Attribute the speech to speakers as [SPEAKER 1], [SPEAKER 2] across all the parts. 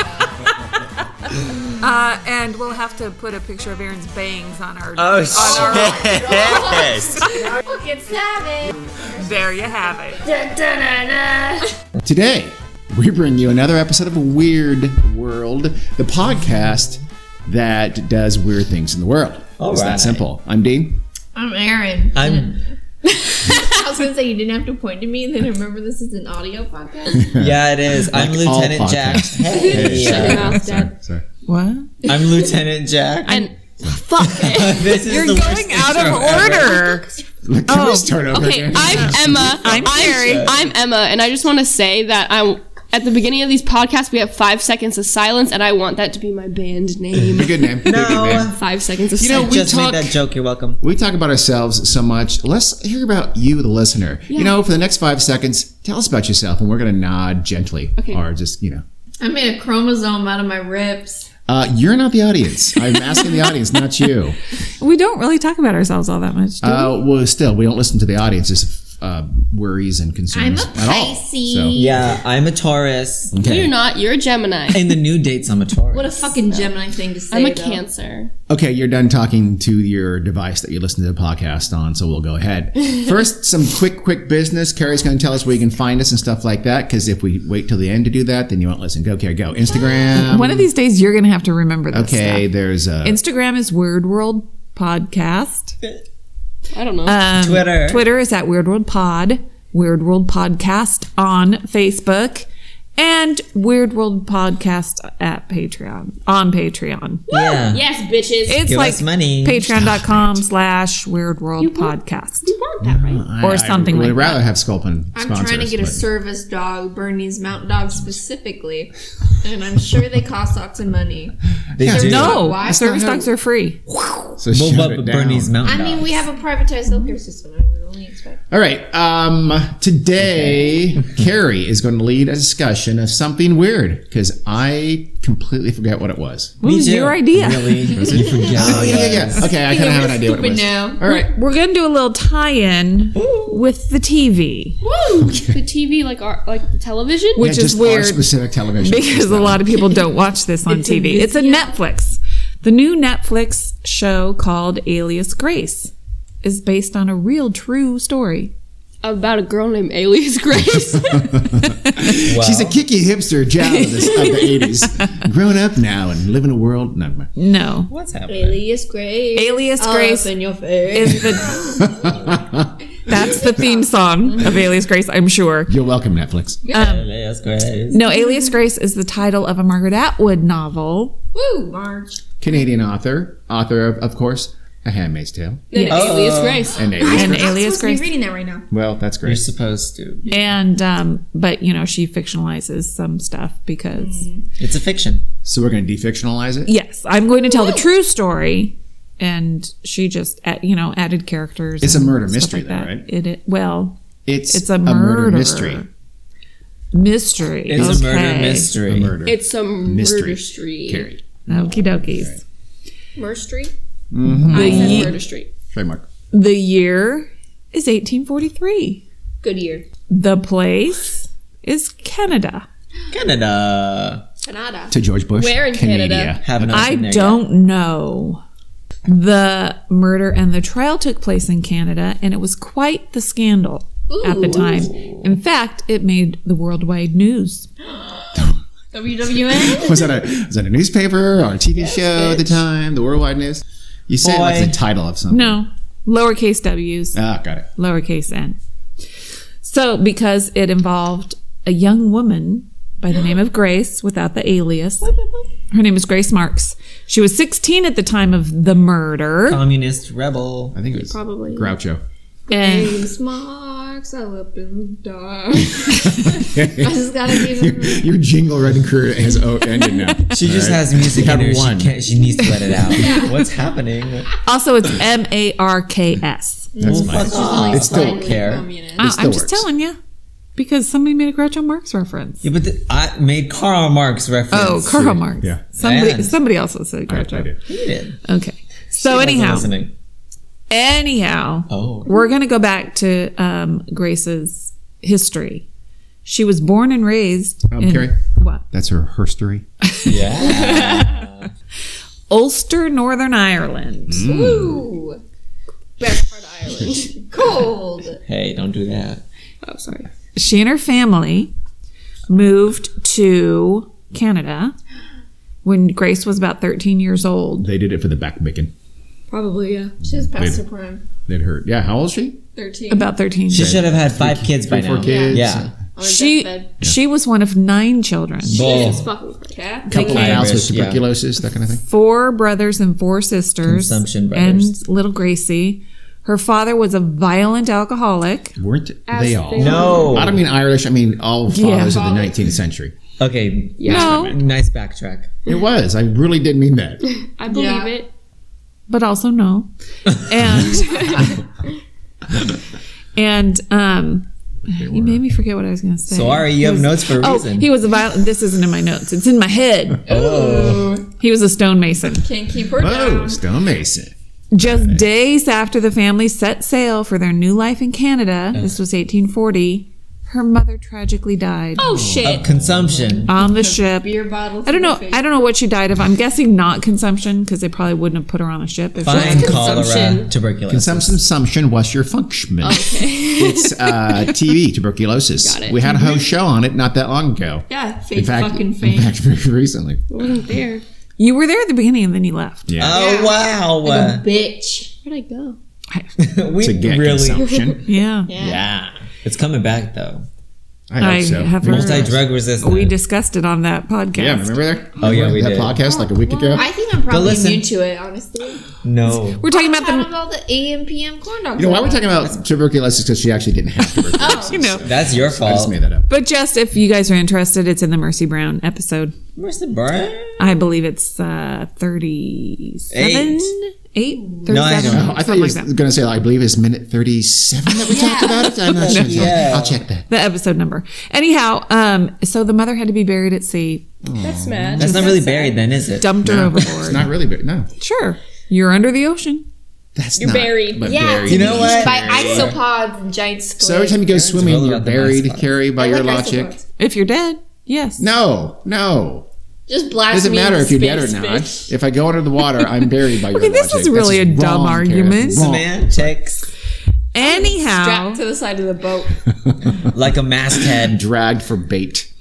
[SPEAKER 1] Uh, and we'll have to put a picture of Aaron's bangs on our.
[SPEAKER 2] Uh,
[SPEAKER 3] Oh
[SPEAKER 1] on our-
[SPEAKER 3] shit!
[SPEAKER 4] Look, it's savage.
[SPEAKER 1] there you have it.
[SPEAKER 4] Dun, dun, dun, dun.
[SPEAKER 5] Today, we bring you another episode of Weird World, the podcast that does weird things in the world. it's that
[SPEAKER 3] right.
[SPEAKER 5] simple. I'm Dean.
[SPEAKER 6] I'm Aaron.
[SPEAKER 3] I'm
[SPEAKER 6] I was gonna say you didn't have to point to me, and then I remember this is an audio podcast.
[SPEAKER 3] yeah, it is. I'm
[SPEAKER 5] Like all
[SPEAKER 3] Lieutenant Jack.
[SPEAKER 5] podcasts.
[SPEAKER 3] Hey,
[SPEAKER 6] Shut your mouth,
[SPEAKER 5] Sorry,
[SPEAKER 6] Dad.
[SPEAKER 5] sorry.
[SPEAKER 3] what? I'm Lieutenant Jack.
[SPEAKER 6] And fuck.
[SPEAKER 3] this is
[SPEAKER 1] You're
[SPEAKER 3] the worst
[SPEAKER 1] going out of
[SPEAKER 3] intro ever.
[SPEAKER 1] order.
[SPEAKER 5] Can we start over
[SPEAKER 7] Okay,
[SPEAKER 5] again?
[SPEAKER 7] I'm Emma.
[SPEAKER 1] I'm Mary.
[SPEAKER 7] I'm Emma, and I just want to say that I at the beginning of these podcasts we have five seconds of silence, and I want that to be my band name.
[SPEAKER 5] Good name. Good name.
[SPEAKER 3] No,
[SPEAKER 7] Five seconds of
[SPEAKER 5] You know,
[SPEAKER 7] silence.
[SPEAKER 5] we
[SPEAKER 3] just
[SPEAKER 5] talk.
[SPEAKER 3] made that joke. You're welcome.
[SPEAKER 5] We talk about ourselves so much. Let's hear about you, the listener. You know, for the next five seconds, tell us about yourself, and we're going to nod gently,
[SPEAKER 7] Okay.
[SPEAKER 5] or just you know.
[SPEAKER 6] I made a chromosome out of my ribs.
[SPEAKER 5] Uh, you're not the audience. I'm asking the audience, not you.
[SPEAKER 1] We don't really talk about ourselves all that much. do we?
[SPEAKER 5] Uh, well, still, we don't listen to the audience's uh, worries and
[SPEAKER 6] I'm
[SPEAKER 5] concerns
[SPEAKER 6] a
[SPEAKER 5] at all.
[SPEAKER 6] Pisces.
[SPEAKER 5] So,
[SPEAKER 3] Yeah, I'm a Taurus.
[SPEAKER 7] No,
[SPEAKER 5] okay.
[SPEAKER 7] you're not. You're a Gemini.
[SPEAKER 3] In the new dates, I'm a Taurus.
[SPEAKER 6] What a fucking Gemini thing to say.
[SPEAKER 7] I'm a
[SPEAKER 6] though.
[SPEAKER 7] Cancer.
[SPEAKER 5] okay, you're done talking to your device that you listen to the podcast on, so we'll go ahead. First, some quick, quick business. Carrie's going to tell us where you can find us and stuff like that, because if we wait till the end to do that, then you won't listen. Go, Carrie, go. Instagram.
[SPEAKER 1] One of these days, you're gonna have to remember this.
[SPEAKER 5] Um, Okay,
[SPEAKER 1] stuff.
[SPEAKER 5] there's a.
[SPEAKER 1] Instagram is Word World Podcast.
[SPEAKER 7] I don't know.
[SPEAKER 1] Um,
[SPEAKER 3] Twitter.
[SPEAKER 1] Twitter is at Weird World Pod. Weird World Podcast on Facebook. And Weird World Podcast at Patreon. On Patreon.
[SPEAKER 3] yeah.
[SPEAKER 7] yes, bitches.
[SPEAKER 1] It's
[SPEAKER 3] Give
[SPEAKER 1] like
[SPEAKER 3] us money.
[SPEAKER 1] patreon.com slash Weird World Podcast.
[SPEAKER 7] you want that, right?
[SPEAKER 1] or something
[SPEAKER 5] I would
[SPEAKER 1] like
[SPEAKER 5] rather have Sculpin
[SPEAKER 6] I'm
[SPEAKER 5] sponsors.
[SPEAKER 6] trying to get a
[SPEAKER 5] but-
[SPEAKER 6] service dog, Bernese Mountain Dog specifically, and I'm sure they cost lots of money.
[SPEAKER 3] They do.
[SPEAKER 1] No,
[SPEAKER 6] Why?
[SPEAKER 1] service dogs are free.
[SPEAKER 5] So
[SPEAKER 3] Move
[SPEAKER 5] shut
[SPEAKER 3] up
[SPEAKER 5] it down.
[SPEAKER 3] Bernie's
[SPEAKER 6] I
[SPEAKER 3] mountain.
[SPEAKER 6] mean,
[SPEAKER 3] Dog.
[SPEAKER 6] we have a privatized healthcare system. I would only expect.
[SPEAKER 5] All right. Um, today, Carrie is going to lead a discussion of something weird because I completely forgot what it was.
[SPEAKER 1] What
[SPEAKER 3] Me
[SPEAKER 1] was
[SPEAKER 3] too.
[SPEAKER 1] your idea?
[SPEAKER 3] Really? you forget.
[SPEAKER 5] Oh, yeah, yeah, yeah. Okay, I kind of have an idea what it was.
[SPEAKER 6] now.
[SPEAKER 5] All right.
[SPEAKER 1] We're going to do a little tie-in with the TV
[SPEAKER 7] Woo! The TV, like our, like the television.
[SPEAKER 1] Which
[SPEAKER 5] yeah,
[SPEAKER 1] is
[SPEAKER 5] just Our
[SPEAKER 1] weird.
[SPEAKER 5] specific television.
[SPEAKER 1] because a lot of people don't watch this on TV. It's a Netflix. The new Netflix show called Alias Grace is based on a real true story.
[SPEAKER 7] about a girl named Alias Grace.
[SPEAKER 5] She's a kicky hipster child of, this, of the '80s, grown up now and live in a world. No, never
[SPEAKER 1] No.
[SPEAKER 3] What's happening?
[SPEAKER 6] Alias Grace.
[SPEAKER 1] Alias
[SPEAKER 6] All
[SPEAKER 1] Grace
[SPEAKER 6] up in your face.
[SPEAKER 1] is the
[SPEAKER 5] mind.
[SPEAKER 1] that's the theme song of Alias Grace, I'm sure.
[SPEAKER 5] You're welcome, Netflix.
[SPEAKER 3] Um, That's great.
[SPEAKER 1] Um, No, Alias Grace is the title of a Margaret Atwood novel.
[SPEAKER 6] Woo, Marge.
[SPEAKER 5] Canadian author, author of, of course, A Handmaid's Tale,
[SPEAKER 7] Then Alias Grace.
[SPEAKER 5] and Alias.
[SPEAKER 1] And
[SPEAKER 6] I'm not
[SPEAKER 1] Alias
[SPEAKER 6] supposed to be
[SPEAKER 1] Grace
[SPEAKER 6] reading that right now.
[SPEAKER 5] Well, that's
[SPEAKER 3] You're
[SPEAKER 5] great.
[SPEAKER 3] supposed to.
[SPEAKER 1] and um but you know, she fictionalizes some stuff because
[SPEAKER 3] It's a fiction.
[SPEAKER 5] So we're going to defictionalize it.
[SPEAKER 1] Yes, I'm going to tell the true story, and she just uh, you know added characters.
[SPEAKER 5] It's a
[SPEAKER 1] and
[SPEAKER 5] murder
[SPEAKER 1] stuff
[SPEAKER 5] mystery
[SPEAKER 1] like
[SPEAKER 5] though,
[SPEAKER 1] that.
[SPEAKER 5] right?
[SPEAKER 1] It, it well,
[SPEAKER 5] It's
[SPEAKER 1] it's a, murder.
[SPEAKER 5] mystery.
[SPEAKER 1] Mystery.
[SPEAKER 3] It's a murder
[SPEAKER 1] okay.
[SPEAKER 5] A
[SPEAKER 3] mystery.
[SPEAKER 5] murder.
[SPEAKER 7] It's some
[SPEAKER 5] Mystery.
[SPEAKER 7] murder street.
[SPEAKER 5] Carrie.
[SPEAKER 1] Okie dokies.
[SPEAKER 7] Murder street.
[SPEAKER 1] The,
[SPEAKER 7] I said
[SPEAKER 1] ye-
[SPEAKER 7] murder street.
[SPEAKER 5] Trademark.
[SPEAKER 1] the year is 1843.
[SPEAKER 6] Good year.
[SPEAKER 1] The place is Canada.
[SPEAKER 3] Canada.
[SPEAKER 6] Canada.
[SPEAKER 5] To George Bush.
[SPEAKER 7] Where in Canada?
[SPEAKER 5] Canada.
[SPEAKER 3] Have not
[SPEAKER 1] I
[SPEAKER 3] been there
[SPEAKER 1] don't know. The murder and the trial took place in Canada, and it was quite the scandal at the time. In fact, it made the worldwide news.
[SPEAKER 6] WWN?
[SPEAKER 5] Was that a was that a newspaper or a TV show at the time? The worldwide news. You said it like
[SPEAKER 3] Boy.
[SPEAKER 5] the title of something.
[SPEAKER 1] No, lowercase w's,
[SPEAKER 5] Ah, got it.
[SPEAKER 1] lowercase n. So, because it involved a young woman by the name of Grace without the alias. Her name is Grace Marks. She was 16 at the time of the murder.
[SPEAKER 5] Oh.
[SPEAKER 3] Communist rebel.
[SPEAKER 5] I think it was
[SPEAKER 7] Probably.
[SPEAKER 5] Groucho.
[SPEAKER 1] And
[SPEAKER 6] Names, marks, all up in the dark. I just gotta give
[SPEAKER 5] your,
[SPEAKER 6] him.
[SPEAKER 5] your jingle writing career has oh, ended now.
[SPEAKER 3] She
[SPEAKER 5] All
[SPEAKER 3] just
[SPEAKER 5] right?
[SPEAKER 3] has music
[SPEAKER 5] You
[SPEAKER 3] in
[SPEAKER 5] have
[SPEAKER 3] her.
[SPEAKER 5] one.
[SPEAKER 3] She, can't, she needs to let it out. What's happening? Well,
[SPEAKER 1] also, it's M A R K S.
[SPEAKER 5] That's fine.
[SPEAKER 3] fuck off.
[SPEAKER 5] It's still-
[SPEAKER 3] I don't care.
[SPEAKER 6] Communist.
[SPEAKER 1] I-
[SPEAKER 5] still
[SPEAKER 1] I'm just
[SPEAKER 5] works.
[SPEAKER 1] telling you because somebody made a Groucho Marx reference.
[SPEAKER 3] Yeah, but th- I made Karl Marx reference.
[SPEAKER 1] Oh, Karl Marx.
[SPEAKER 5] Yeah.
[SPEAKER 1] Somebody
[SPEAKER 3] And-
[SPEAKER 1] somebody also said
[SPEAKER 5] I- I
[SPEAKER 1] Groucho.
[SPEAKER 5] did.
[SPEAKER 3] He did.
[SPEAKER 1] Okay. So
[SPEAKER 3] She wasn't
[SPEAKER 1] anyhow,
[SPEAKER 3] listening.
[SPEAKER 1] anyhow,
[SPEAKER 3] Oh.
[SPEAKER 1] we're gonna go back to um, Grace's history. She was born and raised
[SPEAKER 5] Um,
[SPEAKER 1] in
[SPEAKER 5] Carrie?
[SPEAKER 1] what
[SPEAKER 5] That's her herstory.
[SPEAKER 3] Yeah.
[SPEAKER 1] Ulster, Northern Ireland.
[SPEAKER 6] Ooh. Best part of Ireland. Cold.
[SPEAKER 3] hey, don't do that.
[SPEAKER 7] Oh, sorry.
[SPEAKER 1] she and her family moved to Canada when Grace was about 13 years old.
[SPEAKER 5] They did it for the back bacon.
[SPEAKER 6] Probably, yeah. She was past her prime.
[SPEAKER 5] They'd hurt. Yeah, how old is she?
[SPEAKER 6] 13.
[SPEAKER 1] About 13.
[SPEAKER 3] She
[SPEAKER 1] She,
[SPEAKER 3] should have had five kids by
[SPEAKER 5] Four
[SPEAKER 3] now.
[SPEAKER 5] kids.
[SPEAKER 3] Yeah.
[SPEAKER 6] On her
[SPEAKER 1] she,
[SPEAKER 6] deathbed.
[SPEAKER 1] was one of nine children
[SPEAKER 3] Bull.
[SPEAKER 7] Fucking Christ.
[SPEAKER 6] Cat.
[SPEAKER 5] Couple of
[SPEAKER 3] Irish,
[SPEAKER 5] gals with
[SPEAKER 3] yeah.
[SPEAKER 5] tuberculosis, that kind of thing.
[SPEAKER 1] four brothers and four sisters.
[SPEAKER 3] Consumption brothers.
[SPEAKER 1] And little Gracie. Her father was a violent alcoholic.
[SPEAKER 5] Weren't they all?
[SPEAKER 3] No.
[SPEAKER 5] I don't mean Irish. I mean all fathers
[SPEAKER 1] Yeah.
[SPEAKER 5] of the 19th century.
[SPEAKER 3] Okay.
[SPEAKER 1] No,
[SPEAKER 3] Nice backtrack.
[SPEAKER 5] It was. I really did mean that.
[SPEAKER 7] I believe
[SPEAKER 6] Yeah.
[SPEAKER 7] it.
[SPEAKER 1] but also no. And and um you made me forget what I was going to say.
[SPEAKER 3] Sorry, you have notes for a
[SPEAKER 1] Oh,
[SPEAKER 3] reason.
[SPEAKER 1] he was a violent. This isn't in my notes. It's in my head.
[SPEAKER 3] Oh.
[SPEAKER 1] He was a stonemason.
[SPEAKER 6] Can't keep her
[SPEAKER 5] Oh,
[SPEAKER 6] down.
[SPEAKER 5] stonemason.
[SPEAKER 1] Just days after the family set sail for their new life in Canada, this was 1840, her mother tragically died
[SPEAKER 7] Oh shit.
[SPEAKER 3] Of consumption.
[SPEAKER 1] on the ship.
[SPEAKER 6] Beer bottle.
[SPEAKER 1] I don't know. I don't know what she died of. I'm guessing not consumption because they probably wouldn't have put her on a ship. If she,
[SPEAKER 3] Fine, cholera,
[SPEAKER 7] consumption?
[SPEAKER 3] tuberculosis.
[SPEAKER 5] Consumption, assumption, what's your function? it's uh, TB, tuberculosis.
[SPEAKER 7] Got it.
[SPEAKER 5] We had a whole show on it not that long ago.
[SPEAKER 6] Yeah, fake
[SPEAKER 5] In fact,
[SPEAKER 6] fucking
[SPEAKER 5] in
[SPEAKER 6] fame.
[SPEAKER 5] fact, very recently.
[SPEAKER 7] wasn't there.
[SPEAKER 1] you were there at the beginning and then you left.
[SPEAKER 5] Yeah.
[SPEAKER 3] Oh wow!
[SPEAKER 6] Bitch.
[SPEAKER 7] Where'd I go?
[SPEAKER 3] we
[SPEAKER 5] to get
[SPEAKER 3] really.
[SPEAKER 5] consumption.
[SPEAKER 1] Yeah,
[SPEAKER 3] Yeah, it's coming back though.
[SPEAKER 5] I hope
[SPEAKER 1] I
[SPEAKER 5] so.
[SPEAKER 1] have
[SPEAKER 5] We-
[SPEAKER 1] heard.
[SPEAKER 3] Multi drug resistant.
[SPEAKER 1] we discussed it on that podcast.
[SPEAKER 5] Yeah, remember that?
[SPEAKER 3] Oh, yeah,
[SPEAKER 5] Remember
[SPEAKER 3] we
[SPEAKER 5] that
[SPEAKER 3] did.
[SPEAKER 5] podcast like a week ago.
[SPEAKER 6] I think I'm probably
[SPEAKER 3] listen-
[SPEAKER 6] new to it, honestly.
[SPEAKER 3] no.
[SPEAKER 1] We're talking about
[SPEAKER 6] How
[SPEAKER 1] the.
[SPEAKER 6] about the AM PM corn dogs?
[SPEAKER 5] You know why we're talking about tuberculosis? Because she actually didn't have tuberculosis.
[SPEAKER 3] Oh.
[SPEAKER 1] You know,
[SPEAKER 3] That's your
[SPEAKER 5] I
[SPEAKER 3] fault.
[SPEAKER 5] just made that up.
[SPEAKER 1] But just if you guys are interested, it's in the Mercy Brown episode.
[SPEAKER 3] Where's the burn?
[SPEAKER 1] I believe it's uh, 37?
[SPEAKER 3] Eight.
[SPEAKER 1] 8?
[SPEAKER 3] No, I don't
[SPEAKER 1] 37?
[SPEAKER 3] know.
[SPEAKER 5] I thought
[SPEAKER 1] Something
[SPEAKER 5] you
[SPEAKER 1] like
[SPEAKER 5] was
[SPEAKER 1] that.
[SPEAKER 5] going to say, I believe it's minute 37 that we talked about it. I'm not sure.
[SPEAKER 3] Yeah.
[SPEAKER 5] I'll check that.
[SPEAKER 1] The episode number. Anyhow, um, so the mother had to be buried at sea.
[SPEAKER 7] That's mad.
[SPEAKER 3] That's not really buried then, is it?
[SPEAKER 1] Dumped her
[SPEAKER 5] It's
[SPEAKER 1] overboard.
[SPEAKER 5] not really, but no.
[SPEAKER 1] sure. You're under the ocean.
[SPEAKER 5] That's
[SPEAKER 7] You're
[SPEAKER 5] not-
[SPEAKER 7] buried.
[SPEAKER 5] But
[SPEAKER 6] Yeah.
[SPEAKER 5] buried.
[SPEAKER 3] You know what?
[SPEAKER 6] By isopods and giant squid.
[SPEAKER 5] So every time you go swimming,
[SPEAKER 3] really
[SPEAKER 5] you're
[SPEAKER 3] not the
[SPEAKER 5] buried,
[SPEAKER 3] best.
[SPEAKER 5] Carrie, by
[SPEAKER 6] I
[SPEAKER 5] your
[SPEAKER 6] like
[SPEAKER 5] logic.
[SPEAKER 6] isopods.
[SPEAKER 1] If you're dead, yes.
[SPEAKER 5] No, no.
[SPEAKER 6] Just blast
[SPEAKER 5] doesn't
[SPEAKER 6] me
[SPEAKER 5] matter
[SPEAKER 6] into
[SPEAKER 5] if you're dead or
[SPEAKER 6] space,
[SPEAKER 5] not.
[SPEAKER 6] bitch.
[SPEAKER 5] If I go under the water, I'm buried by your
[SPEAKER 1] Okay,
[SPEAKER 5] logic.
[SPEAKER 1] this is really
[SPEAKER 5] That's
[SPEAKER 1] a dumb
[SPEAKER 5] wrong,
[SPEAKER 1] argument.
[SPEAKER 5] Carrie. Wrong.
[SPEAKER 3] Semantics,
[SPEAKER 1] Anyhow,
[SPEAKER 6] Strapped to the side of the boat.
[SPEAKER 3] like a masthead.
[SPEAKER 5] Dragged for bait.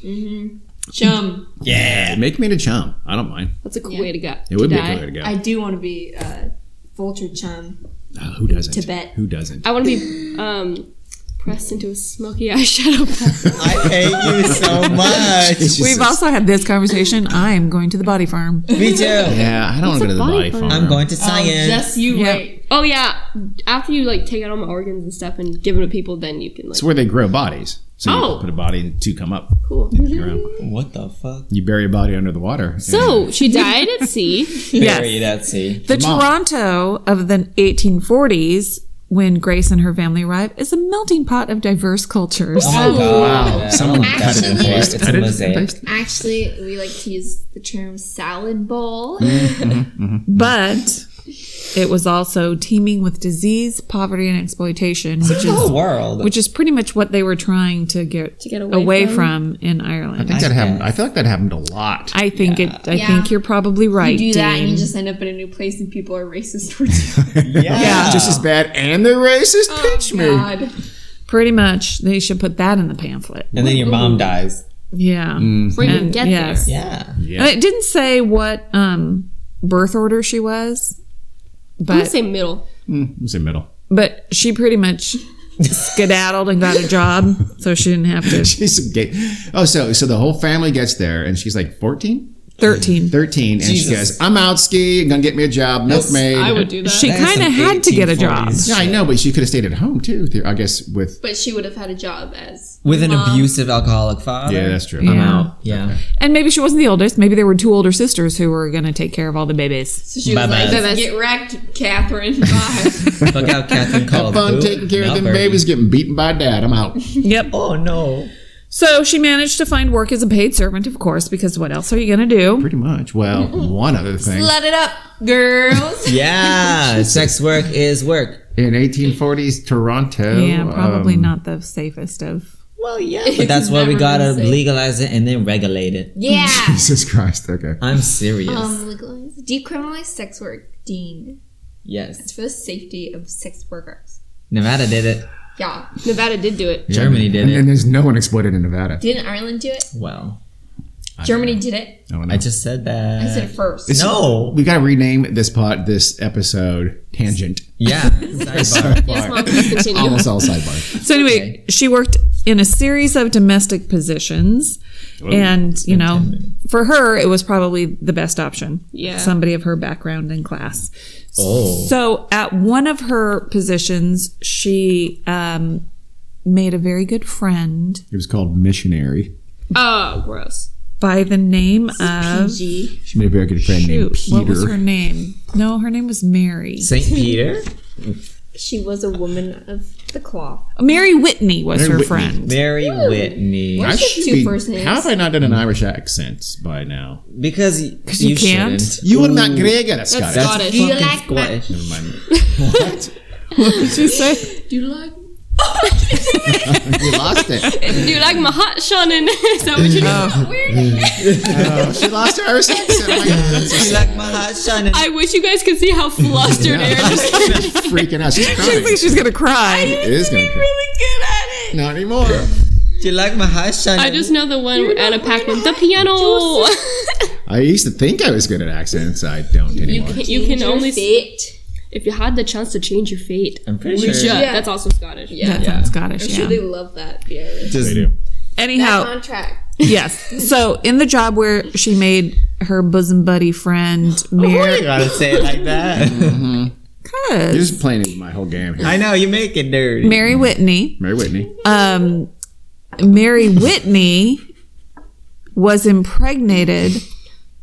[SPEAKER 6] Chum.
[SPEAKER 3] Yeah.
[SPEAKER 5] Make me to chum. I don't mind.
[SPEAKER 7] That's a cool way to go.
[SPEAKER 5] It would be a
[SPEAKER 6] I,
[SPEAKER 5] good way to go.
[SPEAKER 6] I do want to be uh, vulture chum.
[SPEAKER 5] Uh, who doesn't?
[SPEAKER 6] Tibet.
[SPEAKER 5] Who doesn't?
[SPEAKER 7] I want to be um, pressed into a smoky eyeshadow palette.
[SPEAKER 3] I uh, hate you so much.
[SPEAKER 5] Jesus.
[SPEAKER 1] we've also had this conversation. I am going to the body farm.
[SPEAKER 3] Me too.
[SPEAKER 5] Yeah, I don't want to go to the body farm.
[SPEAKER 3] I'm going to
[SPEAKER 6] Um,
[SPEAKER 3] science.
[SPEAKER 6] just you
[SPEAKER 1] Yeah.
[SPEAKER 6] wait.
[SPEAKER 7] Oh yeah. After you like take out all my organs and stuff and give them to people, then you can like
[SPEAKER 5] It's where they grow bodies. So you
[SPEAKER 7] Oh.
[SPEAKER 5] put a body and two come up.
[SPEAKER 7] cool.
[SPEAKER 5] into the ground.
[SPEAKER 3] What the fuck?
[SPEAKER 5] You bury a body under the water. and-
[SPEAKER 7] So she died at sea.
[SPEAKER 1] Yes.
[SPEAKER 3] Buried at sea.
[SPEAKER 1] The
[SPEAKER 5] Vermont.
[SPEAKER 1] Toronto of the 1840s, when Grace and her family arrive, is a melting pot of diverse cultures.
[SPEAKER 3] Oh,
[SPEAKER 5] wow. Someone cut it and
[SPEAKER 6] Actually-
[SPEAKER 5] paste.
[SPEAKER 3] It's a
[SPEAKER 5] Cut it and
[SPEAKER 3] mosaic.
[SPEAKER 5] paste.
[SPEAKER 6] Actually, we like to use the term salad bowl.
[SPEAKER 5] Mm-hmm.
[SPEAKER 1] But it was also teeming with disease, poverty, and exploitation, which
[SPEAKER 3] The
[SPEAKER 1] is
[SPEAKER 3] whole world.
[SPEAKER 1] which is pretty much what they were trying to get,
[SPEAKER 7] get away
[SPEAKER 1] away from. in Ireland. I
[SPEAKER 5] I think
[SPEAKER 1] think,
[SPEAKER 5] that happened. I feel like that happened a lot.
[SPEAKER 1] it. I
[SPEAKER 6] Yeah.
[SPEAKER 1] think you're probably right.
[SPEAKER 6] You do that and you
[SPEAKER 1] Dean.
[SPEAKER 6] just end up in a new place and people are racist towards you. Oh,
[SPEAKER 3] yeah.
[SPEAKER 5] Just as bad, and they're racist.
[SPEAKER 7] Oh,
[SPEAKER 5] Pinch me.
[SPEAKER 6] God.
[SPEAKER 1] pretty much they should put that in the pamphlet.
[SPEAKER 3] and then your mom dies.
[SPEAKER 1] Yeah, And-
[SPEAKER 7] get
[SPEAKER 1] yes.
[SPEAKER 3] Yeah.
[SPEAKER 1] And it didn't say what um, birth order she was,
[SPEAKER 7] I'm gonna
[SPEAKER 1] but
[SPEAKER 7] say middle.
[SPEAKER 5] I'm say middle.
[SPEAKER 1] but she pretty much skedaddled and got a job, so she didn't have to.
[SPEAKER 5] She's a gay. Oh, so so the whole family gets there, and she's like 14.
[SPEAKER 1] Thirteen.
[SPEAKER 5] 13 and she
[SPEAKER 3] Jesus.
[SPEAKER 5] goes i'm out ski i'm gonna get me a job
[SPEAKER 3] That's-
[SPEAKER 5] milkmaid
[SPEAKER 7] I would do that.
[SPEAKER 1] She
[SPEAKER 3] That is
[SPEAKER 1] kind of
[SPEAKER 3] some
[SPEAKER 1] had to get a job.
[SPEAKER 3] 1840s.
[SPEAKER 5] yeah i know but she could have stayed at home too the- i guess with
[SPEAKER 6] But she would have had a job as
[SPEAKER 3] with an
[SPEAKER 6] mom.
[SPEAKER 3] abusive alcoholic father.
[SPEAKER 5] yeah that's true
[SPEAKER 1] Yeah.
[SPEAKER 3] I'm out. Yeah.
[SPEAKER 1] And maybe she wasn't the oldest. Maybe there were two older sisters who were going to take care of all the babies.
[SPEAKER 6] So she was
[SPEAKER 3] Bye-bye.
[SPEAKER 6] like, "Get wrecked, Catherine." Bye.
[SPEAKER 3] Fuck out Catherine
[SPEAKER 5] have
[SPEAKER 3] called.
[SPEAKER 5] fun
[SPEAKER 3] Boo
[SPEAKER 5] taking care
[SPEAKER 3] in
[SPEAKER 5] of them
[SPEAKER 3] Alberta.
[SPEAKER 5] babies getting beaten by dad i'm out
[SPEAKER 1] Yep.
[SPEAKER 3] Oh no.
[SPEAKER 1] So she managed to find work as a paid servant, of course, because what else are you going to do?
[SPEAKER 5] pretty much well one other thing
[SPEAKER 6] Let it up, girls.
[SPEAKER 3] Yeah. Sex work is work.
[SPEAKER 5] in 1840s toronto
[SPEAKER 1] yeah, probably
[SPEAKER 5] um,
[SPEAKER 1] not the safest of.
[SPEAKER 3] Well, yeah. But that's why we
[SPEAKER 6] never
[SPEAKER 3] gotta
[SPEAKER 6] been safe.
[SPEAKER 3] legalize it and then regulate it.
[SPEAKER 6] Yeah.
[SPEAKER 5] jesus christ okay
[SPEAKER 3] I'm serious.
[SPEAKER 6] Um, legalize, decriminalize sex work, Dean. It's
[SPEAKER 3] yes.
[SPEAKER 6] for the safety of sex workers.
[SPEAKER 3] Nevada did it.
[SPEAKER 6] Yeah.
[SPEAKER 7] Nevada did do it.
[SPEAKER 3] Germany did
[SPEAKER 5] and,
[SPEAKER 3] it.
[SPEAKER 5] and there's no one exploited in nevada
[SPEAKER 6] Didn't Ireland do it?
[SPEAKER 3] Well,
[SPEAKER 6] Germany did it.
[SPEAKER 5] no one
[SPEAKER 3] I just said that.
[SPEAKER 6] I said it first.
[SPEAKER 3] no.
[SPEAKER 5] we gotta rename this pot this episode tangent
[SPEAKER 3] Yeah. Sidebar.
[SPEAKER 7] Yes, mom, please continue.
[SPEAKER 5] almost all sidebar
[SPEAKER 1] So anyway, she worked in a series of domestic positions, and you know, for her, it was probably the best option.
[SPEAKER 7] Yeah.
[SPEAKER 1] somebody of her background and class.
[SPEAKER 3] oh.
[SPEAKER 1] So at one of her positions, she um, made a very good friend
[SPEAKER 5] it was called missionary
[SPEAKER 7] Oh, gross.
[SPEAKER 1] by the name of
[SPEAKER 6] Um,
[SPEAKER 5] she made a very good friend named
[SPEAKER 1] shoot,
[SPEAKER 5] peter
[SPEAKER 1] what was her name? No, her name was Mary.
[SPEAKER 3] St. Peter.
[SPEAKER 6] She was a woman of the cloth.
[SPEAKER 1] Mary Whitney was
[SPEAKER 5] Mary
[SPEAKER 1] her
[SPEAKER 5] Whitney.
[SPEAKER 1] friend.
[SPEAKER 3] Mary Whitney.
[SPEAKER 5] I
[SPEAKER 6] She had
[SPEAKER 5] should
[SPEAKER 6] two
[SPEAKER 5] be-
[SPEAKER 6] first names.
[SPEAKER 5] How have I not done an Irish accent by now?
[SPEAKER 3] Because you,
[SPEAKER 1] you can't.
[SPEAKER 3] shouldn't.
[SPEAKER 5] You are not great at Scottish.
[SPEAKER 3] That's
[SPEAKER 7] Scottish.
[SPEAKER 3] Scottish.
[SPEAKER 7] Do
[SPEAKER 3] fucking
[SPEAKER 7] you
[SPEAKER 6] like
[SPEAKER 3] Scottish.
[SPEAKER 5] Never mind.
[SPEAKER 1] She said,
[SPEAKER 6] Do you like?
[SPEAKER 5] You lost it.
[SPEAKER 7] Do you like my hot Shannon? Is that what you do?
[SPEAKER 5] Oh, she lost her Irish accent. Oh my God, that's so
[SPEAKER 3] You like my hot shining.
[SPEAKER 7] I wish you guys could see how flustered Aaron is.
[SPEAKER 5] sad. She's freaking out. She's
[SPEAKER 1] "I
[SPEAKER 5] crying.
[SPEAKER 1] think she's gonna cry."
[SPEAKER 5] It is going to cry.
[SPEAKER 6] Good at it.
[SPEAKER 5] Not anymore.
[SPEAKER 3] You like my hot shining.
[SPEAKER 7] I just know the one with Anna Paquin. The piano.
[SPEAKER 5] I used to think I was good at accents. I don't anymore.
[SPEAKER 7] you can only see
[SPEAKER 6] fit.
[SPEAKER 7] if you had the chance to change your fate.
[SPEAKER 3] I'm pretty
[SPEAKER 7] Yeah,
[SPEAKER 3] sure.
[SPEAKER 7] that's also Scottish. Yeah.
[SPEAKER 1] That sounds Scottish.
[SPEAKER 6] Sure,
[SPEAKER 1] Yeah.
[SPEAKER 6] they love that. Yeah.
[SPEAKER 5] They do.
[SPEAKER 1] Anyhow,
[SPEAKER 6] Contract.
[SPEAKER 1] Yes. So in the job where she made her bosom buddy friend
[SPEAKER 3] You
[SPEAKER 1] Mary,
[SPEAKER 3] gotta say it like that.
[SPEAKER 5] You're
[SPEAKER 1] Good.
[SPEAKER 5] just playing my whole game here.
[SPEAKER 3] I know you make it dirty.
[SPEAKER 1] Mary Whitney,
[SPEAKER 5] Mary Whitney.
[SPEAKER 1] um, Mary Whitney was impregnated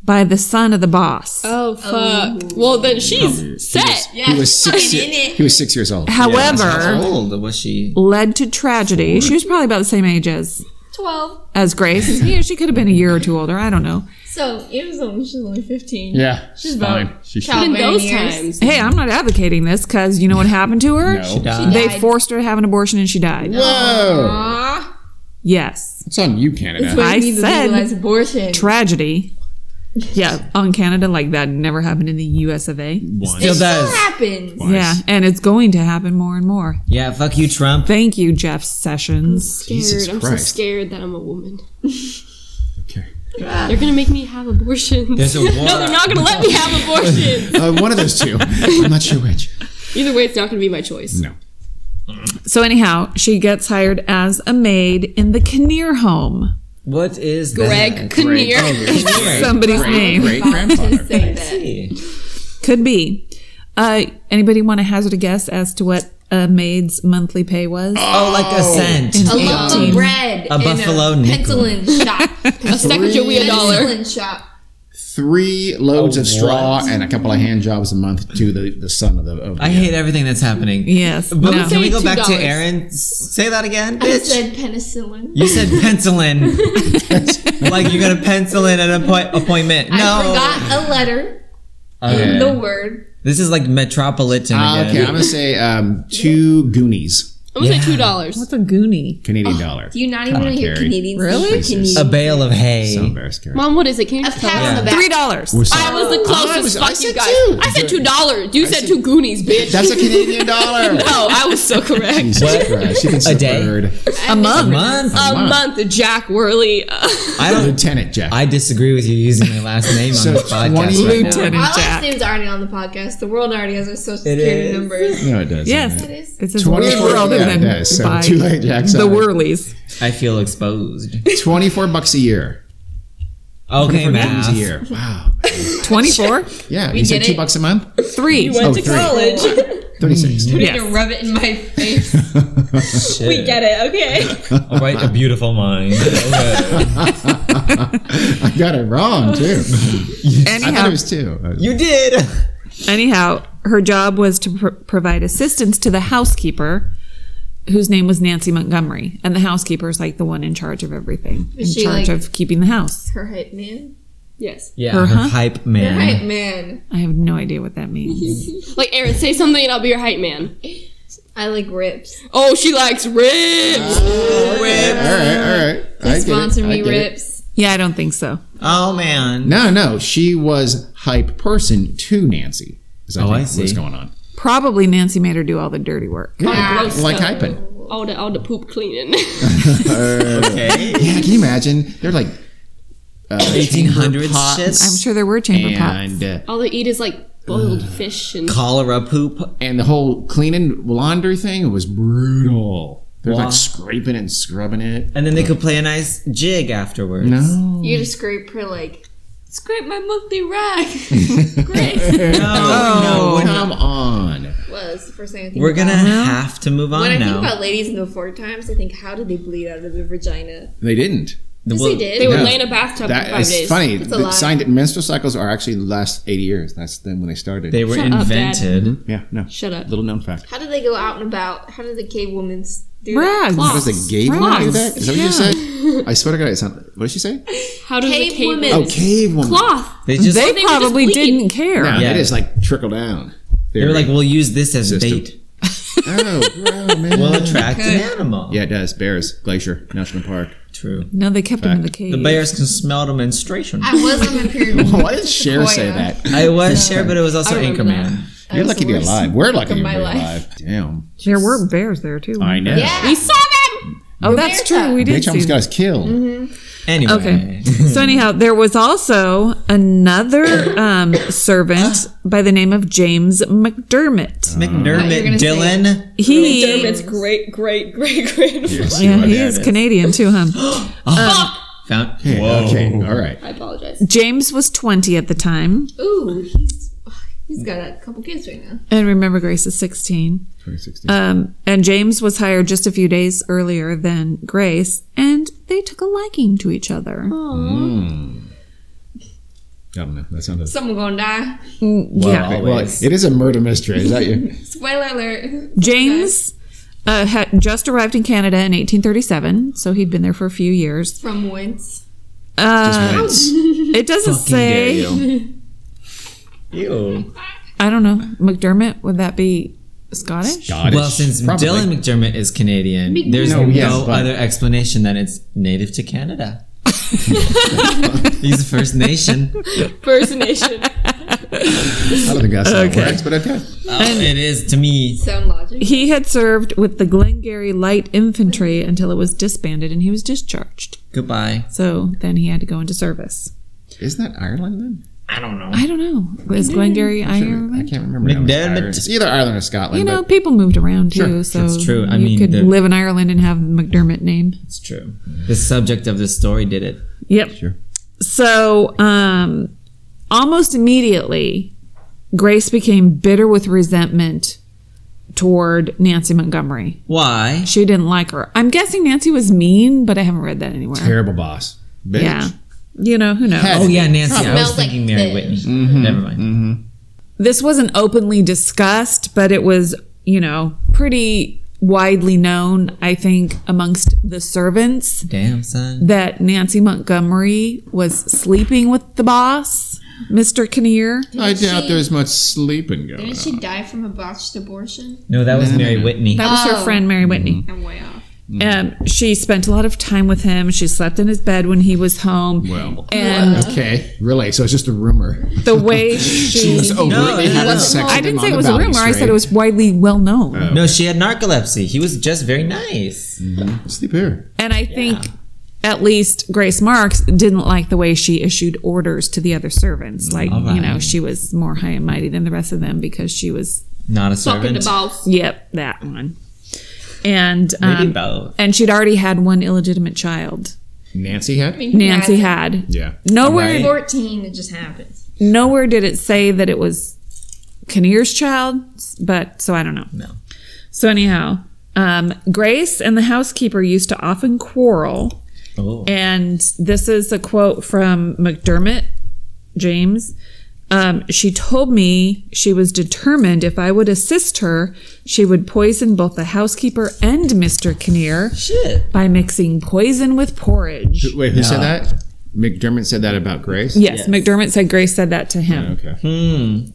[SPEAKER 1] by the son of the boss.
[SPEAKER 7] Oh fuck. Well then she's set.
[SPEAKER 5] He was six.
[SPEAKER 6] in
[SPEAKER 5] Ye-
[SPEAKER 6] it.
[SPEAKER 5] he was six years old.
[SPEAKER 3] How
[SPEAKER 1] However,
[SPEAKER 3] old was she?
[SPEAKER 1] led to tragedy. She was probably about the same age as
[SPEAKER 6] Twelve.
[SPEAKER 1] as Grace. yeah, she could have been a year or two older. I don't know.
[SPEAKER 6] So it was only she's only fifteen.
[SPEAKER 5] Yeah. She's fine. She should.
[SPEAKER 7] In
[SPEAKER 6] Childbearing
[SPEAKER 7] those
[SPEAKER 6] years.
[SPEAKER 7] times.
[SPEAKER 1] Hey, I'm not advocating this because you know what happened to her.
[SPEAKER 5] No.
[SPEAKER 3] Died.
[SPEAKER 1] They
[SPEAKER 6] died.
[SPEAKER 1] forced her to have an abortion and she died.
[SPEAKER 5] Whoa.
[SPEAKER 6] Ah,
[SPEAKER 1] Yes,
[SPEAKER 5] It's on you, Canada.
[SPEAKER 6] but
[SPEAKER 1] I
[SPEAKER 6] we need to
[SPEAKER 1] said-
[SPEAKER 6] legalize abortion.
[SPEAKER 1] tragedy. Yeah, on Canada like that never happened in the U.S. of A.
[SPEAKER 5] One.
[SPEAKER 3] Still
[SPEAKER 6] Still
[SPEAKER 3] does.
[SPEAKER 6] happens.
[SPEAKER 1] Yeah, and it's going to happen more and more.
[SPEAKER 3] Yeah, fuck you, Trump.
[SPEAKER 1] Thank you, Jeff Sessions.
[SPEAKER 5] Jesus
[SPEAKER 7] Scared. I'm so
[SPEAKER 5] Christ.
[SPEAKER 7] scared that I'm a woman.
[SPEAKER 5] Okay.
[SPEAKER 7] They're gonna make me have abortions.
[SPEAKER 3] There's a war.
[SPEAKER 7] no, they're not gonna let me have abortions.
[SPEAKER 5] Uh, one of those two. I'm not sure which.
[SPEAKER 7] Either way, it's not gonna be my choice.
[SPEAKER 5] No.
[SPEAKER 1] So anyhow, she gets hired as a maid in the Kinnear home.
[SPEAKER 3] What is
[SPEAKER 7] Greg
[SPEAKER 3] that? Oh,
[SPEAKER 7] Kinnear.
[SPEAKER 3] Greg.
[SPEAKER 1] Somebody's name
[SPEAKER 5] Great grandfather.
[SPEAKER 1] could be. Uh, anybody want to hazard a guess as to what a maid's monthly pay was?
[SPEAKER 5] Uh,
[SPEAKER 3] Oh, like a cent.
[SPEAKER 6] A loaf of bread.
[SPEAKER 3] A
[SPEAKER 6] and
[SPEAKER 3] buffalo
[SPEAKER 6] a
[SPEAKER 3] nickel.
[SPEAKER 6] Penicillin shop.
[SPEAKER 7] A stack of Joey a dollar.
[SPEAKER 6] Penicillin shop.
[SPEAKER 5] Three loads
[SPEAKER 3] Oh,
[SPEAKER 5] of straw
[SPEAKER 3] what?
[SPEAKER 5] and a couple of hand jobs a month to the, the son of the. Of
[SPEAKER 3] I
[SPEAKER 5] the-
[SPEAKER 3] hate everything that's happening.
[SPEAKER 1] Yes.
[SPEAKER 3] But
[SPEAKER 1] No.
[SPEAKER 3] can we go back to
[SPEAKER 7] $2.
[SPEAKER 3] Aaron? Say that again,
[SPEAKER 6] I
[SPEAKER 3] bitch.
[SPEAKER 6] said penicillin.
[SPEAKER 3] You said pencil in. like you're gonna pencil in an appoint- appointment. No.
[SPEAKER 6] I forgot a letter
[SPEAKER 3] Okay.
[SPEAKER 6] in the word.
[SPEAKER 3] This is like metropolitan
[SPEAKER 5] Ah,
[SPEAKER 3] again.
[SPEAKER 5] okay, I'm gonna say um, two Goonies,
[SPEAKER 7] I'm gonna say two dollars.
[SPEAKER 1] What's a goonie?
[SPEAKER 5] Canadian dollar.
[SPEAKER 6] Do you not even want to hear
[SPEAKER 5] Carrie.
[SPEAKER 6] Canadians?
[SPEAKER 1] Really?
[SPEAKER 3] a
[SPEAKER 6] Canadian.
[SPEAKER 3] bale of hay.
[SPEAKER 5] So embarrassed, Carrie.
[SPEAKER 7] Mom, what is it? Can you
[SPEAKER 6] A
[SPEAKER 7] just tell me?
[SPEAKER 6] pat on the back.
[SPEAKER 1] Three dollars.
[SPEAKER 5] We're sorry. Oh,
[SPEAKER 7] I was the closest.
[SPEAKER 5] I was-
[SPEAKER 7] Fuck
[SPEAKER 5] I said
[SPEAKER 7] you guys.
[SPEAKER 5] two.
[SPEAKER 7] I said two dollars. You said two Goonies, bitch.
[SPEAKER 5] That's a Canadian dollar.
[SPEAKER 7] oh, I was so correct.
[SPEAKER 5] Jesus Christ, she thinks
[SPEAKER 3] A
[SPEAKER 5] a
[SPEAKER 3] day?
[SPEAKER 5] bird.
[SPEAKER 3] A month.
[SPEAKER 7] A
[SPEAKER 5] Wow.
[SPEAKER 7] month, Jack Worley. Uh,
[SPEAKER 3] I don't.
[SPEAKER 5] Lieutenant Jack.
[SPEAKER 3] I disagree with you using my last name
[SPEAKER 5] So
[SPEAKER 3] on this
[SPEAKER 5] 20
[SPEAKER 3] podcast. Right now.
[SPEAKER 1] Lieutenant
[SPEAKER 6] Our last
[SPEAKER 1] Jack.
[SPEAKER 6] name's already on the podcast. The world already has our social
[SPEAKER 3] It
[SPEAKER 6] security
[SPEAKER 3] is.
[SPEAKER 6] numbers.
[SPEAKER 5] no, it does.
[SPEAKER 1] Yes,
[SPEAKER 5] It
[SPEAKER 6] is.
[SPEAKER 1] it's a
[SPEAKER 5] Twenty-four-
[SPEAKER 1] weird world
[SPEAKER 5] yeah,
[SPEAKER 1] and
[SPEAKER 5] yeah, so
[SPEAKER 1] by
[SPEAKER 5] too late, Jack,
[SPEAKER 1] the
[SPEAKER 5] sorry.
[SPEAKER 1] Whirlies.
[SPEAKER 3] I feel exposed.
[SPEAKER 5] is. Twenty-four bucks a year.
[SPEAKER 3] Okay,
[SPEAKER 5] Times a
[SPEAKER 3] math.
[SPEAKER 5] year. Wow.
[SPEAKER 1] 24?
[SPEAKER 5] Yeah. you said
[SPEAKER 6] get
[SPEAKER 5] two
[SPEAKER 6] it.
[SPEAKER 5] bucks a month?
[SPEAKER 1] Three.
[SPEAKER 5] Oh, three.
[SPEAKER 8] College.
[SPEAKER 5] 36.
[SPEAKER 6] to rub it in my face.
[SPEAKER 8] we get it. Okay.
[SPEAKER 3] All right, a beautiful mind. Okay.
[SPEAKER 5] I got it wrong, too. I thought it
[SPEAKER 1] Anyhow,
[SPEAKER 5] was two.
[SPEAKER 3] you did.
[SPEAKER 1] anyhow, her job was to pr- provide assistance to the housekeeper, whose name was Nancy Montgomery, and the housekeeper is like the one in charge of everything, in
[SPEAKER 6] Is she,
[SPEAKER 1] charge
[SPEAKER 6] like-
[SPEAKER 1] of keeping the house.
[SPEAKER 6] Her hype man.
[SPEAKER 7] Yes.
[SPEAKER 3] Yeah,
[SPEAKER 1] her
[SPEAKER 3] her
[SPEAKER 1] Uh-huh.
[SPEAKER 3] hype
[SPEAKER 6] Her hype
[SPEAKER 3] man.
[SPEAKER 6] man.
[SPEAKER 1] I have no idea what that means.
[SPEAKER 7] Like Aaron, say something and I'll be your hype man.
[SPEAKER 6] I like rips.
[SPEAKER 7] Oh, she likes ribs.
[SPEAKER 5] All right, all right. I get it,
[SPEAKER 6] Sponsor
[SPEAKER 5] I
[SPEAKER 6] me
[SPEAKER 5] get it.
[SPEAKER 6] rips.
[SPEAKER 1] yeah, I don't think so.
[SPEAKER 3] Oh man.
[SPEAKER 5] No, no. She was hype person to Nancy. Is I
[SPEAKER 3] Oh,
[SPEAKER 5] think
[SPEAKER 3] I see.
[SPEAKER 5] What's going on?
[SPEAKER 1] Probably Nancy made her do all the dirty work.
[SPEAKER 7] gross
[SPEAKER 5] like
[SPEAKER 7] stuff.
[SPEAKER 5] hyping.
[SPEAKER 7] All the all the poop cleaning.
[SPEAKER 3] Okay.
[SPEAKER 5] Yeah, can you imagine? They're like uh, chamber
[SPEAKER 3] 1800s
[SPEAKER 5] pots
[SPEAKER 3] shit.
[SPEAKER 1] I'm sure there were chamber pots.
[SPEAKER 5] and uh,
[SPEAKER 7] all they eat is like boiled fish and
[SPEAKER 3] Cholera poop.
[SPEAKER 5] and the whole cleaning laundry thing was brutal. They're
[SPEAKER 3] Wow.
[SPEAKER 5] like scraping and scrubbing it.
[SPEAKER 3] And then they could play a nice jig afterwards.
[SPEAKER 5] No,
[SPEAKER 6] You just scrape her like, scrape my monthly rag.
[SPEAKER 3] No, no, we're not.
[SPEAKER 5] come on.
[SPEAKER 6] was the first thing I think
[SPEAKER 3] We're
[SPEAKER 6] about.
[SPEAKER 3] gonna have to move on
[SPEAKER 6] When I
[SPEAKER 3] now.
[SPEAKER 6] think about ladies in the four times, I think how did they bleed out of their vagina?
[SPEAKER 5] They didn't.
[SPEAKER 6] Yes,
[SPEAKER 3] Well,
[SPEAKER 6] they did.
[SPEAKER 7] they were
[SPEAKER 5] Yeah.
[SPEAKER 7] laying a bathtub for
[SPEAKER 5] That
[SPEAKER 7] five
[SPEAKER 5] is
[SPEAKER 7] days.
[SPEAKER 5] funny.
[SPEAKER 6] It's a
[SPEAKER 5] The
[SPEAKER 6] lie.
[SPEAKER 5] signed menstrual cycles are actually the last eighty years. That's then when they started.
[SPEAKER 3] They were
[SPEAKER 7] Shut up, Dad.
[SPEAKER 3] invented.
[SPEAKER 5] yeah, no.
[SPEAKER 7] Shut up.
[SPEAKER 5] Little known fact.
[SPEAKER 6] How did they go out and about? How did the cave women s- do that?
[SPEAKER 1] Rags.
[SPEAKER 5] What was the gay woman do
[SPEAKER 1] Clogs.
[SPEAKER 5] that? Is that what you said? I swear to God, it's not. What did she say?
[SPEAKER 7] How does
[SPEAKER 6] Cave
[SPEAKER 7] a cave
[SPEAKER 6] women.
[SPEAKER 5] Oh, cave woman.
[SPEAKER 7] cloth?
[SPEAKER 3] They just
[SPEAKER 1] They,
[SPEAKER 3] they,
[SPEAKER 7] they were just
[SPEAKER 1] probably
[SPEAKER 7] bleeding.
[SPEAKER 1] didn't care.
[SPEAKER 5] Yeah,
[SPEAKER 3] Yeah.
[SPEAKER 5] it is like trickle down.
[SPEAKER 3] were like, we'll use this as
[SPEAKER 5] System.
[SPEAKER 3] bait.
[SPEAKER 5] oh, wow, man.
[SPEAKER 3] We'll attract an animal.
[SPEAKER 5] yeah, it does. Bears, Glacier National Park.
[SPEAKER 3] True.
[SPEAKER 1] No, they kept them in the cave.
[SPEAKER 3] The bears can smell the menstruation.
[SPEAKER 6] I was on my period.
[SPEAKER 5] Why did Cher say
[SPEAKER 6] Koya.
[SPEAKER 5] that?
[SPEAKER 3] I was sure, but it was also
[SPEAKER 6] I remember
[SPEAKER 3] Anchorman.
[SPEAKER 5] You're
[SPEAKER 6] was
[SPEAKER 5] lucky to
[SPEAKER 6] the
[SPEAKER 5] be
[SPEAKER 6] worst
[SPEAKER 5] alive. We're lucky
[SPEAKER 6] of
[SPEAKER 5] to be
[SPEAKER 6] my life.
[SPEAKER 5] alive. Damn.
[SPEAKER 1] there were bears there too.
[SPEAKER 5] I know.
[SPEAKER 6] Yeah.
[SPEAKER 7] We saw them.
[SPEAKER 1] Oh, that's true. We did
[SPEAKER 5] Bitch
[SPEAKER 1] see
[SPEAKER 5] almost
[SPEAKER 1] them.
[SPEAKER 5] got us killed.
[SPEAKER 3] Anyway.
[SPEAKER 1] Okay. so anyhow, there was also another um, servant by the name of James McDermott.
[SPEAKER 6] You're gonna
[SPEAKER 3] McDermott
[SPEAKER 6] say-
[SPEAKER 3] Dylan.
[SPEAKER 1] He,
[SPEAKER 8] Dermot's great, great, great, great.
[SPEAKER 1] yeah, he is Canadian too, huh?
[SPEAKER 3] Found,
[SPEAKER 5] Okay,
[SPEAKER 3] Whoa.
[SPEAKER 5] Okay, all right.
[SPEAKER 7] I apologize.
[SPEAKER 1] James was 20 at the time,
[SPEAKER 6] Ooh, he's he's got a couple kids right now.
[SPEAKER 1] and remember, Grace is 16.
[SPEAKER 5] 2016.
[SPEAKER 1] Um, and James was hired just a few days earlier than Grace, and they took a liking to each other.
[SPEAKER 5] Hmm. I don't know. That sounded.
[SPEAKER 6] Someone gonna die.
[SPEAKER 1] yeah.
[SPEAKER 5] Well,
[SPEAKER 3] Always.
[SPEAKER 5] it is a murder mystery. Is that you?
[SPEAKER 6] Spoiler alert.
[SPEAKER 1] James uh, had just arrived in Canada in 1837, so he'd been there for a few years.
[SPEAKER 6] From whence?
[SPEAKER 1] Uh,
[SPEAKER 5] Just
[SPEAKER 1] it doesn't say.
[SPEAKER 3] Ew.
[SPEAKER 1] I don't know. McDermott, would that be Scottish?
[SPEAKER 5] Scottish.
[SPEAKER 3] Well, since
[SPEAKER 5] Probably.
[SPEAKER 3] Dylan McDermott is Canadian, there's no,
[SPEAKER 5] No, yes, but-
[SPEAKER 3] other explanation than it's native to Canada. He's the First Nation.
[SPEAKER 7] First Nation.
[SPEAKER 5] I don't think that's how it
[SPEAKER 1] Okay.
[SPEAKER 5] works, but okay.
[SPEAKER 3] Oh, it is to me.
[SPEAKER 6] Sound logic.
[SPEAKER 1] He had served with the Glengarry Light Infantry until it was disbanded and he was discharged.
[SPEAKER 3] Goodbye.
[SPEAKER 1] So then he had to go into service.
[SPEAKER 5] Isn't that Ireland then?
[SPEAKER 3] I don't know.
[SPEAKER 1] I don't know. Is Glengarry
[SPEAKER 5] I
[SPEAKER 1] Ireland?
[SPEAKER 5] can't remember. now. It's
[SPEAKER 3] McDermott.
[SPEAKER 5] Ireland. It's either Ireland or Scotland.
[SPEAKER 1] You know,
[SPEAKER 5] but
[SPEAKER 1] people moved around
[SPEAKER 5] Sure,
[SPEAKER 1] too, so
[SPEAKER 3] that's true. I
[SPEAKER 1] you
[SPEAKER 3] mean,
[SPEAKER 1] could
[SPEAKER 3] the-
[SPEAKER 1] live in Ireland and have the McDermott name.
[SPEAKER 3] It's true. The subject of this story did it.
[SPEAKER 1] Yep.
[SPEAKER 5] Sure.
[SPEAKER 1] So, um, almost immediately, Grace became bitter with resentment toward Nancy Montgomery.
[SPEAKER 3] Why?
[SPEAKER 1] She didn't like her. I'm guessing Nancy was mean, but I haven't read that anywhere.
[SPEAKER 5] terrible boss. Bitch.
[SPEAKER 1] uh, Yeah. You know, who knows?
[SPEAKER 5] Head. Mm-hmm.
[SPEAKER 3] Oh yeah, Nancy. I was
[SPEAKER 6] Smells like
[SPEAKER 3] thinking Mary
[SPEAKER 6] fish.
[SPEAKER 3] Whitney. Never mind.
[SPEAKER 1] This wasn't openly discussed, but it was, you know, pretty widely known, I think, amongst the servants
[SPEAKER 3] Damn son.
[SPEAKER 1] that Nancy Montgomery was sleeping with the boss, Mr. Kinnear.
[SPEAKER 5] I doubt there's much sleeping going on.
[SPEAKER 6] Didn't she die from a botched abortion?
[SPEAKER 3] No, that was Mary Whitney.
[SPEAKER 1] That was her
[SPEAKER 6] Oh.
[SPEAKER 1] friend, Mary Whitney.
[SPEAKER 6] I'm way off.
[SPEAKER 1] Um, she spent a lot of time with him. She slept in his bed when he was home.
[SPEAKER 5] Well,
[SPEAKER 1] And
[SPEAKER 5] okay, really? So it's just a rumor.
[SPEAKER 1] the way she.
[SPEAKER 5] It's over.
[SPEAKER 3] No,
[SPEAKER 5] They
[SPEAKER 3] no,
[SPEAKER 5] had
[SPEAKER 3] no.
[SPEAKER 5] sex
[SPEAKER 1] I
[SPEAKER 5] with him
[SPEAKER 1] didn't
[SPEAKER 5] on
[SPEAKER 1] say it
[SPEAKER 5] the Uh,
[SPEAKER 1] was a
[SPEAKER 5] balcony
[SPEAKER 1] rumor. I said
[SPEAKER 5] straight.
[SPEAKER 1] it was widely well known.
[SPEAKER 3] No, she had narcolepsy. He was just very nice.
[SPEAKER 5] Mm-hmm. Sleep here.
[SPEAKER 1] And I think at least Grace Marks didn't like the way she issued orders to the other
[SPEAKER 3] Mm,
[SPEAKER 1] servants. Like, you know,
[SPEAKER 3] right.
[SPEAKER 1] she was more high and mighty than the rest of them because she was,
[SPEAKER 3] Not a
[SPEAKER 7] Fucking
[SPEAKER 3] servant.
[SPEAKER 7] the boss.
[SPEAKER 1] yep, that one. And
[SPEAKER 3] Maybe
[SPEAKER 1] um,
[SPEAKER 3] both.
[SPEAKER 1] and she'd already had one illegitimate child.
[SPEAKER 5] Nancy had?
[SPEAKER 1] Nancy had.
[SPEAKER 5] Yeah.
[SPEAKER 1] Nowhere,
[SPEAKER 3] Right.
[SPEAKER 6] 14, it just happens.
[SPEAKER 1] nowhere did it say that it was Kinnear's child, but so I don't know.
[SPEAKER 3] No.
[SPEAKER 1] So anyhow, um, Grace and the housekeeper used to often quarrel.
[SPEAKER 3] Oh.
[SPEAKER 1] And this is a quote from McDermott James. Um, she told me she was determined if I would assist her, she would poison both the housekeeper and Mr. Kinnear
[SPEAKER 3] Shit.
[SPEAKER 1] by mixing poison with porridge.
[SPEAKER 5] Wait, who said that? McDermott said that about Grace?
[SPEAKER 1] Yes, McDermott said Grace said that to him.
[SPEAKER 5] Okay.
[SPEAKER 3] Hmm.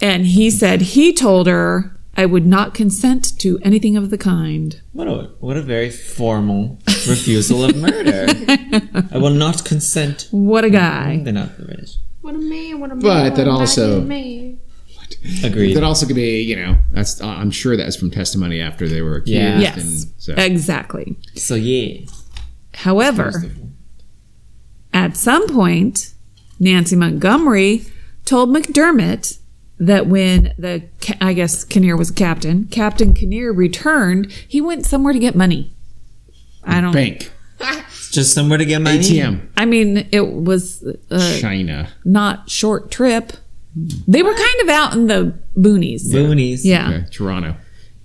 [SPEAKER 1] And he said he told her I would not consent to anything of the kind.
[SPEAKER 3] What a what a very formal refusal of murder. I will not consent.
[SPEAKER 1] What a guy.
[SPEAKER 3] They're not British.
[SPEAKER 4] What a man, what a man.
[SPEAKER 5] But that
[SPEAKER 4] what a
[SPEAKER 5] also-
[SPEAKER 4] man.
[SPEAKER 3] Agreed.
[SPEAKER 5] That also could be, you know, that's uh, I'm sure that's from testimony after they were accused.
[SPEAKER 3] Yeah.
[SPEAKER 1] Yes.
[SPEAKER 5] And so.
[SPEAKER 1] Exactly.
[SPEAKER 3] So yeah.
[SPEAKER 1] However, at some point, Nancy Montgomery told McDermott that when the, ca- I guess Kinnear was a captain, Captain Kinnear returned, he went somewhere to get money. I don't,
[SPEAKER 5] Bank,
[SPEAKER 3] Just somewhere to get money.
[SPEAKER 5] ATM,
[SPEAKER 1] I mean, it was uh,
[SPEAKER 5] China.
[SPEAKER 1] not short trip. They were kind of out in the boonies.
[SPEAKER 3] Boonies.
[SPEAKER 1] Yeah.
[SPEAKER 5] Okay, Toronto.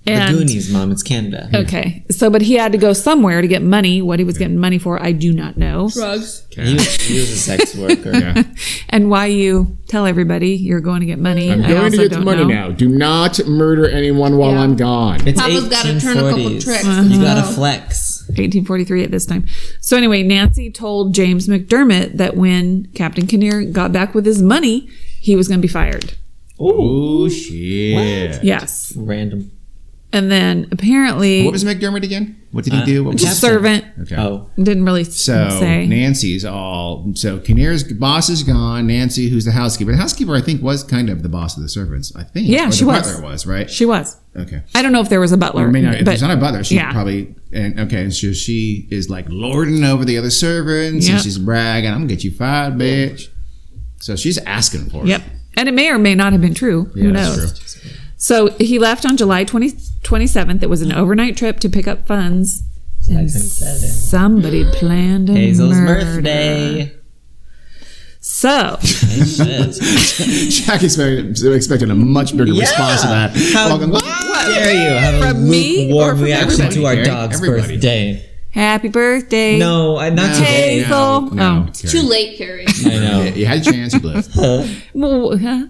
[SPEAKER 3] The
[SPEAKER 1] And-
[SPEAKER 3] Goonies, mom. It's Canada.
[SPEAKER 1] Okay. So, but he had to go somewhere to get money. What he was getting money for, I do not know.
[SPEAKER 8] Drugs.
[SPEAKER 3] He, was, he was a sex worker.
[SPEAKER 5] Yeah.
[SPEAKER 1] And why you tell everybody you're going to get money.
[SPEAKER 5] I'm
[SPEAKER 1] I
[SPEAKER 5] going
[SPEAKER 1] also
[SPEAKER 5] to get the
[SPEAKER 1] don't
[SPEAKER 5] money
[SPEAKER 1] know.
[SPEAKER 5] now. Do not murder anyone while I'm gone.
[SPEAKER 3] It's
[SPEAKER 6] Papa's gotta turn a couple
[SPEAKER 3] 1840s.
[SPEAKER 6] tricks
[SPEAKER 3] You
[SPEAKER 6] as
[SPEAKER 3] gotta
[SPEAKER 6] well.
[SPEAKER 3] flex.
[SPEAKER 1] 1843 at this time. So, anyway, Nancy told James McDermott that when Captain Kinnear got back with his money, he was going to be fired.
[SPEAKER 5] Oh shit! What,
[SPEAKER 1] Yes.
[SPEAKER 3] Random.
[SPEAKER 1] And then apparently,
[SPEAKER 5] was McDermott again? What did he do? What was
[SPEAKER 3] Captain.
[SPEAKER 1] servant
[SPEAKER 5] Okay.
[SPEAKER 3] Uh, Oh.
[SPEAKER 1] didn't really
[SPEAKER 5] So
[SPEAKER 1] say.
[SPEAKER 5] Nancy's all so Kinnear's boss is gone. Nancy, who's the housekeeper, the housekeeper I think was kind of the boss of the servants. I think.
[SPEAKER 1] Yeah,
[SPEAKER 5] Or
[SPEAKER 1] she
[SPEAKER 5] the
[SPEAKER 1] was.
[SPEAKER 5] Butler was right.
[SPEAKER 1] she was.
[SPEAKER 5] okay.
[SPEAKER 1] I don't know if there was a
[SPEAKER 5] I
[SPEAKER 1] butler.
[SPEAKER 5] mean, if
[SPEAKER 1] but
[SPEAKER 5] there's not a butler, she
[SPEAKER 1] yeah.
[SPEAKER 5] probably and okay. And so she is like lording over the other servants,
[SPEAKER 1] Yep.
[SPEAKER 5] and she's bragging, "I'm gonna get you fired, bitch." So she's asking for it.
[SPEAKER 1] Yep. And it may or may not have been true. Who
[SPEAKER 5] Yeah,
[SPEAKER 1] knows?
[SPEAKER 5] that's true.
[SPEAKER 1] So he left on July 20, 27th. It was an overnight trip to pick up funds. And
[SPEAKER 3] 27.
[SPEAKER 1] somebody planned a
[SPEAKER 3] Hazel's
[SPEAKER 1] murder.
[SPEAKER 3] birthday.
[SPEAKER 1] So
[SPEAKER 3] Shit.
[SPEAKER 5] Jack expected, expected a much bigger response to that.
[SPEAKER 3] How
[SPEAKER 5] Welcome-
[SPEAKER 3] dare you have a
[SPEAKER 1] From me or
[SPEAKER 3] lukewarm
[SPEAKER 1] from
[SPEAKER 3] reaction to our
[SPEAKER 5] everybody?
[SPEAKER 3] dog's
[SPEAKER 5] Everybody.
[SPEAKER 3] birthday?
[SPEAKER 1] happy birthday.
[SPEAKER 3] No, I, not today.
[SPEAKER 1] Hazel.
[SPEAKER 5] No, no,
[SPEAKER 1] Oh.
[SPEAKER 5] Carrie.
[SPEAKER 6] Too late, Carrie.
[SPEAKER 3] I know.
[SPEAKER 5] You had your chance, you blew.
[SPEAKER 1] Well, huh?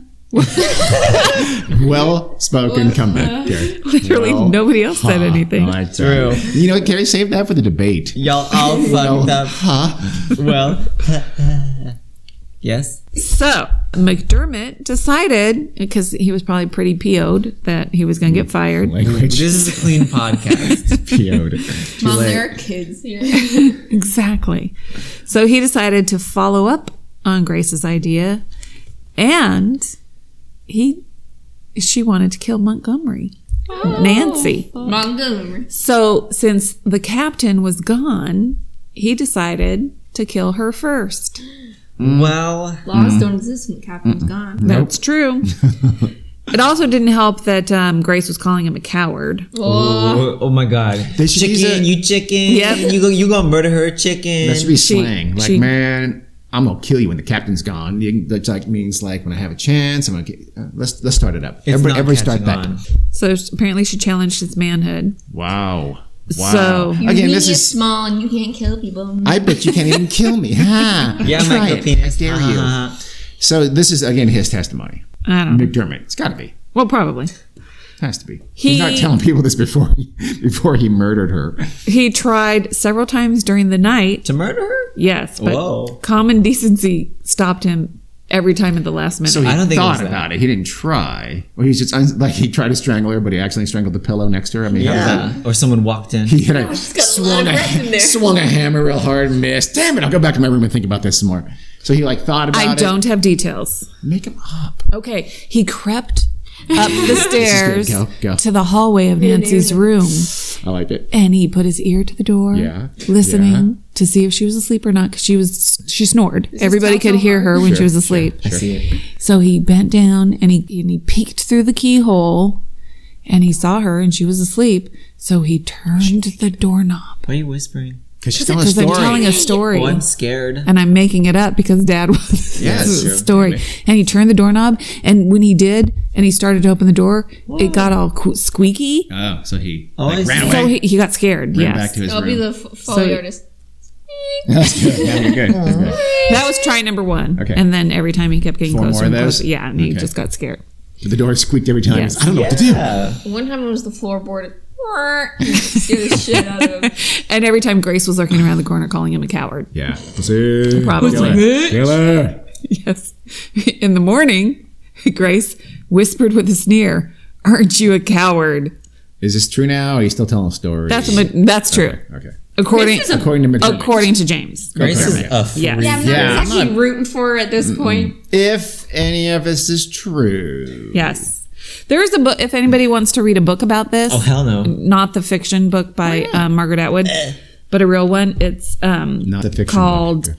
[SPEAKER 5] Well spoken comeback, Carrie.
[SPEAKER 1] Literally
[SPEAKER 5] Well,
[SPEAKER 1] nobody else said
[SPEAKER 5] huh.
[SPEAKER 1] anything.
[SPEAKER 5] No, that's all right. You know what, Carrie? Save that for the debate.
[SPEAKER 3] Y'all all fucked up.
[SPEAKER 5] Huh?
[SPEAKER 3] Well, yes.
[SPEAKER 1] So McDermott decided, because he was probably pretty PO'd that he was going to get fired.
[SPEAKER 5] Language
[SPEAKER 3] This is a clean Mm. podcast.
[SPEAKER 5] PO'd. Too
[SPEAKER 6] Mom,
[SPEAKER 5] late.
[SPEAKER 6] there are kids here.
[SPEAKER 1] Exactly. So he decided to follow up on Grace's idea and he she wanted to kill Montgomery. Nancy.
[SPEAKER 6] Montgomery.
[SPEAKER 1] So since the captain was gone, he decided to kill her first.
[SPEAKER 3] well,
[SPEAKER 7] Mm.
[SPEAKER 6] Laws don't exist when the captain's gone.
[SPEAKER 1] That's true. it also didn't help that um, Grace was calling him a coward.
[SPEAKER 3] oh, oh my god.
[SPEAKER 5] They should use
[SPEAKER 3] Chicken,
[SPEAKER 5] a-
[SPEAKER 3] you chicken.
[SPEAKER 1] Yep.
[SPEAKER 3] You go. You gonna murder her chicken?
[SPEAKER 5] That should be
[SPEAKER 1] She-
[SPEAKER 5] slang. Like,
[SPEAKER 1] she-
[SPEAKER 5] man, I'm gonna kill you when the captain's gone. You- That's like means like when I have a chance, I'm gonna. Get, uh, let's let's start it up.
[SPEAKER 3] It's
[SPEAKER 5] everybody
[SPEAKER 3] not
[SPEAKER 5] everybody start
[SPEAKER 3] catching
[SPEAKER 5] that.
[SPEAKER 1] So
[SPEAKER 3] on.
[SPEAKER 1] apparently she challenged his manhood.
[SPEAKER 5] Wow. Wow.
[SPEAKER 1] So-
[SPEAKER 6] Your
[SPEAKER 5] again,
[SPEAKER 6] meat
[SPEAKER 5] this
[SPEAKER 6] is
[SPEAKER 5] is.
[SPEAKER 6] small and you can't kill people.
[SPEAKER 5] I bet you can't even kill me. Ha!
[SPEAKER 3] Yeah,
[SPEAKER 5] Try
[SPEAKER 3] micro
[SPEAKER 5] it.
[SPEAKER 3] penis.
[SPEAKER 5] I dare you.
[SPEAKER 3] Uh-huh.
[SPEAKER 5] So this is again his testimony,
[SPEAKER 1] I don't know.
[SPEAKER 5] McDermott. It's got to be.
[SPEAKER 1] Well, probably.
[SPEAKER 5] Has to be.
[SPEAKER 1] He-
[SPEAKER 5] He's not telling people this before he, before he murdered her.
[SPEAKER 1] He tried several times during the night.
[SPEAKER 3] To murder her?
[SPEAKER 1] Yes, but
[SPEAKER 3] Whoa.
[SPEAKER 1] common decency stopped him every time at the last minute.
[SPEAKER 5] So he
[SPEAKER 3] I don't think it
[SPEAKER 5] thought
[SPEAKER 3] was that.
[SPEAKER 5] about it. He didn't try. Or he's just un- like he tried to strangle her, but he accidentally strangled the pillow next to her. I mean, how does that?
[SPEAKER 3] Or someone walked in.
[SPEAKER 5] He hit a, swung, a swung a hammer real hard and missed. Damn it! I'll go back to my room and think about this some more. So he like thought about
[SPEAKER 1] I
[SPEAKER 5] it.
[SPEAKER 1] don't have details.
[SPEAKER 5] make him up.
[SPEAKER 1] Okay, he crept up the stairs
[SPEAKER 5] Go, go.
[SPEAKER 1] to the hallway of Nancy's room,
[SPEAKER 5] I like it.
[SPEAKER 1] and he put his ear to the door,
[SPEAKER 5] Yeah,
[SPEAKER 1] listening
[SPEAKER 5] yeah.
[SPEAKER 1] to see if she was asleep or not. Because she was, she snored. Everybody could hear her when she was asleep.
[SPEAKER 3] See it.
[SPEAKER 1] So he bent down and he and he peeked through the keyhole, and he saw her, and she was asleep. So he turned the doorknob.
[SPEAKER 3] Why are you whispering?
[SPEAKER 5] Because she's telling a
[SPEAKER 1] Because
[SPEAKER 5] story.
[SPEAKER 1] I'm telling a story.
[SPEAKER 3] Oh, I'm scared.
[SPEAKER 1] and I'm making it up because Dad was
[SPEAKER 5] Yeah,
[SPEAKER 1] this is
[SPEAKER 5] that's true.
[SPEAKER 1] a story.
[SPEAKER 5] Maybe.
[SPEAKER 1] And he turned the doorknob, and when he did, and he started to open the door, it got all qu- squeaky.
[SPEAKER 5] oh, so he
[SPEAKER 3] Oh, I
[SPEAKER 5] like, ran
[SPEAKER 3] see.
[SPEAKER 5] away.
[SPEAKER 1] So he, he got scared.
[SPEAKER 5] ran
[SPEAKER 1] Yes,
[SPEAKER 5] back to his
[SPEAKER 6] I'll
[SPEAKER 5] room.
[SPEAKER 6] be the f- foley
[SPEAKER 1] So-
[SPEAKER 6] artist.
[SPEAKER 5] That's good. Yeah, you're good. That's good.
[SPEAKER 1] that was try number one.
[SPEAKER 5] Okay.
[SPEAKER 1] And then every time he kept getting
[SPEAKER 5] Four
[SPEAKER 1] closer
[SPEAKER 5] more of
[SPEAKER 1] and
[SPEAKER 5] those?
[SPEAKER 1] closer, yeah, and he
[SPEAKER 5] Okay.
[SPEAKER 1] just got scared.
[SPEAKER 5] The door squeaked every time.
[SPEAKER 1] Yes.
[SPEAKER 5] I don't know what to do.
[SPEAKER 6] One time it was the floorboard. Scare the shit out of him.
[SPEAKER 1] and every time Grace was lurking around the corner calling him a coward.
[SPEAKER 5] Yeah. Pussy.
[SPEAKER 1] Probably.
[SPEAKER 5] Kill her. Kill her.
[SPEAKER 1] Yes. In the morning, Grace whispered with a sneer, "Aren't you a coward?"
[SPEAKER 5] Is this true now? Or are you still telling a story?
[SPEAKER 1] That's a, ma- that's true.
[SPEAKER 5] Okay.
[SPEAKER 1] According
[SPEAKER 5] According to McDermott.
[SPEAKER 1] according to James.
[SPEAKER 3] Grace is
[SPEAKER 5] Okay.
[SPEAKER 3] a freak.
[SPEAKER 1] Yes.
[SPEAKER 6] Yeah, I'm not
[SPEAKER 5] Yeah, I'm
[SPEAKER 6] exactly rooting for her at this point.
[SPEAKER 5] If any of this is true.
[SPEAKER 1] Yes. There is a book, if anybody wants to read a book about this,
[SPEAKER 3] Oh hell no.
[SPEAKER 1] not the fiction book by uh, Margaret Atwood, but a real one. It's um,
[SPEAKER 5] Not the fiction.
[SPEAKER 1] called
[SPEAKER 5] book.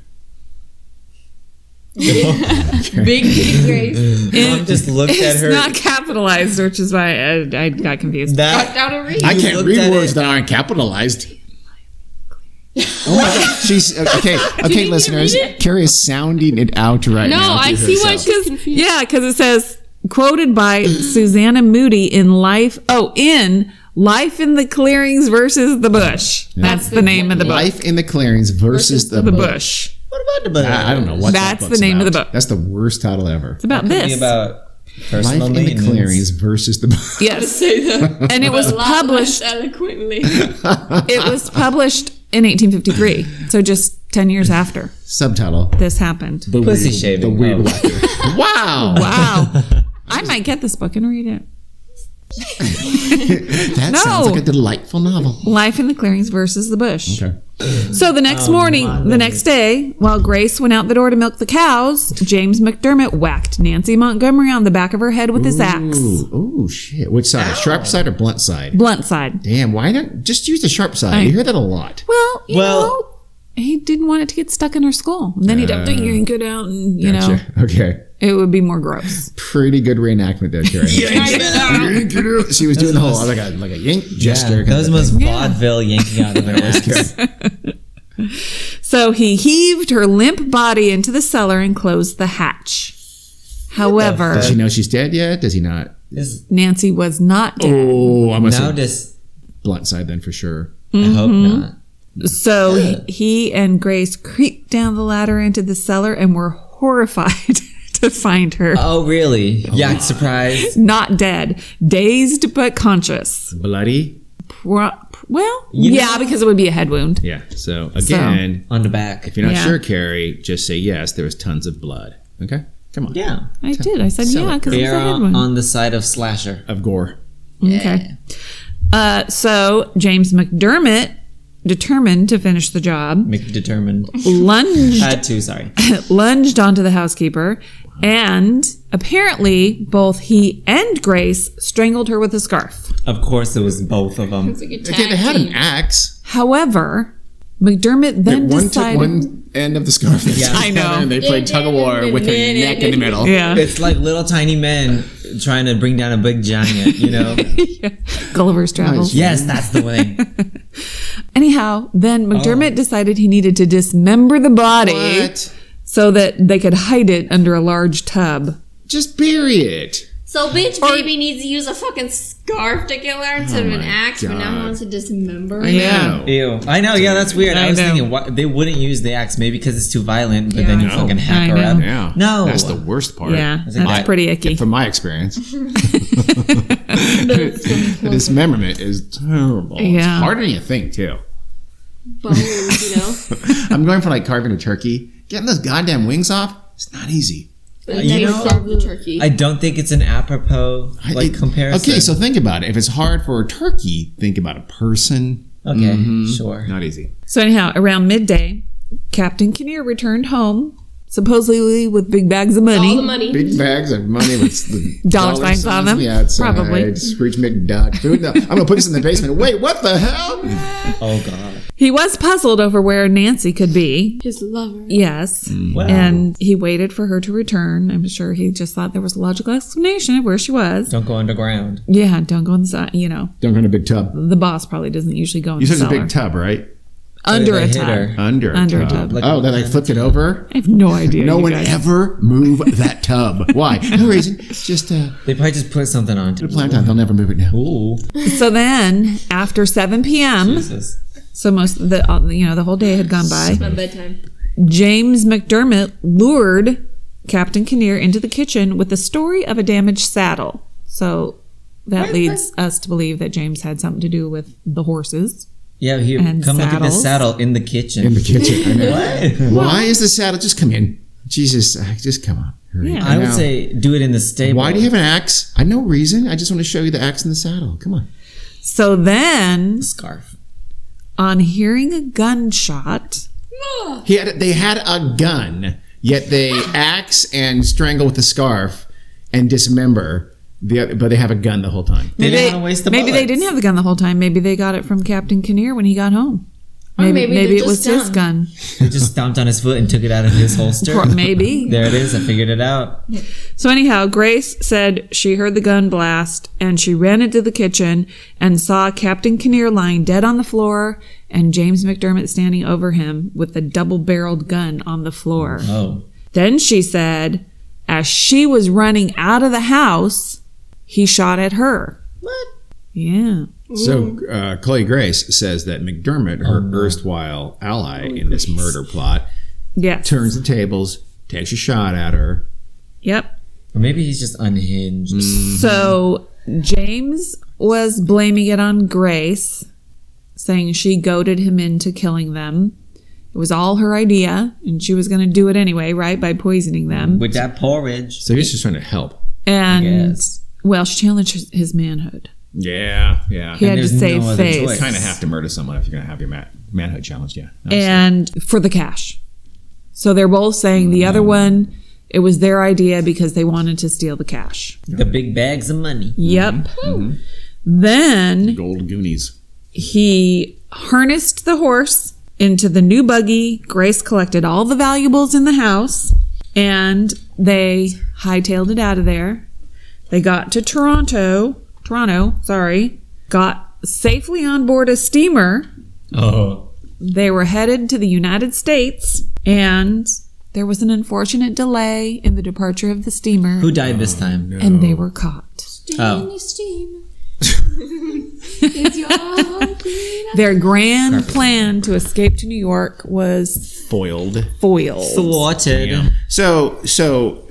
[SPEAKER 6] Big Big Grace.
[SPEAKER 3] Mom just looked at
[SPEAKER 1] It's
[SPEAKER 3] her.
[SPEAKER 1] not capitalized, which is why I, I got confused.
[SPEAKER 3] that
[SPEAKER 6] Fucked out of reach.
[SPEAKER 5] I can't
[SPEAKER 3] looked
[SPEAKER 5] read
[SPEAKER 3] at
[SPEAKER 5] words
[SPEAKER 3] it.
[SPEAKER 5] that aren't capitalized. Oh my god, she's okay. Okay, listeners, Carrie is sounding it out right
[SPEAKER 7] No,
[SPEAKER 5] now. to
[SPEAKER 7] I see why
[SPEAKER 5] herself.
[SPEAKER 7] she's confused.
[SPEAKER 1] Yeah, because it says quoted by Susanna Moody in Life. Oh, in Life in the Clearings versus the Bush. That's the name of the book.
[SPEAKER 5] Life in the clearings versus, the,
[SPEAKER 1] the
[SPEAKER 5] book.
[SPEAKER 1] Bush.
[SPEAKER 3] what about the
[SPEAKER 5] I I don't know what. that
[SPEAKER 1] That's the
[SPEAKER 5] book's
[SPEAKER 1] name of the
[SPEAKER 5] about.
[SPEAKER 1] book.
[SPEAKER 5] That's the worst title ever.
[SPEAKER 1] It's about
[SPEAKER 3] Be
[SPEAKER 1] this.
[SPEAKER 3] about personal
[SPEAKER 5] Life in the
[SPEAKER 3] maintenance.
[SPEAKER 5] clearings versus the book.
[SPEAKER 1] yes. And it was published
[SPEAKER 8] eloquently.
[SPEAKER 1] It was published in 1853, so just 10 years after
[SPEAKER 5] Subtitle.
[SPEAKER 1] this happened.
[SPEAKER 5] The
[SPEAKER 3] Pussy
[SPEAKER 5] weird,
[SPEAKER 3] shaving.
[SPEAKER 5] The weird
[SPEAKER 3] Oh.
[SPEAKER 5] whacker. wow.
[SPEAKER 1] Wow. I might get this book and read it.
[SPEAKER 5] That
[SPEAKER 1] No.
[SPEAKER 5] sounds like a delightful novel.
[SPEAKER 1] Life in the Clearings versus the Bush.
[SPEAKER 5] Okay.
[SPEAKER 1] So the next morning, the next day, while Grace went out the door to milk the cows, James McDermott whacked Nancy Montgomery on the back of her head with his axe.
[SPEAKER 5] Ooh, ooh, shit. Which side? Sharp side or blunt side?
[SPEAKER 1] Blunt side.
[SPEAKER 5] Damn, why not just use the sharp side?
[SPEAKER 1] I-
[SPEAKER 5] you hear that a lot.
[SPEAKER 1] Well, you
[SPEAKER 3] Well-
[SPEAKER 1] know, he didn't want it to get stuck in her skull. And then he'd have to you can go down and, you know,
[SPEAKER 5] Gotcha. Okay.
[SPEAKER 1] it would be more gross.
[SPEAKER 5] Pretty good reenactment there, Carrie. Yank it out. she was doing the whole like a like a yank gesture.
[SPEAKER 3] Yeah,
[SPEAKER 5] kind
[SPEAKER 3] that was
[SPEAKER 5] of
[SPEAKER 3] most
[SPEAKER 5] thing.
[SPEAKER 3] vaudeville yanking out of her ass.
[SPEAKER 1] So he heaved her limp body into the cellar and closed the hatch. However,
[SPEAKER 5] Does she know she's dead yet? Does he not?
[SPEAKER 3] This-
[SPEAKER 1] Nancy was not dead.
[SPEAKER 5] Oh, I'm gonna
[SPEAKER 3] now
[SPEAKER 5] say
[SPEAKER 3] this.
[SPEAKER 5] blunt side then for sure.
[SPEAKER 1] Mm-hmm.
[SPEAKER 3] I hope not.
[SPEAKER 1] So he, he and Grace creeped down the ladder into the cellar and were horrified to find her
[SPEAKER 3] Oh really? Yeah, surprise.
[SPEAKER 1] not dead, dazed but conscious.
[SPEAKER 5] Bloody.
[SPEAKER 1] Pro- Well,
[SPEAKER 3] You know-
[SPEAKER 1] yeah, because it would be a head wound.
[SPEAKER 5] Yeah. So again,
[SPEAKER 3] On the back.
[SPEAKER 5] if you're not
[SPEAKER 1] Yeah.
[SPEAKER 5] sure, Carrie, just say yes. There was tons of blood. Okay. Come on.
[SPEAKER 3] Yeah.
[SPEAKER 1] I did. I said yeah because it was
[SPEAKER 3] They
[SPEAKER 1] a
[SPEAKER 3] are
[SPEAKER 1] head wound.
[SPEAKER 3] on the side of slasher.
[SPEAKER 5] Of gore.
[SPEAKER 1] Okay. Uh, so James McDermott, determined to finish the job,
[SPEAKER 3] McDetermined.
[SPEAKER 1] lunged
[SPEAKER 3] Had to. Sorry.
[SPEAKER 1] lunged onto the housekeeper, and apparently both he and Grace strangled her with a scarf.
[SPEAKER 3] Of course, it was both of them.
[SPEAKER 5] Okay, they had an axe.
[SPEAKER 1] However, McDermott
[SPEAKER 5] that
[SPEAKER 1] then
[SPEAKER 5] one
[SPEAKER 1] decided.
[SPEAKER 5] took one end of the scarf.
[SPEAKER 3] Yeah. I
[SPEAKER 1] know.
[SPEAKER 5] And they played tug of war with a neck in the middle.
[SPEAKER 1] yeah,
[SPEAKER 3] It's like little tiny men trying to bring down a big giant, you know?
[SPEAKER 1] Gulliver's Travels.
[SPEAKER 3] yes, that's the way.
[SPEAKER 1] Anyhow, then
[SPEAKER 5] Oh.
[SPEAKER 1] McDermott decided he needed to dismember the body
[SPEAKER 5] What?
[SPEAKER 1] so that they could hide it under a large tub.
[SPEAKER 5] Just bury it.
[SPEAKER 6] So bitch baby needs to use a fucking scarf to kill her instead of an
[SPEAKER 5] Oh my
[SPEAKER 6] axe, but now
[SPEAKER 5] God.
[SPEAKER 6] he wants to dismember her.
[SPEAKER 1] Yeah.
[SPEAKER 3] Ew. I know, yeah, that's weird. I,
[SPEAKER 1] I
[SPEAKER 3] was
[SPEAKER 1] know.
[SPEAKER 3] thinking why, they wouldn't use the axe, maybe because it's too violent, but then you
[SPEAKER 5] No.
[SPEAKER 3] fucking hack
[SPEAKER 1] I
[SPEAKER 3] her up.
[SPEAKER 1] know.
[SPEAKER 5] Yeah.
[SPEAKER 3] No.
[SPEAKER 5] That's the worst part.
[SPEAKER 1] Yeah,
[SPEAKER 3] like
[SPEAKER 1] that's
[SPEAKER 3] I-
[SPEAKER 1] pretty icky.
[SPEAKER 5] From my experience. Dismemberment is terrible. It's
[SPEAKER 1] Yeah.
[SPEAKER 5] harder than you think, too.
[SPEAKER 4] Bones, you know?
[SPEAKER 5] I'm going for like carving a turkey. Getting those goddamn wings off, it's not easy.
[SPEAKER 3] You know,
[SPEAKER 4] The turkey.
[SPEAKER 3] I don't think it's an apropos
[SPEAKER 5] I-
[SPEAKER 3] like
[SPEAKER 5] it-
[SPEAKER 3] comparison.
[SPEAKER 5] Okay, so think about it. If it's hard for a turkey, think about a person.
[SPEAKER 3] Okay, Mm-hmm.
[SPEAKER 5] Mm-hmm.
[SPEAKER 3] sure.
[SPEAKER 5] Not easy.
[SPEAKER 1] So anyhow, around midday, Captain Kinnear returned home, supposedly with big bags of money.
[SPEAKER 4] All the money.
[SPEAKER 5] Big bags of money with the
[SPEAKER 1] Dollar signs on them?
[SPEAKER 5] the outside.
[SPEAKER 1] Probably.
[SPEAKER 5] uh, Screech McDuck. Dude, no, I'm going to put this in the basement. Wait, what the hell?
[SPEAKER 3] Oh, God.
[SPEAKER 1] He was puzzled over where Nancy could be.
[SPEAKER 4] His lover.
[SPEAKER 1] Yes.
[SPEAKER 5] Mm-hmm.
[SPEAKER 3] Wow.
[SPEAKER 5] Oh.
[SPEAKER 1] And he waited for her to return. I'm sure he just thought there was a logical explanation of where she was.
[SPEAKER 3] don't go underground.
[SPEAKER 1] Yeah, don't go in the, si- you know,
[SPEAKER 5] Don't go in a big tub.
[SPEAKER 1] the boss probably doesn't usually go in
[SPEAKER 5] You
[SPEAKER 1] the
[SPEAKER 5] said it's a
[SPEAKER 1] cellar.
[SPEAKER 5] big tub, right?
[SPEAKER 1] Under
[SPEAKER 3] they
[SPEAKER 1] a
[SPEAKER 3] hit
[SPEAKER 1] tub.
[SPEAKER 3] her.
[SPEAKER 5] Under.
[SPEAKER 1] Under a
[SPEAKER 5] tub.
[SPEAKER 1] tub.
[SPEAKER 3] Look
[SPEAKER 5] Oh,
[SPEAKER 3] at
[SPEAKER 5] they like flipped it over.
[SPEAKER 1] I have no idea.
[SPEAKER 5] No
[SPEAKER 1] you
[SPEAKER 5] one
[SPEAKER 1] guys.
[SPEAKER 5] ever move that tub. Why? No reason. It's just uh,
[SPEAKER 3] They probably just put something on to
[SPEAKER 5] planned on. They'll never move it now.
[SPEAKER 3] Ooh,
[SPEAKER 1] So then, after 7 p.m.,
[SPEAKER 3] Jesus.
[SPEAKER 1] so most of the uh, you know the whole day had gone by.
[SPEAKER 6] My bedtime.
[SPEAKER 1] James McDermott lured Captain Kinnear into the kitchen with the story of a damaged saddle. So that leads us to believe that James had something to do with the horses.
[SPEAKER 3] Yeah, here,
[SPEAKER 1] And
[SPEAKER 3] come look at
[SPEAKER 1] saddles.
[SPEAKER 3] this saddle in the kitchen.
[SPEAKER 5] In the kitchen. I know.
[SPEAKER 3] what?
[SPEAKER 5] Why is the saddle? Just come in. Jesus, uh, just come on. Hurry.
[SPEAKER 1] Yeah.
[SPEAKER 3] I would
[SPEAKER 5] know.
[SPEAKER 3] say do it in the stable.
[SPEAKER 5] Why do you have an axe? I no reason. I just want to show you the axe in the saddle. Come on.
[SPEAKER 1] So then,
[SPEAKER 3] a scarf?
[SPEAKER 1] on hearing a gunshot,
[SPEAKER 5] He had. They had a gun, yet they axe and strangle with a scarf and dismember. The other, but they have a gun the whole time.
[SPEAKER 3] They didn't want to waste the
[SPEAKER 1] maybe they
[SPEAKER 3] bullets.
[SPEAKER 1] didn't have the gun the whole time. Maybe they got it from Captain Kinnear when he got home. Maybe
[SPEAKER 6] maybe
[SPEAKER 1] maybe,
[SPEAKER 6] they're
[SPEAKER 1] it was
[SPEAKER 6] just
[SPEAKER 1] his gun.
[SPEAKER 3] They just stomped on his foot and took it out of his holster.
[SPEAKER 1] Or maybe.
[SPEAKER 3] There it is. I figured it out.
[SPEAKER 1] So anyhow, Grace said she heard the gun blast and she ran into the kitchen and saw Captain Kinnear lying dead on the floor and James McDermott standing over him with a double-barreled gun on the floor.
[SPEAKER 3] Oh,
[SPEAKER 1] Then she said, as she was running out of the house, he shot at her.
[SPEAKER 3] what?
[SPEAKER 1] Yeah.
[SPEAKER 5] So uh, Chloe Grace says that McDermott,
[SPEAKER 3] Oh,
[SPEAKER 5] her erstwhile ally in this murder plot,
[SPEAKER 1] Yes.
[SPEAKER 5] turns the tables, takes a shot at her.
[SPEAKER 1] Yep.
[SPEAKER 3] Or maybe he's just unhinged.
[SPEAKER 5] Mm.
[SPEAKER 1] So James was blaming it on Grace, saying she goaded him into killing them. It was all her idea, and she was going to do it anyway, right? By poisoning them.
[SPEAKER 3] With that porridge.
[SPEAKER 5] So he's just trying to help.
[SPEAKER 1] And,
[SPEAKER 3] Yes.
[SPEAKER 1] well, she challenged his manhood.
[SPEAKER 5] Yeah, yeah.
[SPEAKER 1] He had to
[SPEAKER 3] there's
[SPEAKER 1] save
[SPEAKER 3] no other
[SPEAKER 1] face.
[SPEAKER 3] choice.
[SPEAKER 5] kind of have to murder someone if you're going to have your ma- manhood challenged. Yeah.
[SPEAKER 1] And for the cash. So they're both saying the other one, it was their idea because they wanted to steal the cash.
[SPEAKER 3] The big bags of money.
[SPEAKER 1] Yep. Then
[SPEAKER 5] Gold Goonies.
[SPEAKER 1] he harnessed the horse into the new buggy. Grace collected all the valuables in the house and they hightailed it out of there. They got to Toronto, Toronto, sorry, got safely on board a steamer.
[SPEAKER 3] Oh.
[SPEAKER 1] They were headed to the United States and there was an unfortunate delay in the departure of the steamer
[SPEAKER 3] Who died this time?
[SPEAKER 1] and they were caught.
[SPEAKER 3] Oh.
[SPEAKER 1] Their grand plan to escape to New York was
[SPEAKER 5] Foiled.
[SPEAKER 1] foiled.
[SPEAKER 3] Thwarted.
[SPEAKER 5] So, so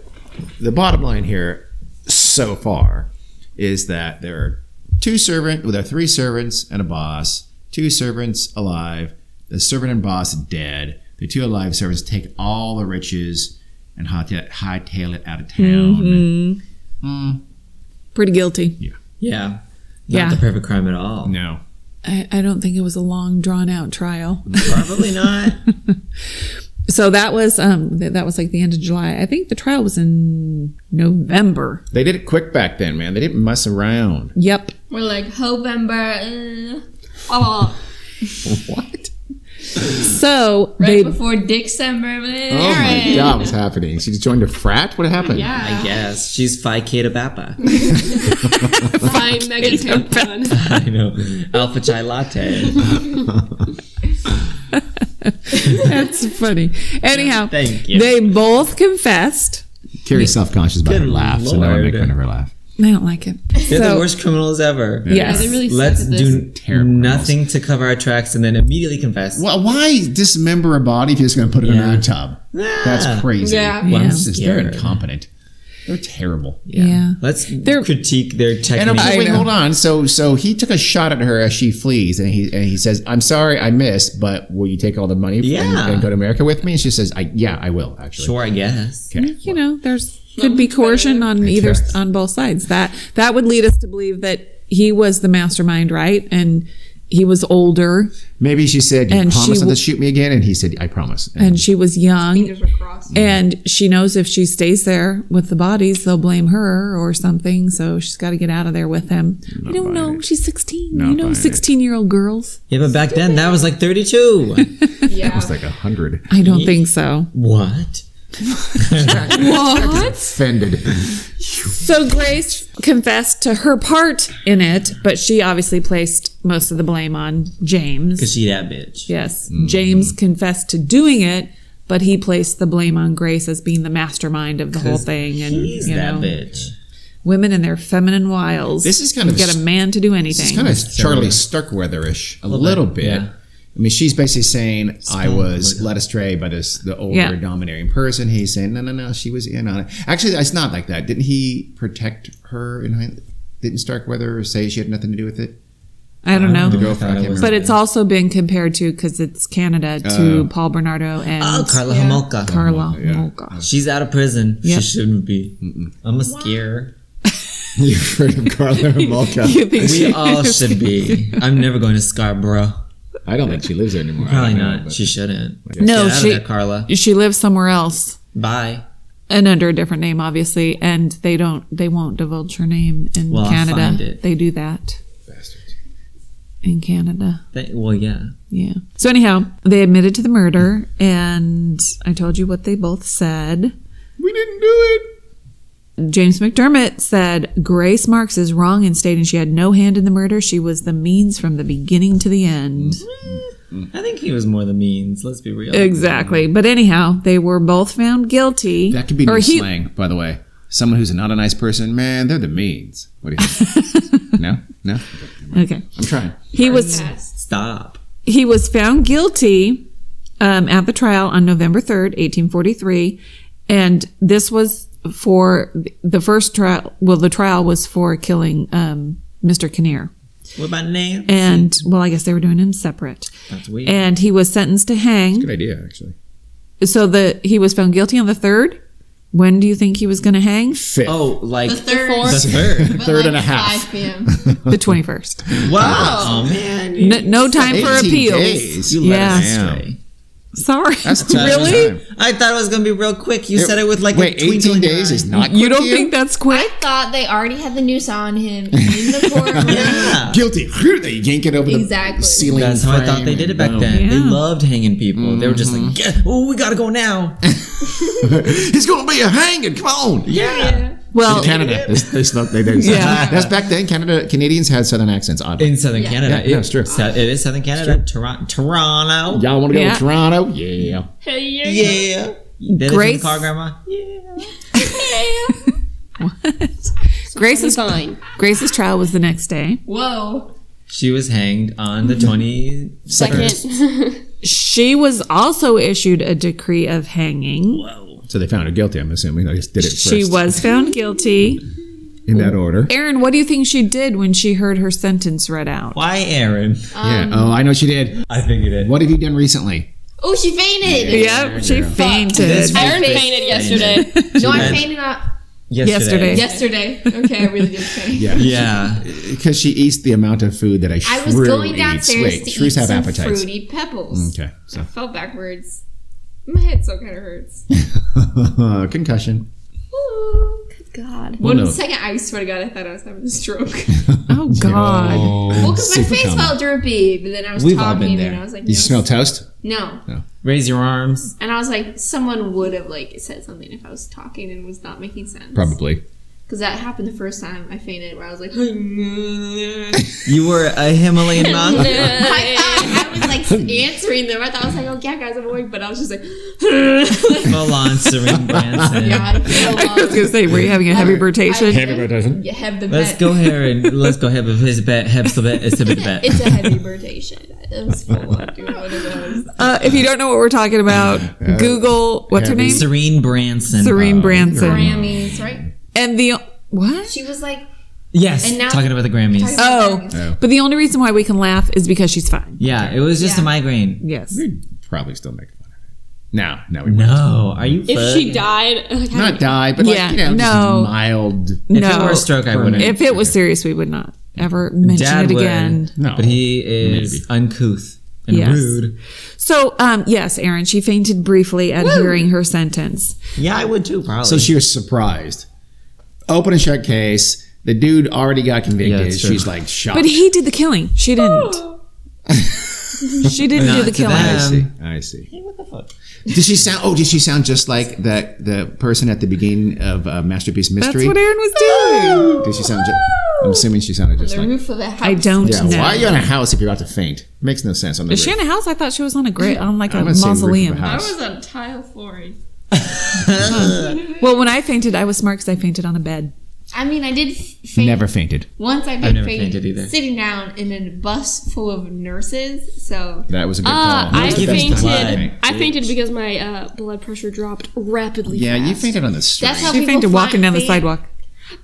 [SPEAKER 5] the bottom line here, so far, is that there are two servant, well, there are three servants and a boss. Two servants alive. The servant and boss dead. The two alive servants take all the riches and hightail, hightail it out of town.
[SPEAKER 1] Mm-hmm.
[SPEAKER 5] Mm,
[SPEAKER 1] Pretty guilty.
[SPEAKER 3] Yeah. Not
[SPEAKER 1] Yeah.
[SPEAKER 3] the perfect crime at all.
[SPEAKER 5] No.
[SPEAKER 1] I, I don't think it was a long drawn out trial.
[SPEAKER 3] Probably not.
[SPEAKER 1] So that was um th- that was like the end of July. I think the trial was in November.
[SPEAKER 5] They did it quick back then, man. They didn't mess around.
[SPEAKER 1] Yep.
[SPEAKER 6] We're like Hovember. Uh, oh,
[SPEAKER 5] What?
[SPEAKER 1] So
[SPEAKER 6] right
[SPEAKER 1] they
[SPEAKER 6] before December. eh,
[SPEAKER 5] Oh my
[SPEAKER 6] alright.
[SPEAKER 5] god, what's happening? She just joined a frat? What happened?
[SPEAKER 6] Yeah.
[SPEAKER 3] I guess. She's Phi Keta Bappa.
[SPEAKER 6] Phi Mega Tampon.
[SPEAKER 3] I know. Alpha Chai Latte.
[SPEAKER 1] that's funny. Anyhow,
[SPEAKER 3] Thank you.
[SPEAKER 1] they both confessed.
[SPEAKER 5] Carrie's self conscious about her
[SPEAKER 3] Good
[SPEAKER 5] laugh, so that would make
[SPEAKER 3] lord.
[SPEAKER 5] her laugh.
[SPEAKER 1] I don't like it.
[SPEAKER 3] They're the
[SPEAKER 1] So-
[SPEAKER 3] worst criminals ever.
[SPEAKER 1] Yes.
[SPEAKER 6] They really
[SPEAKER 3] Let's
[SPEAKER 6] suck at this.
[SPEAKER 3] do
[SPEAKER 5] Terrible
[SPEAKER 3] nothing to cover our tracks and then immediately confess.
[SPEAKER 5] Well, why dismember a body if you're just going to put it in
[SPEAKER 3] Yeah.
[SPEAKER 5] another tub? That's crazy.
[SPEAKER 6] Yeah.
[SPEAKER 3] Well, I'm
[SPEAKER 1] Yeah.
[SPEAKER 5] This is- They're
[SPEAKER 3] scared.
[SPEAKER 5] incompetent. They're terrible.
[SPEAKER 1] Yeah.
[SPEAKER 3] Let's critique their technique.
[SPEAKER 5] And I'm just, wait,
[SPEAKER 1] know.
[SPEAKER 5] hold on. So, so he took a shot at her as she flees, and he and he says, "I'm sorry, I missed, but will you take all the money and-
[SPEAKER 3] Yeah.
[SPEAKER 5] and, go to America with me?" And she says, "I yeah, I will actually."
[SPEAKER 3] Sure, I guess.
[SPEAKER 5] Okay.
[SPEAKER 1] You know, there's could be coercion on either on both sides. That that would lead us to believe that he was the mastermind, right? And he was older
[SPEAKER 5] Maybe she said, "You
[SPEAKER 1] And she
[SPEAKER 5] promise not
[SPEAKER 1] w-
[SPEAKER 5] to shoot me again," and he said, "I promise."
[SPEAKER 1] and she was young and she knows if she stays there with the bodies they'll blame her or something so she's got to get out of there with him i
[SPEAKER 5] buying
[SPEAKER 1] don't know
[SPEAKER 5] it.
[SPEAKER 1] she's 16
[SPEAKER 5] Not
[SPEAKER 1] you
[SPEAKER 5] buying
[SPEAKER 1] know
[SPEAKER 5] it.
[SPEAKER 1] 16 year old girls
[SPEAKER 3] Yeah, but back then that was like 32.
[SPEAKER 6] Yeah.
[SPEAKER 5] it's like a hundred.
[SPEAKER 1] i don't think so
[SPEAKER 3] what?
[SPEAKER 6] What?
[SPEAKER 5] Offended.
[SPEAKER 1] So Grace confessed to her part in it, but she obviously placed most of the blame on James.
[SPEAKER 3] Cause she that bitch.
[SPEAKER 1] Yes.
[SPEAKER 3] Mm-hmm.
[SPEAKER 1] James confessed to doing it, but he placed the blame on Grace as being the mastermind of the whole thing. And
[SPEAKER 3] He's
[SPEAKER 1] you
[SPEAKER 3] that
[SPEAKER 1] know,
[SPEAKER 3] bitch.
[SPEAKER 1] women and their feminine wiles.
[SPEAKER 5] This is kind of
[SPEAKER 1] get a man to do anything.
[SPEAKER 5] It's kind of Charlie Starkweatherish a little
[SPEAKER 3] bit,
[SPEAKER 5] bit.
[SPEAKER 3] yeah.
[SPEAKER 5] I mean, she's basically saying I was
[SPEAKER 3] look.
[SPEAKER 5] led astray by this the older
[SPEAKER 1] Yeah.
[SPEAKER 5] domineering person. He's saying no, no, no, she was in on it. Actually, it's not like that. Didn't he protect her? And hind- didn't Starkweather say she had nothing to do with it?
[SPEAKER 1] I don't know.
[SPEAKER 3] I
[SPEAKER 5] girl-
[SPEAKER 3] thought it was-
[SPEAKER 1] But it's also been compared to because it's Canada
[SPEAKER 5] Uh,
[SPEAKER 1] to Paul Bernardo and
[SPEAKER 3] Oh, Carla
[SPEAKER 8] Yeah.
[SPEAKER 3] Homolka.
[SPEAKER 1] Carla.
[SPEAKER 5] yeah.
[SPEAKER 1] Oh gosh.
[SPEAKER 3] She's out of prison.
[SPEAKER 1] Yep.
[SPEAKER 3] She shouldn't be. I'm a scare.
[SPEAKER 5] You've heard of Carla Homolka?
[SPEAKER 1] You think
[SPEAKER 3] We
[SPEAKER 1] she-
[SPEAKER 3] all should be. I'm never going to Scarborough.
[SPEAKER 5] I don't think she lives there anymore. I
[SPEAKER 3] Probably
[SPEAKER 5] don't know,
[SPEAKER 3] not.
[SPEAKER 5] but-
[SPEAKER 3] She shouldn't.
[SPEAKER 1] No,
[SPEAKER 3] Get out
[SPEAKER 1] she-
[SPEAKER 3] of there, Carla.
[SPEAKER 1] she lives somewhere else
[SPEAKER 3] Bye.
[SPEAKER 1] and under a different name, obviously, and they don't they won't divulge her name in
[SPEAKER 3] Well, I'll
[SPEAKER 1] Canada.
[SPEAKER 3] find it.
[SPEAKER 1] They do that in Canada.
[SPEAKER 3] They- well, yeah.
[SPEAKER 1] Yeah. So anyhow, they admitted to the murder, and I told you what they both said.
[SPEAKER 5] we didn't do it.
[SPEAKER 1] James McDermott said Grace Marks is wrong in stating she had no hand in the murder. She was the means from the beginning to the end.
[SPEAKER 5] Mm-hmm.
[SPEAKER 3] I think he was more the means. Let's be real.
[SPEAKER 1] Exactly. But anyhow, they were both found guilty.
[SPEAKER 5] That could be
[SPEAKER 1] Or
[SPEAKER 5] new
[SPEAKER 1] he-
[SPEAKER 5] slang, by the way. Someone who's not a nice person, man, they're the means. What do you think? no, no,
[SPEAKER 1] Okay.
[SPEAKER 5] I'm trying.
[SPEAKER 1] He was
[SPEAKER 3] Stop.
[SPEAKER 1] he was found guilty um, at the trial on November 3rd, 1843. And this was for the first trial. Well, the trial was for killing um, Mr. Kinnear.
[SPEAKER 3] What about Nan?
[SPEAKER 1] And, well, I guess they were doing him separate.
[SPEAKER 3] That's weird.
[SPEAKER 1] And he was sentenced to hang.
[SPEAKER 5] Good idea, actually.
[SPEAKER 1] So the he was found guilty on the 3rd. When do you think he was going to hang?
[SPEAKER 3] oh, like
[SPEAKER 6] The third.
[SPEAKER 3] the third.
[SPEAKER 6] but
[SPEAKER 5] Third
[SPEAKER 6] like
[SPEAKER 5] and a half.
[SPEAKER 6] 5 p.m.
[SPEAKER 1] The 21st.
[SPEAKER 3] wow. Oh, man. You,
[SPEAKER 1] No, no time
[SPEAKER 5] 18
[SPEAKER 1] for appeals.
[SPEAKER 5] days.
[SPEAKER 3] you let
[SPEAKER 1] Yeah.
[SPEAKER 3] us stray.
[SPEAKER 1] Sorry.
[SPEAKER 5] That's too much
[SPEAKER 1] really?
[SPEAKER 5] time.
[SPEAKER 3] I thought it was going to be real quick. You
[SPEAKER 5] It-
[SPEAKER 3] said it with like
[SPEAKER 5] Wait,
[SPEAKER 3] a twinkling
[SPEAKER 5] 18 days
[SPEAKER 3] eye.
[SPEAKER 5] is not
[SPEAKER 1] You
[SPEAKER 5] quick
[SPEAKER 1] don't
[SPEAKER 5] to
[SPEAKER 1] think that's quick?
[SPEAKER 6] Thought they already had the noose on him in the courtroom.
[SPEAKER 3] Yeah.
[SPEAKER 5] guilty. They yank it over the
[SPEAKER 6] Exactly.
[SPEAKER 5] ceiling.
[SPEAKER 3] That's how I thought
[SPEAKER 5] frame
[SPEAKER 3] they did it
[SPEAKER 5] and
[SPEAKER 3] back
[SPEAKER 5] boom.
[SPEAKER 3] then. They
[SPEAKER 1] Yeah.
[SPEAKER 3] loved hanging people. They were just like,
[SPEAKER 5] Mm-hmm.
[SPEAKER 3] yeah, oh, we gotta go now.
[SPEAKER 5] it's gonna be a hanging. Come on.
[SPEAKER 3] Yeah.
[SPEAKER 1] Well,
[SPEAKER 5] In Canada, they, they snuck- they did.
[SPEAKER 1] Yeah.
[SPEAKER 5] That's back then. Canada Canadians had southern accents. Oddly.
[SPEAKER 3] In Southern Canada.
[SPEAKER 5] Yeah, yeah, it's true.
[SPEAKER 3] Sou- it is Southern Canada. Toron- Toronto.
[SPEAKER 5] Y'all want to go
[SPEAKER 1] Yeah.
[SPEAKER 5] to Toronto? Yeah.
[SPEAKER 3] Yeah. Did it in
[SPEAKER 1] Grace-
[SPEAKER 3] the car, Grandma?
[SPEAKER 1] Grace's,
[SPEAKER 7] Fine.
[SPEAKER 1] Grace's trial was the next day.
[SPEAKER 6] Whoa.
[SPEAKER 3] She was hanged on the 20.
[SPEAKER 7] Second.
[SPEAKER 1] She was also issued a decree of hanging.
[SPEAKER 5] So they found her guilty. I'm assuming. I just did it. First
[SPEAKER 1] She was found guilty.
[SPEAKER 5] in that order.
[SPEAKER 1] Aaron, what do you think she did when she heard her sentence read out?
[SPEAKER 3] Why, Aaron?
[SPEAKER 6] Um,
[SPEAKER 5] yeah. Oh, I know she did.
[SPEAKER 3] I figured it.
[SPEAKER 5] What have you done recently?
[SPEAKER 6] Oh, she fainted.
[SPEAKER 1] Yep, she fainted.
[SPEAKER 3] This
[SPEAKER 7] Aaron
[SPEAKER 3] bitch
[SPEAKER 7] fainted yesterday.
[SPEAKER 6] No, I
[SPEAKER 3] She-
[SPEAKER 6] fainted on
[SPEAKER 3] yesterday.
[SPEAKER 1] Yesterday.
[SPEAKER 6] yesterday. Okay, I really did faint.
[SPEAKER 5] Yeah.
[SPEAKER 3] Yeah.
[SPEAKER 5] Because she eats the amount of food that a shrew
[SPEAKER 6] I was going
[SPEAKER 5] eats.
[SPEAKER 6] downstairs
[SPEAKER 5] Wait,
[SPEAKER 6] to
[SPEAKER 5] shrews
[SPEAKER 6] eat
[SPEAKER 5] have
[SPEAKER 6] some
[SPEAKER 5] appetites.
[SPEAKER 6] fruity pebbles.
[SPEAKER 5] Okay. So
[SPEAKER 6] Fell backwards. My head still kind of hurts.
[SPEAKER 5] concussion.
[SPEAKER 6] Ooh, good God.
[SPEAKER 5] Well,
[SPEAKER 6] One second,
[SPEAKER 5] no.
[SPEAKER 6] I swear to God, I thought I was having a stroke.
[SPEAKER 1] Oh God!
[SPEAKER 6] well, because my face felt droopy, but then I was
[SPEAKER 3] We've all
[SPEAKER 6] talking
[SPEAKER 3] been there.
[SPEAKER 6] and I was like, no.
[SPEAKER 5] You smell toast?
[SPEAKER 6] no.
[SPEAKER 3] Raise your arms.
[SPEAKER 6] And I was like, someone would have like said something if I was talking and was not making sense.
[SPEAKER 5] Probably.
[SPEAKER 6] Because that happened the first time I fainted, where I was like, I,
[SPEAKER 3] You were a Himalayan monk.
[SPEAKER 6] I, I was like answering them. I thought I was like, oh yeah, guys, I'm awake, but I was just like, yeah,
[SPEAKER 3] Full on Serene Branson.
[SPEAKER 6] I fell
[SPEAKER 1] I was
[SPEAKER 6] off.
[SPEAKER 1] gonna say, were you having a heavy rotation?
[SPEAKER 6] Heavy rotation. Yeah, have the
[SPEAKER 3] Let's
[SPEAKER 6] bet.
[SPEAKER 3] go, Aaron. Let's go have a visit. Have a bit. It's a bit bet.
[SPEAKER 6] It's a heavy rotation. It was full of doing one of those.
[SPEAKER 1] Uh, if you don't know what we're talking about, Google what's her
[SPEAKER 5] heavy.
[SPEAKER 1] name?
[SPEAKER 3] Serene Branson.
[SPEAKER 1] Serene Branson.
[SPEAKER 6] Grammys, right?
[SPEAKER 1] And the what?
[SPEAKER 6] She was like,
[SPEAKER 3] Yes.
[SPEAKER 6] And now-
[SPEAKER 3] talking about the Grammys.
[SPEAKER 1] Oh, but the only reason why we can laugh is because she's fine.
[SPEAKER 3] yeah, it was just a
[SPEAKER 6] Yeah.
[SPEAKER 3] migraine.
[SPEAKER 1] Yes.
[SPEAKER 5] We'd probably still make fun of it. No, no, we won't.
[SPEAKER 3] No, are you?
[SPEAKER 7] if she
[SPEAKER 3] fucked?
[SPEAKER 7] died, like,
[SPEAKER 5] Not die, but
[SPEAKER 1] Yeah,
[SPEAKER 5] like, you know,
[SPEAKER 1] no.
[SPEAKER 5] just mild.
[SPEAKER 1] No.
[SPEAKER 3] If it were a stroke, I wouldn't.
[SPEAKER 1] If it was serious, we would not ever mention
[SPEAKER 3] Dad
[SPEAKER 1] it
[SPEAKER 3] would,
[SPEAKER 1] again.
[SPEAKER 5] No.
[SPEAKER 3] But he is uncouth and
[SPEAKER 1] Yes.
[SPEAKER 3] rude.
[SPEAKER 1] So, um, yes, Aaron, she fainted briefly at hearing her sentence.
[SPEAKER 3] Yeah, I would too, probably.
[SPEAKER 5] So she was surprised. Open and shut case. The dude already got
[SPEAKER 3] Yeah,
[SPEAKER 5] convicted.
[SPEAKER 3] that's true.
[SPEAKER 5] She's like shocked.
[SPEAKER 1] Oh.
[SPEAKER 7] Oh.
[SPEAKER 1] But he did the killing. She didn't. She didn't do
[SPEAKER 3] Not
[SPEAKER 1] the
[SPEAKER 3] to
[SPEAKER 1] killing.
[SPEAKER 3] them.
[SPEAKER 5] I see. I see.
[SPEAKER 3] Hey, what the fuck?
[SPEAKER 5] Did Um, she sound? Oh, did she sound just like that? The person at the beginning of uh, Masterpiece
[SPEAKER 1] That's
[SPEAKER 5] Mystery.
[SPEAKER 1] what Aaron was doing.
[SPEAKER 5] did she sound? Ju- I'm assuming she sounded just
[SPEAKER 6] The
[SPEAKER 5] like.
[SPEAKER 6] roof of the house.
[SPEAKER 1] I don't
[SPEAKER 5] Yeah.
[SPEAKER 1] know.
[SPEAKER 5] Why are you in a house if you're about to faint? Makes no sense. On the
[SPEAKER 1] Is she
[SPEAKER 5] roof.
[SPEAKER 1] in a house? I thought she was on a great on
[SPEAKER 5] I
[SPEAKER 1] like a
[SPEAKER 5] haven't seen the roof of a
[SPEAKER 1] mausoleum.
[SPEAKER 5] house.
[SPEAKER 6] I was on tile flooring.
[SPEAKER 1] Well, when I fainted, I was smart because I fainted on a bed.
[SPEAKER 6] I mean, I did faint.
[SPEAKER 5] Never fainted.
[SPEAKER 6] Once I did
[SPEAKER 3] never
[SPEAKER 6] faint
[SPEAKER 3] fainted either.
[SPEAKER 6] sitting down in a bus full of nurses. So
[SPEAKER 5] That was a good
[SPEAKER 7] Uh,
[SPEAKER 5] call.
[SPEAKER 7] I
[SPEAKER 3] give us the
[SPEAKER 7] fainted.
[SPEAKER 3] line,
[SPEAKER 7] I fainted because my uh, blood pressure dropped rapidly.
[SPEAKER 5] yeah, you
[SPEAKER 7] fast.
[SPEAKER 5] fainted on the street.
[SPEAKER 6] that's how
[SPEAKER 1] She
[SPEAKER 6] people
[SPEAKER 1] fainted
[SPEAKER 6] fly-
[SPEAKER 1] walking down the
[SPEAKER 6] faint.
[SPEAKER 1] sidewalk.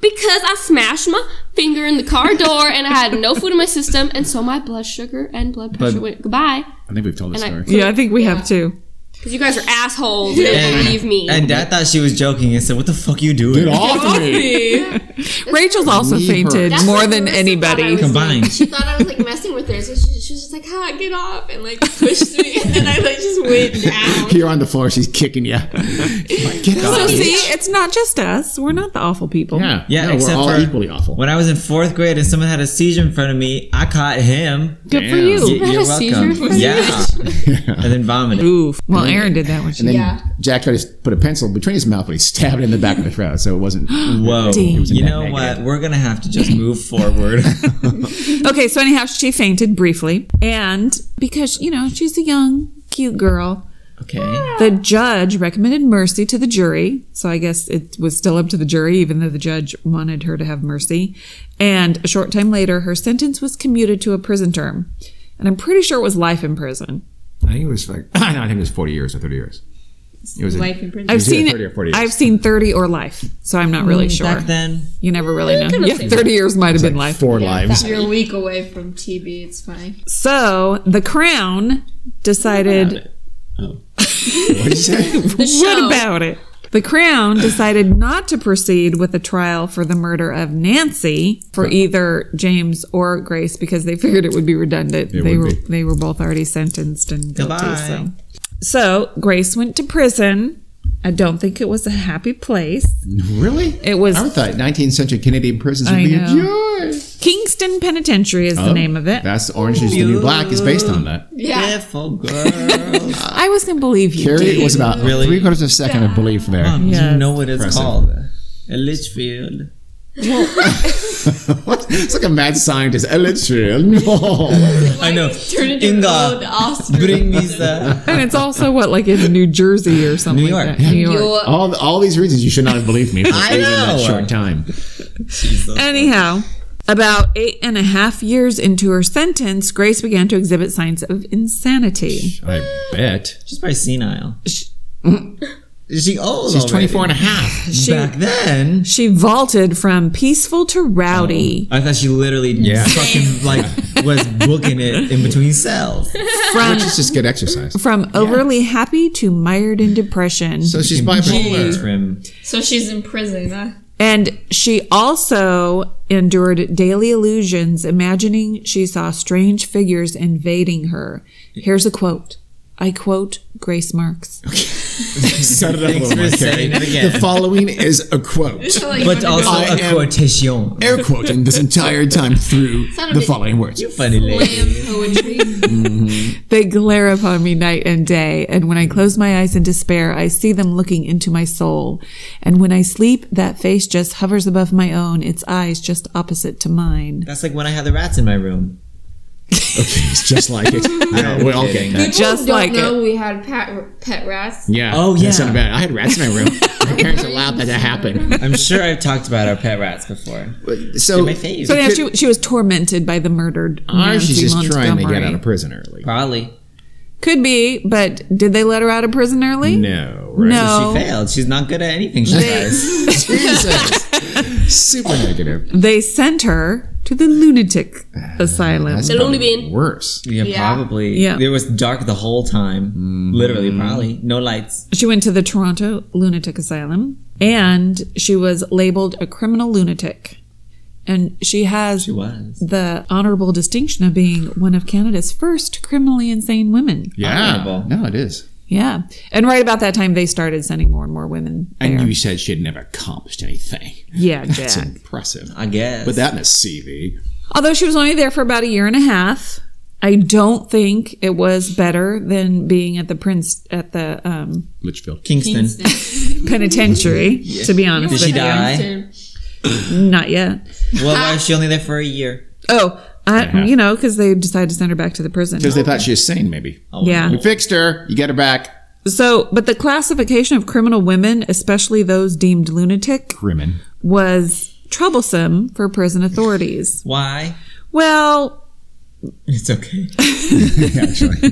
[SPEAKER 7] because I smashed my finger in the car door and I had no food in my system, and so my blood sugar and blood pressure
[SPEAKER 3] But-
[SPEAKER 7] went goodbye.
[SPEAKER 5] I think we've told this
[SPEAKER 7] And I-
[SPEAKER 5] story.
[SPEAKER 1] Yeah, I think we have too.
[SPEAKER 7] Because you guys are assholes. and don't believe me.
[SPEAKER 3] And I thought she was joking and said, What the fuck you doing?
[SPEAKER 5] off me!
[SPEAKER 1] Rachel's also
[SPEAKER 5] We heard-
[SPEAKER 1] fainted
[SPEAKER 6] That's
[SPEAKER 1] more
[SPEAKER 6] what
[SPEAKER 1] than
[SPEAKER 6] Marissa thought I
[SPEAKER 1] anybody.
[SPEAKER 6] was
[SPEAKER 3] Combined.
[SPEAKER 6] doing. She thought I was like messing with her, so she, she was just like, "Ha, get off!" and like pushed me, and then I like just went down.
[SPEAKER 5] You're on the floor. She's kicking you. Get
[SPEAKER 1] So
[SPEAKER 5] off
[SPEAKER 1] see, it's not just us. We're not the awful people.
[SPEAKER 5] Yeah,
[SPEAKER 3] Yeah,
[SPEAKER 5] no,
[SPEAKER 3] except
[SPEAKER 5] we're all
[SPEAKER 3] for
[SPEAKER 5] equally awful.
[SPEAKER 3] When I was in fourth grade and someone had a seizure in front of me, I caught him.
[SPEAKER 1] Good for
[SPEAKER 5] Damn.
[SPEAKER 1] you.
[SPEAKER 3] Y- you're welcome. Yeah. and then vomited.
[SPEAKER 1] Oof. Well, Aaron did that one.
[SPEAKER 5] And then
[SPEAKER 6] Yeah.
[SPEAKER 5] Jack tried to put a pencil between his mouth, but he stabbed it in the back of the throat, so it wasn't.
[SPEAKER 3] Whoa.
[SPEAKER 1] Dang.
[SPEAKER 3] You
[SPEAKER 5] net
[SPEAKER 3] know what?
[SPEAKER 5] negative.
[SPEAKER 3] We're going to have to just move forward.
[SPEAKER 1] Okay, so anyhow, she fainted briefly, and because you know she's a young, cute girl,
[SPEAKER 3] okay.
[SPEAKER 1] the judge recommended mercy to the jury. So I guess it was still up to the jury, even though the judge wanted her to have mercy. And a short time later, her sentence was commuted to a prison term, and I'm pretty sure it was life in prison.
[SPEAKER 5] I think it was like no, I think it was forty years or thirty years. It was life in prison.
[SPEAKER 1] I've seen
[SPEAKER 5] 30 or
[SPEAKER 1] it.
[SPEAKER 5] 40 years.
[SPEAKER 1] I've seen 30 or life, so I'm not really sure.
[SPEAKER 3] Mm, Back then,
[SPEAKER 1] you never really know. Yeah, 30 years might have been life.
[SPEAKER 5] four lives.
[SPEAKER 6] You're a week away from TB. It's fine.
[SPEAKER 1] So the crown decided.
[SPEAKER 5] What did you say?
[SPEAKER 1] What about it? The Crown decided not to proceed with a trial for the murder of Nancy for either James or Grace because they figured it would be redundant.
[SPEAKER 5] It
[SPEAKER 1] they
[SPEAKER 5] would
[SPEAKER 1] were
[SPEAKER 5] be.
[SPEAKER 1] they were both already sentenced and guilty.
[SPEAKER 3] Goodbye.
[SPEAKER 1] So. so Grace went to prison. I don't think it was a happy place.
[SPEAKER 5] really?
[SPEAKER 1] It was
[SPEAKER 5] I would thought 19th century Canadian prisons would
[SPEAKER 1] I
[SPEAKER 5] be a
[SPEAKER 1] know.
[SPEAKER 5] joy.
[SPEAKER 1] Kingston Penitentiary
[SPEAKER 5] Oh,
[SPEAKER 1] is the name of it.
[SPEAKER 5] That's Orange is the New Black is based on that.
[SPEAKER 3] Beautiful girl.
[SPEAKER 1] I was gonna believe you.
[SPEAKER 5] Carrie was about
[SPEAKER 3] Really?
[SPEAKER 5] three quarters of a second of belief there.
[SPEAKER 3] Mom,
[SPEAKER 1] Yes.
[SPEAKER 3] You know what it's
[SPEAKER 5] Impressive.
[SPEAKER 3] called. A Litchfield.
[SPEAKER 5] What? It's like a mad scientist. Elytra. No.
[SPEAKER 3] I know.
[SPEAKER 6] Turn into
[SPEAKER 3] Inga.
[SPEAKER 6] old Oscar.
[SPEAKER 3] Bring me the
[SPEAKER 1] And it's also what like in New Jersey or something
[SPEAKER 3] New
[SPEAKER 1] like
[SPEAKER 3] York.
[SPEAKER 1] that. New York.
[SPEAKER 5] all, all these reasons you should not have believed me for
[SPEAKER 3] I
[SPEAKER 5] even that
[SPEAKER 3] know.
[SPEAKER 5] short time.
[SPEAKER 1] Anyhow, about eight and a half years into her sentence, Grace began to exhibit signs of insanity.
[SPEAKER 5] I bet.
[SPEAKER 3] She's probably senile.
[SPEAKER 1] Sh-
[SPEAKER 3] Is she old?
[SPEAKER 5] She's
[SPEAKER 3] already?
[SPEAKER 5] 24 and a half.
[SPEAKER 3] Back then.
[SPEAKER 1] She vaulted from peaceful to rowdy,
[SPEAKER 3] I thought she literally
[SPEAKER 5] Yeah.
[SPEAKER 3] fucking like was booking it in between cells.
[SPEAKER 1] from
[SPEAKER 5] It's just good exercise.
[SPEAKER 1] from overly happy to mired in depression.
[SPEAKER 5] So she's bipolar.
[SPEAKER 3] Trim.
[SPEAKER 6] So she's in prison. Huh?
[SPEAKER 1] and she also endured daily illusions, imagining she saw strange figures invading her. Here's a quote. I quote Grace Marks.
[SPEAKER 5] Set it up
[SPEAKER 3] Thanks for saying it again.
[SPEAKER 5] The following is a quote.
[SPEAKER 6] So, like,
[SPEAKER 3] But also
[SPEAKER 5] I
[SPEAKER 3] a
[SPEAKER 5] am-
[SPEAKER 3] quotation.
[SPEAKER 5] Air quoting this entire time through the following words.
[SPEAKER 3] Funny lady.
[SPEAKER 6] poetry.
[SPEAKER 1] They glare upon me night and day, and when I close my eyes in despair, I see them looking into my soul. And when I sleep, that face just hovers above my own, its eyes just opposite to mine.
[SPEAKER 3] That's like when I had the rats in my room.
[SPEAKER 5] It's just like it. No, we all get that.
[SPEAKER 1] Just
[SPEAKER 6] don't
[SPEAKER 1] like
[SPEAKER 6] know we had pet, pet rats.
[SPEAKER 5] Yeah.
[SPEAKER 3] Oh,
[SPEAKER 5] That
[SPEAKER 3] yeah.
[SPEAKER 5] sounded bad. I had rats in my room. My parents allowed that to happen.
[SPEAKER 3] I'm sure I've talked about our pet rats before.
[SPEAKER 5] So
[SPEAKER 3] My face.
[SPEAKER 1] So yeah, she, she was tormented by the murdered.
[SPEAKER 5] or she's
[SPEAKER 1] Nancy
[SPEAKER 5] just trying to
[SPEAKER 1] Montgomery.
[SPEAKER 5] get out of prison early.
[SPEAKER 3] Probably.
[SPEAKER 1] Could be, but did they let her out of prison early?
[SPEAKER 5] No. Right?
[SPEAKER 1] No.
[SPEAKER 3] She failed. She's not good at anything she does.
[SPEAKER 5] Jesus. Super negative.
[SPEAKER 1] They sent her to the lunatic asylum.
[SPEAKER 5] That's
[SPEAKER 7] It'll only
[SPEAKER 5] probably
[SPEAKER 7] be in-
[SPEAKER 5] worse.
[SPEAKER 3] Yeah, Mm-hmm.
[SPEAKER 6] Yeah.
[SPEAKER 3] probably.
[SPEAKER 1] Yeah.
[SPEAKER 3] It was dark the whole time. Literally, probably. No lights.
[SPEAKER 1] She went to the Toronto Lunatic Asylum and she was labeled a criminal lunatic. And she has
[SPEAKER 3] She was.
[SPEAKER 1] the honorable distinction of being one of Canada's first criminally insane women.
[SPEAKER 5] Yeah.
[SPEAKER 3] Honorable.
[SPEAKER 5] No, it is.
[SPEAKER 1] Yeah. And right about that time, they started sending more and more women there.
[SPEAKER 5] And you said she had never accomplished anything.
[SPEAKER 1] yeah,
[SPEAKER 5] That's
[SPEAKER 1] Jack.
[SPEAKER 5] impressive.
[SPEAKER 3] I guess.
[SPEAKER 5] Put that in a CV.
[SPEAKER 1] Although she was only there for about a year and a half. I don't think it was better than being at the prince at the um,
[SPEAKER 5] Litchfield.
[SPEAKER 3] Kingston.
[SPEAKER 1] penitentiary. To be honest,
[SPEAKER 3] Did she
[SPEAKER 1] with you.
[SPEAKER 3] die?
[SPEAKER 1] Not yet.
[SPEAKER 3] Well, why is she only there for a year?
[SPEAKER 1] Oh, I,
[SPEAKER 5] Yeah.
[SPEAKER 1] you know, because they decided to send her back to the prison.
[SPEAKER 5] Because they thought she was sane, maybe.
[SPEAKER 3] Oh,
[SPEAKER 1] Yeah.
[SPEAKER 5] We fixed her. You get her back.
[SPEAKER 1] So, but the classification of criminal women, especially those deemed lunatic,
[SPEAKER 5] Grimmin.
[SPEAKER 1] was troublesome for prison authorities.
[SPEAKER 3] Why?
[SPEAKER 1] Well,
[SPEAKER 3] It's okay.
[SPEAKER 5] Actually.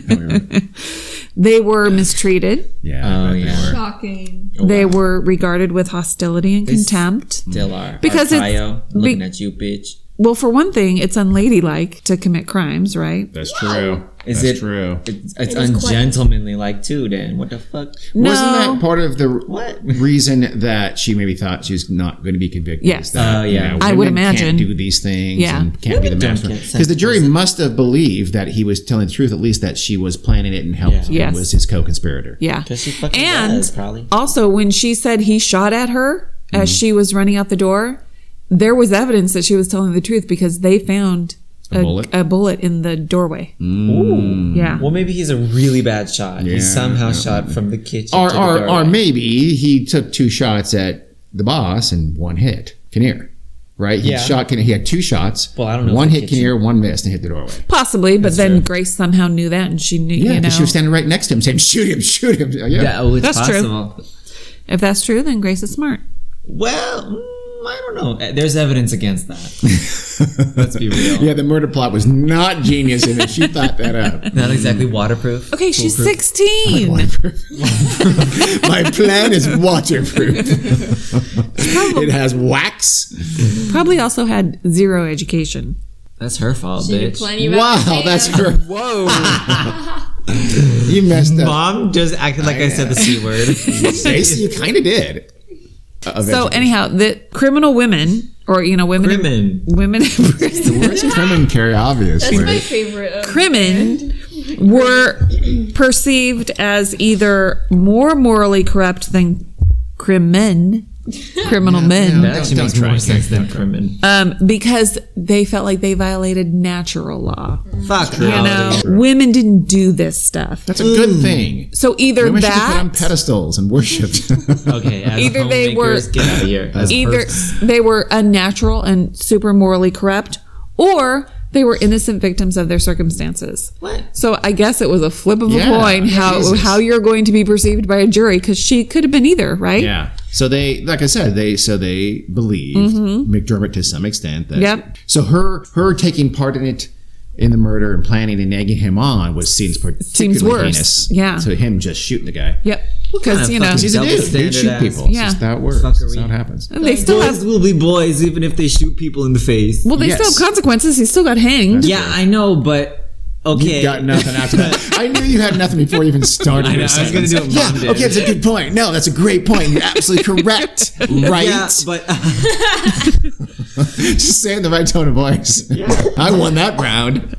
[SPEAKER 1] they were mistreated.
[SPEAKER 5] yeah.
[SPEAKER 3] Oh,
[SPEAKER 5] I bet they
[SPEAKER 3] yeah.
[SPEAKER 5] were.
[SPEAKER 6] Shocking.
[SPEAKER 5] Oh,
[SPEAKER 1] They were regarded with hostility and contempt.
[SPEAKER 3] Still are.
[SPEAKER 1] Because it's-
[SPEAKER 3] Arpaio, looking
[SPEAKER 1] be-
[SPEAKER 3] at you, bitch.
[SPEAKER 1] Well, for one thing, it's unladylike to commit crimes, right?
[SPEAKER 5] That's true.
[SPEAKER 3] Is
[SPEAKER 5] That's
[SPEAKER 3] it-
[SPEAKER 5] true.
[SPEAKER 3] It's, it's ungentlemanly, like too. Then what the fuck?
[SPEAKER 5] Wasn't
[SPEAKER 1] No.
[SPEAKER 5] that part of the
[SPEAKER 3] What?
[SPEAKER 5] reason that she maybe thought she was not going to be convicted?
[SPEAKER 1] Yes.
[SPEAKER 5] Is that,
[SPEAKER 3] Oh, yeah.
[SPEAKER 1] I would
[SPEAKER 5] women
[SPEAKER 1] imagine.
[SPEAKER 5] Can't do these things.
[SPEAKER 1] Yeah.
[SPEAKER 5] And can't be the
[SPEAKER 3] don't
[SPEAKER 5] master.
[SPEAKER 3] get sent
[SPEAKER 5] Because the
[SPEAKER 3] to
[SPEAKER 5] jury must have believed that he was telling the truth, at least that she was planning it and helped.
[SPEAKER 3] Yeah.
[SPEAKER 5] and
[SPEAKER 1] Yes.
[SPEAKER 5] was his co-conspirator.
[SPEAKER 1] Yeah.
[SPEAKER 3] Because she fucking
[SPEAKER 1] And-
[SPEAKER 3] does, probably.
[SPEAKER 1] Also, when she said he shot at her as
[SPEAKER 5] Mm-hmm.
[SPEAKER 1] she was running out the door, there was evidence that she was telling the truth because they found
[SPEAKER 5] A bullet? Mm-hmm.
[SPEAKER 1] a bullet in the doorway.
[SPEAKER 3] Ooh.
[SPEAKER 1] Yeah.
[SPEAKER 3] Well, maybe he's a really bad shot.
[SPEAKER 5] Yeah.
[SPEAKER 3] he somehow shot from the kitchen.
[SPEAKER 5] Or,
[SPEAKER 3] to the
[SPEAKER 5] or,
[SPEAKER 3] doorway.
[SPEAKER 5] or maybe he took two shots at the boss and one hit Kinnear. Right? He
[SPEAKER 3] Yeah.
[SPEAKER 5] shot Kinnear. He had two shots.
[SPEAKER 3] Well, I don't know if
[SPEAKER 5] One
[SPEAKER 3] the
[SPEAKER 5] hit
[SPEAKER 3] kitchen-
[SPEAKER 5] Kinnear, one missed, and hit the doorway.
[SPEAKER 1] Possibly, but then Grace somehow knew that and she knew,
[SPEAKER 5] Yeah,
[SPEAKER 1] you
[SPEAKER 5] because
[SPEAKER 1] know.
[SPEAKER 5] she was standing right next to him saying, shoot him, shoot him. Yeah.
[SPEAKER 3] Yeah, oh, it's
[SPEAKER 1] That's true.
[SPEAKER 3] possible.
[SPEAKER 1] if that's true, then Grace is smart.
[SPEAKER 3] Well, mm, I don't know. Uh, There's evidence against that. Let's be real.
[SPEAKER 5] Yeah, the murder plot was not genius in it. She thought that up.
[SPEAKER 3] Not exactly waterproof.
[SPEAKER 1] Okay, she's 16.
[SPEAKER 5] My plan is waterproof. it has wax.
[SPEAKER 1] Probably also had zero education.
[SPEAKER 3] That's her fault,
[SPEAKER 6] Did
[SPEAKER 3] bitch.
[SPEAKER 6] plenty of
[SPEAKER 5] Wow, that's
[SPEAKER 6] potatoes.
[SPEAKER 5] her. Whoa. you messed up.
[SPEAKER 3] Mom just acted like I said the c word.
[SPEAKER 5] Jason, you kind of did. Uh,
[SPEAKER 1] So
[SPEAKER 5] eventually.
[SPEAKER 1] anyhow, the criminal women or you know women
[SPEAKER 3] Women.
[SPEAKER 1] women in prison
[SPEAKER 5] Where's Crimin carry obvious?
[SPEAKER 6] That's my favorite. uh, Of
[SPEAKER 1] crimin were perceived as either more morally corrupt than crimen criminal men
[SPEAKER 3] That actually
[SPEAKER 5] don't
[SPEAKER 3] makes
[SPEAKER 5] try
[SPEAKER 3] more
[SPEAKER 5] it.
[SPEAKER 3] sense than crimin.
[SPEAKER 1] um, because they felt like they violated natural law
[SPEAKER 3] Fuck
[SPEAKER 1] you know women didn't do this stuff
[SPEAKER 5] That's a good thing.
[SPEAKER 1] so either
[SPEAKER 5] Women should be put on
[SPEAKER 1] that
[SPEAKER 5] pedestals and worshipped.
[SPEAKER 3] Okay, as
[SPEAKER 1] Either they
[SPEAKER 3] homemakers,
[SPEAKER 1] were-
[SPEAKER 3] get out of here. As
[SPEAKER 1] either
[SPEAKER 3] first-
[SPEAKER 1] they were unnatural and super morally corrupt or they were innocent victims of their circumstances.
[SPEAKER 3] What?
[SPEAKER 1] So I guess it was a flip of
[SPEAKER 5] Yeah,
[SPEAKER 1] a coin how
[SPEAKER 5] Jesus.
[SPEAKER 1] how you're going to be perceived by a jury because she could have been either, right?
[SPEAKER 5] Yeah. So they, like I said, they so they believe McDermott to some extent. That,
[SPEAKER 1] Yep.
[SPEAKER 5] So her her taking part in it, in the murder and planning and nagging him on was seems particularly
[SPEAKER 1] Seems worse.
[SPEAKER 5] heinous.
[SPEAKER 1] Yeah.
[SPEAKER 5] To him just shooting the guy.
[SPEAKER 1] Yep. Because
[SPEAKER 3] of
[SPEAKER 1] you know
[SPEAKER 3] fucking
[SPEAKER 5] He's a
[SPEAKER 3] Double
[SPEAKER 5] dude. They
[SPEAKER 3] standard
[SPEAKER 5] shoot
[SPEAKER 3] ass.
[SPEAKER 5] people.
[SPEAKER 1] Yeah.
[SPEAKER 5] It's just how it works. That's how it happens.
[SPEAKER 1] they still
[SPEAKER 3] Boys
[SPEAKER 1] have
[SPEAKER 3] will be boys even if they shoot people in the face.
[SPEAKER 1] well they still
[SPEAKER 5] Yes.
[SPEAKER 1] have consequences. He still got hanged.
[SPEAKER 3] Yeah, I know, but okay.
[SPEAKER 5] You got nothing after that. I knew you had nothing before you even started.
[SPEAKER 3] I know,
[SPEAKER 5] your
[SPEAKER 3] I was
[SPEAKER 5] sentence.
[SPEAKER 3] gonna do what
[SPEAKER 5] Yeah.
[SPEAKER 3] Mom did.
[SPEAKER 5] Okay, that's a good point. No, that's a great point. You're absolutely correct. Right.
[SPEAKER 3] Yeah, but
[SPEAKER 5] Just saying the right tone of voice. I won that round.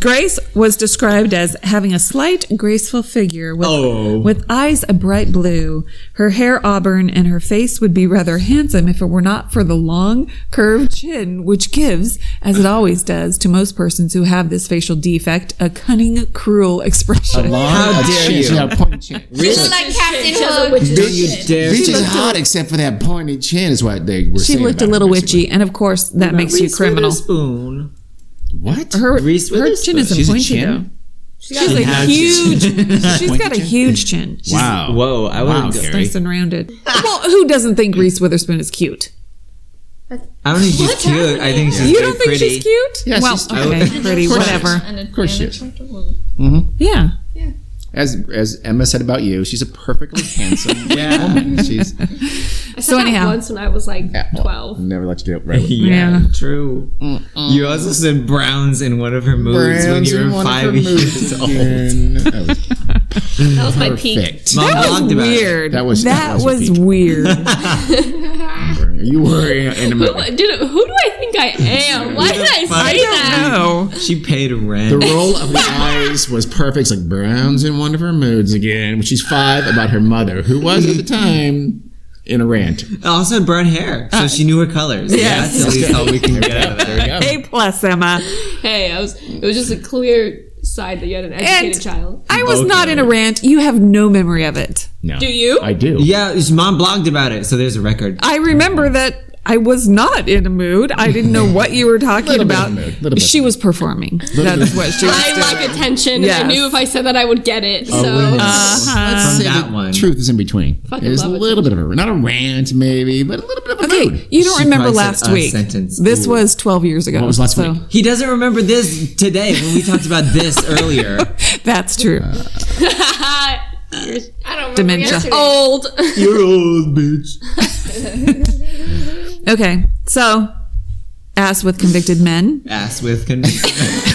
[SPEAKER 1] Grace was described as having a slight, graceful figure with,
[SPEAKER 3] Oh.
[SPEAKER 1] with eyes a bright blue, her hair auburn, and her face would be rather handsome if it were not for the long, curved chin, which gives, as it always does to most persons who have this facial defect, a cunning, cruel expression.
[SPEAKER 3] how dare
[SPEAKER 5] Chin,
[SPEAKER 3] you?
[SPEAKER 5] she had a pointy chin.
[SPEAKER 6] She looked like Captain Hook.
[SPEAKER 3] Do you dare?
[SPEAKER 5] Bitch is hot except for that pointed chin is what they were
[SPEAKER 1] She
[SPEAKER 5] saying
[SPEAKER 1] looked a
[SPEAKER 5] about her,
[SPEAKER 1] little
[SPEAKER 5] basically.
[SPEAKER 1] witchy, and of course, that makes you
[SPEAKER 3] Reese
[SPEAKER 1] criminal.
[SPEAKER 3] Witherspoon.
[SPEAKER 5] What?
[SPEAKER 1] Her,
[SPEAKER 3] Reese
[SPEAKER 1] her chin
[SPEAKER 3] Witherspoon.
[SPEAKER 1] isn't
[SPEAKER 5] She's a
[SPEAKER 1] pointy,
[SPEAKER 5] chin?
[SPEAKER 1] though. She's got a
[SPEAKER 3] has
[SPEAKER 1] huge, she's got a huge chin.
[SPEAKER 5] wow.
[SPEAKER 3] Whoa, I
[SPEAKER 5] Oh. Wow,
[SPEAKER 3] wouldn't go.
[SPEAKER 5] Carrie.
[SPEAKER 1] Nice and rounded. well, who doesn't think Reese Witherspoon is cute?
[SPEAKER 3] I don't think she's cute. I think she's
[SPEAKER 1] You
[SPEAKER 3] very
[SPEAKER 1] don't think
[SPEAKER 3] pretty.
[SPEAKER 1] she's cute?
[SPEAKER 5] Yeah,
[SPEAKER 1] well,
[SPEAKER 5] she's
[SPEAKER 3] cute.
[SPEAKER 1] okay, pretty, whatever.
[SPEAKER 6] And of
[SPEAKER 5] course she is. Mm-hmm.
[SPEAKER 1] Yeah.
[SPEAKER 5] As as Emma said about you, she's a perfectly handsome
[SPEAKER 3] Yeah.
[SPEAKER 5] woman. She's
[SPEAKER 1] So anyhow,
[SPEAKER 8] Once when I was like
[SPEAKER 5] yeah, well,
[SPEAKER 8] twelve.
[SPEAKER 5] Never let you do it right. with-
[SPEAKER 3] Yeah,
[SPEAKER 1] Yeah.
[SPEAKER 3] true. You also said Browns in one of her movies when
[SPEAKER 5] Brands
[SPEAKER 3] you
[SPEAKER 5] in
[SPEAKER 3] were
[SPEAKER 5] one of her
[SPEAKER 3] five
[SPEAKER 5] movies
[SPEAKER 3] years old.
[SPEAKER 5] again. That was
[SPEAKER 8] That was my peak.
[SPEAKER 5] perfect.
[SPEAKER 3] Mom
[SPEAKER 1] that
[SPEAKER 3] blogged
[SPEAKER 1] was
[SPEAKER 3] about it.
[SPEAKER 1] weird.
[SPEAKER 5] That was- that was a
[SPEAKER 1] was
[SPEAKER 5] peak.
[SPEAKER 1] weird.
[SPEAKER 5] You were in in a
[SPEAKER 8] Who, did, who do I think I am? Why did I say
[SPEAKER 3] I
[SPEAKER 8] that?
[SPEAKER 1] no.
[SPEAKER 3] She paid
[SPEAKER 5] The
[SPEAKER 3] rent.
[SPEAKER 5] role of the eyes was perfect. It's like Brown's in one of her moods again. When she's five, about her mother, who was at the time in a rant.
[SPEAKER 3] Also, burnt hair, so she knew her colors.
[SPEAKER 1] yes.
[SPEAKER 3] That's at least all we can get out of that.
[SPEAKER 5] There we
[SPEAKER 1] A plus, Emma.
[SPEAKER 8] Hey, I was. It was just a clear side that you had an educated
[SPEAKER 1] And-
[SPEAKER 8] child.
[SPEAKER 1] I was not in a rant. You have no memory of it.
[SPEAKER 5] No.
[SPEAKER 8] Do you?
[SPEAKER 5] I do.
[SPEAKER 3] Yeah, his mom blogged about it, so there's a record.
[SPEAKER 1] I remember that I was not in a mood. I didn't know what you were talking
[SPEAKER 5] Little bit
[SPEAKER 1] about.
[SPEAKER 5] of mood, little bit.
[SPEAKER 1] She was performing. That's what she was
[SPEAKER 8] I
[SPEAKER 1] doing.
[SPEAKER 8] like attention, and I
[SPEAKER 1] Yes.
[SPEAKER 8] knew if I said that I would get it.
[SPEAKER 5] Oh,
[SPEAKER 8] So uh-huh.
[SPEAKER 3] From that
[SPEAKER 5] The
[SPEAKER 3] one.
[SPEAKER 5] Truth is in between. There's a
[SPEAKER 8] love it.
[SPEAKER 5] little bit of a not a rant maybe, but a little bit of a
[SPEAKER 1] Okay,
[SPEAKER 5] mood.
[SPEAKER 1] you don't
[SPEAKER 3] She
[SPEAKER 1] remember
[SPEAKER 3] probably said
[SPEAKER 1] last
[SPEAKER 3] a
[SPEAKER 1] week.
[SPEAKER 3] sentence.
[SPEAKER 1] This was 12 years ago.
[SPEAKER 5] uh, What was last week?
[SPEAKER 3] He doesn't remember this today when we talked about this earlier.
[SPEAKER 1] That's true.
[SPEAKER 8] I don't remember.
[SPEAKER 1] Dementia.
[SPEAKER 8] Old.
[SPEAKER 3] You're old, bitch.
[SPEAKER 1] Oh, Okay, so ass with convicted men.
[SPEAKER 3] Ass with conviction.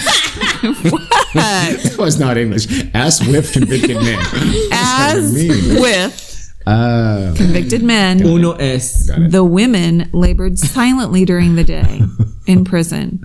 [SPEAKER 5] That was not English. Ass with convicted men.
[SPEAKER 1] As
[SPEAKER 5] mean.
[SPEAKER 1] with
[SPEAKER 5] Uh,
[SPEAKER 1] convicted men,
[SPEAKER 3] Uno es.
[SPEAKER 1] the women labored silently during the day in prison.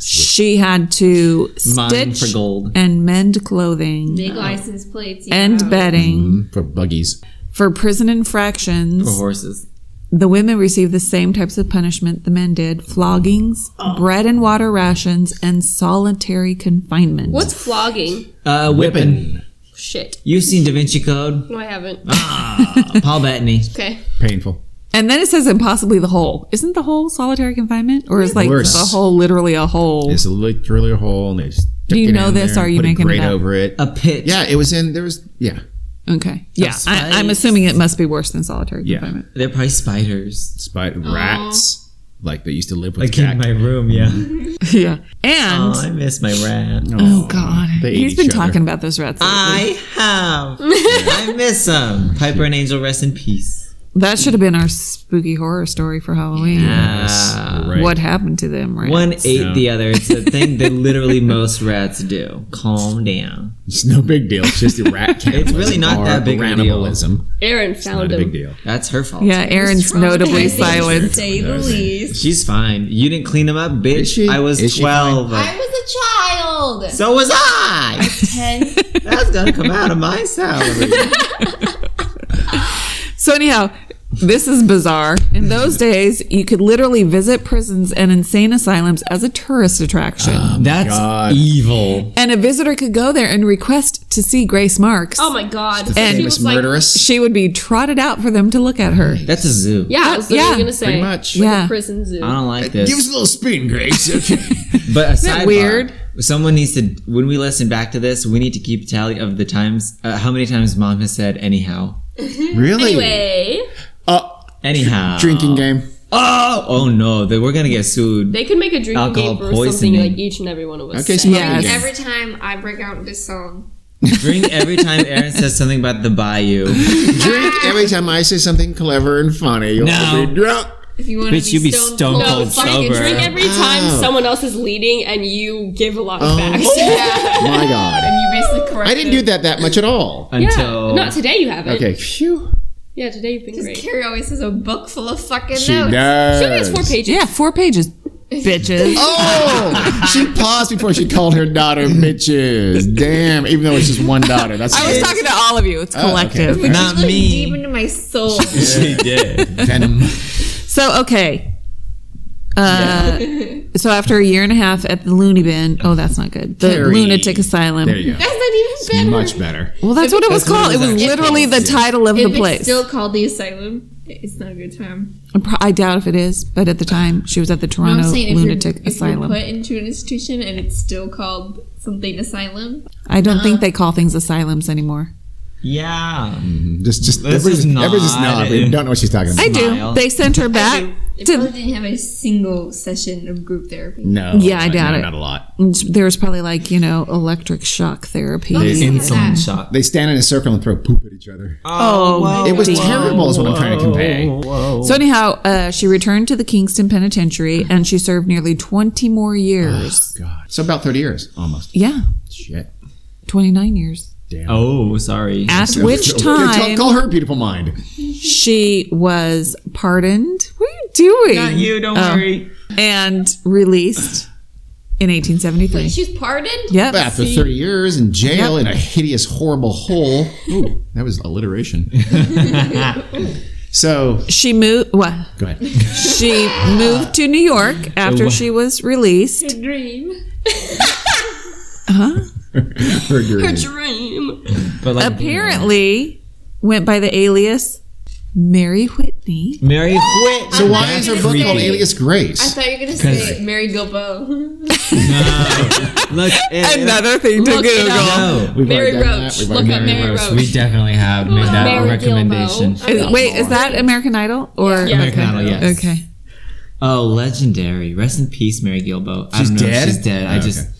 [SPEAKER 1] She had to
[SPEAKER 3] Mine for
[SPEAKER 1] stitch
[SPEAKER 3] gold.
[SPEAKER 1] and mend clothing
[SPEAKER 6] Big license plates. you know.
[SPEAKER 1] and bedding
[SPEAKER 5] for buggies.
[SPEAKER 1] for prison
[SPEAKER 3] For
[SPEAKER 1] infractions.
[SPEAKER 3] horses.
[SPEAKER 1] The women received the same types of punishment the men did: floggings, bread and water rations, and solitary confinement.
[SPEAKER 8] What's flogging?
[SPEAKER 3] Uh, whipping.
[SPEAKER 5] Whipping.
[SPEAKER 8] Shit.
[SPEAKER 3] You've seen Da Vinci Code.
[SPEAKER 8] No, I haven't.
[SPEAKER 3] Paul Bettany.
[SPEAKER 8] Okay.
[SPEAKER 5] Painful.
[SPEAKER 1] And then it says impossibly the whole. Isn't the whole solitary confinement? Or is like
[SPEAKER 5] Worse.
[SPEAKER 1] the whole literally a whole?
[SPEAKER 5] It's literally a hole and they stick
[SPEAKER 1] Do you
[SPEAKER 5] it
[SPEAKER 1] know
[SPEAKER 5] in
[SPEAKER 1] this,
[SPEAKER 5] there
[SPEAKER 1] or
[SPEAKER 5] and
[SPEAKER 1] are you
[SPEAKER 5] put a
[SPEAKER 1] making it
[SPEAKER 5] grate
[SPEAKER 1] up? Oh.
[SPEAKER 5] over it?
[SPEAKER 3] A pit.
[SPEAKER 5] yeah, it was in there was yeah.
[SPEAKER 1] Okay. Yeah.
[SPEAKER 3] spice.
[SPEAKER 1] I, I'm assuming it must be worse than solitary
[SPEAKER 5] Yeah.
[SPEAKER 1] confinement.
[SPEAKER 3] They're probably spiders.
[SPEAKER 5] Spider rats. Like they used to live with
[SPEAKER 3] Like
[SPEAKER 5] cat.
[SPEAKER 3] in my room, yeah.
[SPEAKER 1] Yeah. And
[SPEAKER 3] Oh, I miss my rat.
[SPEAKER 1] oh god.
[SPEAKER 5] Uh, They ate
[SPEAKER 1] He's been
[SPEAKER 5] each other.
[SPEAKER 1] talking about those rats. lately.
[SPEAKER 3] I have. I miss them. Piper and Angel, rest in peace.
[SPEAKER 1] that should have been our spooky horror story for Halloween.
[SPEAKER 5] Yes, you're right.
[SPEAKER 1] What happened to them, right?
[SPEAKER 3] One ate
[SPEAKER 5] Yeah.
[SPEAKER 3] the other. It's the thing that literally most rats do. Calm down.
[SPEAKER 5] It's no big deal. It's just the rat cannibalism.
[SPEAKER 3] really not
[SPEAKER 5] or
[SPEAKER 3] that big of a deal.
[SPEAKER 5] cannibalism.
[SPEAKER 8] Aaron found
[SPEAKER 5] Not a
[SPEAKER 8] him.
[SPEAKER 5] big deal.
[SPEAKER 3] That's her fault.
[SPEAKER 1] Yeah, Aaron's notably silent.
[SPEAKER 6] Say the least.
[SPEAKER 3] She's fine. You didn't clean them up, bitch.
[SPEAKER 5] Is she?
[SPEAKER 3] I was
[SPEAKER 5] Is she
[SPEAKER 3] 12.
[SPEAKER 6] I was a child.
[SPEAKER 3] So was I.
[SPEAKER 6] Ten.
[SPEAKER 3] That's gonna come out of my salary.
[SPEAKER 5] Oh
[SPEAKER 1] So anyhow, this is bizarre. In those days, you could literally visit prisons and insane asylums as a tourist attraction.
[SPEAKER 3] That's
[SPEAKER 5] God.
[SPEAKER 3] evil.
[SPEAKER 1] and a visitor could go there and request to see Grace Marks.
[SPEAKER 8] Oh my god.
[SPEAKER 1] And-
[SPEAKER 8] She
[SPEAKER 5] Famous
[SPEAKER 8] was like,
[SPEAKER 5] murderess.
[SPEAKER 1] She would be trotted out for them to look at her.
[SPEAKER 3] That's a zoo.
[SPEAKER 8] Yeah, I was
[SPEAKER 1] Yeah.
[SPEAKER 8] literally gonna say.
[SPEAKER 5] Pretty much.
[SPEAKER 8] Like
[SPEAKER 1] Yeah.
[SPEAKER 8] a prison zoo.
[SPEAKER 3] I don't like
[SPEAKER 5] Give us
[SPEAKER 3] this.
[SPEAKER 5] a little spin, Grace. Okay.
[SPEAKER 3] But aside
[SPEAKER 1] weird?
[SPEAKER 3] someone needs to. When we listen back to this, we need to keep tally of the times, uh, how many times mom has said anyhow,
[SPEAKER 5] really?
[SPEAKER 8] Anyway,
[SPEAKER 5] Uh,
[SPEAKER 3] anyhow.
[SPEAKER 5] drinking game.
[SPEAKER 3] Oh, oh no! That we're gonna get sued.
[SPEAKER 8] they could make a drinking
[SPEAKER 3] Alcohol
[SPEAKER 8] game for
[SPEAKER 3] poisoning.
[SPEAKER 8] something like each and every one of us.
[SPEAKER 5] Okay,
[SPEAKER 8] said.
[SPEAKER 5] so
[SPEAKER 1] Yes.
[SPEAKER 5] drinking game.
[SPEAKER 6] Every time I break out this song,
[SPEAKER 3] Drink every time Aaron says something about the bayou.
[SPEAKER 5] Drink every time I say something clever and funny. You'll
[SPEAKER 3] No.
[SPEAKER 5] be drunk.
[SPEAKER 6] if you want
[SPEAKER 3] Bitch,
[SPEAKER 6] to
[SPEAKER 3] you
[SPEAKER 6] be
[SPEAKER 3] be
[SPEAKER 6] stone
[SPEAKER 3] stone
[SPEAKER 6] cold,
[SPEAKER 8] no,
[SPEAKER 3] cold
[SPEAKER 8] it's like
[SPEAKER 3] sober.
[SPEAKER 8] a drink every time
[SPEAKER 5] Oh.
[SPEAKER 8] someone else is leading and you give a lot of
[SPEAKER 5] Oh.
[SPEAKER 8] facts.
[SPEAKER 5] My God.
[SPEAKER 6] you basically correct.
[SPEAKER 5] I didn't do that that much at all.
[SPEAKER 3] Until
[SPEAKER 8] Not today you haven't.
[SPEAKER 5] Okay. Phew.
[SPEAKER 8] Yeah, today you've been
[SPEAKER 6] Because
[SPEAKER 8] great.
[SPEAKER 6] Carrie always has a book full of fucking
[SPEAKER 5] She
[SPEAKER 6] notes.
[SPEAKER 5] does.
[SPEAKER 8] She only has four pages.
[SPEAKER 1] Yeah, four pages, bitches.
[SPEAKER 5] Oh, she paused before she called her daughter bitches. Damn, even though it's just one daughter. That's
[SPEAKER 1] I was talking to all of you. It's
[SPEAKER 5] Oh, okay.
[SPEAKER 1] collective.
[SPEAKER 3] Not
[SPEAKER 6] Like,
[SPEAKER 3] me.
[SPEAKER 6] Deep into my soul.
[SPEAKER 3] She did.
[SPEAKER 5] venom.
[SPEAKER 1] So okay. Uh, so after a year and a half at the loony bin, oh that's not good. The
[SPEAKER 5] Carrie.
[SPEAKER 1] lunatic asylum.
[SPEAKER 5] There you go.
[SPEAKER 6] That's not even better.
[SPEAKER 5] Much better.
[SPEAKER 1] Well, that's what it was
[SPEAKER 3] That's what
[SPEAKER 1] called.
[SPEAKER 3] it
[SPEAKER 1] It
[SPEAKER 3] was
[SPEAKER 1] was
[SPEAKER 3] actually
[SPEAKER 1] literally the
[SPEAKER 3] called.
[SPEAKER 1] title of
[SPEAKER 6] If
[SPEAKER 1] the place.
[SPEAKER 6] it's still called the asylum, it's not a good time.
[SPEAKER 1] I'm pro- I doubt if it is, but at the time she was at the
[SPEAKER 6] You know what
[SPEAKER 1] Toronto
[SPEAKER 6] I'm saying if
[SPEAKER 1] lunatic
[SPEAKER 6] you're,
[SPEAKER 1] asylum.
[SPEAKER 6] If you're put into an institution and it's still called something asylum,
[SPEAKER 1] I don't
[SPEAKER 6] uh,
[SPEAKER 1] think they call things asylums anymore.
[SPEAKER 3] Yeah.
[SPEAKER 5] Mm-hmm. Just, just
[SPEAKER 3] This
[SPEAKER 5] everybody's
[SPEAKER 3] is not-
[SPEAKER 5] everybody's just not. We don't know what she's talking about.
[SPEAKER 1] I do.
[SPEAKER 3] Smile.
[SPEAKER 1] They sent her back.
[SPEAKER 6] it
[SPEAKER 1] to-
[SPEAKER 6] probably didn't have a single session of group therapy.
[SPEAKER 5] No.
[SPEAKER 1] Yeah, I doubt
[SPEAKER 5] no,
[SPEAKER 1] it.
[SPEAKER 5] Not a lot.
[SPEAKER 1] there was probably like you know electric shock therapy.
[SPEAKER 3] Oh, Insulin shock.
[SPEAKER 5] They stand in a circle and throw poop at each other.
[SPEAKER 1] Oh,
[SPEAKER 5] it was terrible, is what I'm trying to convey.
[SPEAKER 1] So anyhow, uh, she returned to the Kingston Penitentiary and she served nearly twenty more years.
[SPEAKER 5] God. So about 30 years, almost.
[SPEAKER 1] yeah,
[SPEAKER 5] Shit.
[SPEAKER 1] twenty nine years.
[SPEAKER 5] Damn.
[SPEAKER 3] Oh, sorry.
[SPEAKER 1] At which
[SPEAKER 5] Okay,
[SPEAKER 1] time
[SPEAKER 5] Call, call her beautiful mind.
[SPEAKER 1] she was pardoned. What are you doing?
[SPEAKER 3] Not you. Don't
[SPEAKER 1] Oh.
[SPEAKER 3] worry.
[SPEAKER 1] And released in 1873.
[SPEAKER 6] She's pardoned?
[SPEAKER 1] Yep.
[SPEAKER 5] But after 30 years in jail in a hideous, horrible hole. Ooh, that was alliteration. So
[SPEAKER 1] She moved. What?
[SPEAKER 5] go ahead.
[SPEAKER 1] She moved to New York after she was released.
[SPEAKER 4] Dream.
[SPEAKER 5] Her dream.
[SPEAKER 7] Dream.
[SPEAKER 3] But like
[SPEAKER 1] Apparently, went by the alias Mary Whitney.
[SPEAKER 3] Mary Whit.
[SPEAKER 5] So why is her book called
[SPEAKER 3] creepy.
[SPEAKER 5] Alias Grace?
[SPEAKER 4] thought you were gonna
[SPEAKER 3] Cause-
[SPEAKER 4] say Mary Gilbo.
[SPEAKER 3] Look, it,
[SPEAKER 1] thing to
[SPEAKER 3] no.
[SPEAKER 5] We've already
[SPEAKER 4] Mary
[SPEAKER 5] done that.
[SPEAKER 4] Roach.
[SPEAKER 5] We've
[SPEAKER 4] Look
[SPEAKER 5] already
[SPEAKER 4] up
[SPEAKER 5] done
[SPEAKER 4] Mary
[SPEAKER 5] that.
[SPEAKER 4] Roach.
[SPEAKER 3] We definitely have made that
[SPEAKER 4] Mary
[SPEAKER 3] recommendation.
[SPEAKER 4] Gilbo.
[SPEAKER 1] Is- wait, is that American Idol or
[SPEAKER 4] Yeah.
[SPEAKER 3] American Idol, yes.
[SPEAKER 1] Okay.
[SPEAKER 3] Oh, legendary. Rest in peace, Mary Gilbo.
[SPEAKER 5] She's
[SPEAKER 3] I don't know
[SPEAKER 5] dead?
[SPEAKER 3] If she's dead. I
[SPEAKER 5] Oh,
[SPEAKER 3] just,
[SPEAKER 5] okay.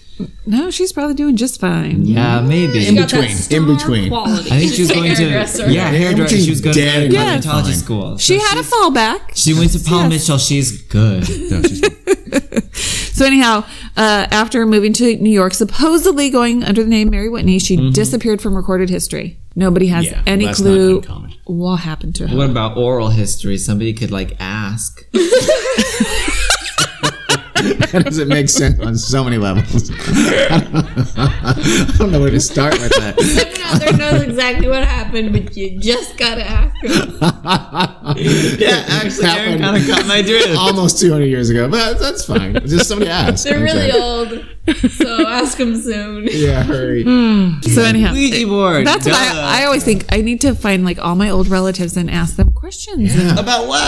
[SPEAKER 1] No, she's probably doing just fine.
[SPEAKER 3] yeah, maybe.
[SPEAKER 4] She got that
[SPEAKER 5] between, in
[SPEAKER 4] star
[SPEAKER 5] between.
[SPEAKER 4] Quality.
[SPEAKER 3] I think she
[SPEAKER 4] She's
[SPEAKER 3] was
[SPEAKER 4] a
[SPEAKER 3] going to,
[SPEAKER 4] hairdresser.
[SPEAKER 3] yeah, hairdresser. She was going to
[SPEAKER 5] Dead and
[SPEAKER 1] Yeah.
[SPEAKER 3] cosmetology
[SPEAKER 5] fine.
[SPEAKER 3] school.
[SPEAKER 1] She
[SPEAKER 3] So
[SPEAKER 1] had a fallback.
[SPEAKER 3] she went to Paul Mitchell. She's good.
[SPEAKER 5] No, she's-
[SPEAKER 1] So anyhow, uh, after moving to New York, supposedly going under the name Mary Whitney, she disappeared from recorded history. Nobody has
[SPEAKER 5] Yeah,
[SPEAKER 1] any
[SPEAKER 5] that's not
[SPEAKER 1] clue
[SPEAKER 5] uncommon.
[SPEAKER 1] what happened to her.
[SPEAKER 3] What about oral history? Somebody could like ask.
[SPEAKER 5] that doesn't make sense on so many levels. I don't know where to start with that.
[SPEAKER 4] Heather knows exactly what happened, but you just gotta ask her.
[SPEAKER 5] yeah, actually,
[SPEAKER 3] Aaron kind of caught my drift.
[SPEAKER 5] almost 200 years ago, but that's fine. Just somebody asked.
[SPEAKER 4] They're really
[SPEAKER 5] Okay.
[SPEAKER 4] old, so ask them soon.
[SPEAKER 5] Yeah, hurry.
[SPEAKER 1] uh, So anyhow,
[SPEAKER 3] Ouija board.
[SPEAKER 1] that's what
[SPEAKER 3] Duh.
[SPEAKER 1] I, I always think. I need to find like all my old relatives and ask them questions.
[SPEAKER 3] About what?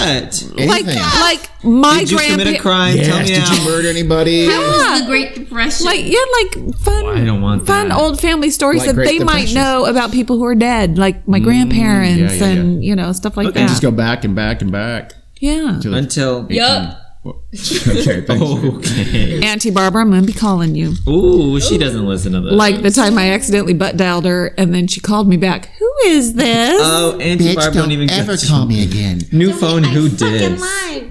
[SPEAKER 4] Oh
[SPEAKER 1] Like,
[SPEAKER 5] Anything.
[SPEAKER 1] like my
[SPEAKER 3] Did you commit a
[SPEAKER 1] grandparents.
[SPEAKER 3] crime?
[SPEAKER 5] Yes,
[SPEAKER 3] Tell me
[SPEAKER 5] did you
[SPEAKER 3] out.
[SPEAKER 5] murder anybody?
[SPEAKER 4] This is the Great Depression.
[SPEAKER 1] Like yeah, like fun.
[SPEAKER 3] I don't want
[SPEAKER 1] fun
[SPEAKER 3] that.
[SPEAKER 1] old family stories
[SPEAKER 5] Like
[SPEAKER 1] that
[SPEAKER 5] Great
[SPEAKER 1] they might
[SPEAKER 5] Depression.
[SPEAKER 1] know about people who are dead, like
[SPEAKER 3] Mm,
[SPEAKER 1] my grandparents
[SPEAKER 5] yeah, yeah.
[SPEAKER 1] and you know stuff like
[SPEAKER 5] And
[SPEAKER 1] that.
[SPEAKER 5] just go back and back and back.
[SPEAKER 1] yeah,
[SPEAKER 3] Until
[SPEAKER 4] yup.
[SPEAKER 5] okay, thanks.
[SPEAKER 3] okay.
[SPEAKER 1] Auntie Barbara, I'm gonna be calling you.
[SPEAKER 3] Ooh, she doesn't listen to this.
[SPEAKER 1] Like the time I accidentally butt dialed her, and then she called me back. Who is this?
[SPEAKER 3] oh, Auntie Barb don't even get to-
[SPEAKER 5] me again.
[SPEAKER 3] New phone, who did?
[SPEAKER 1] I'm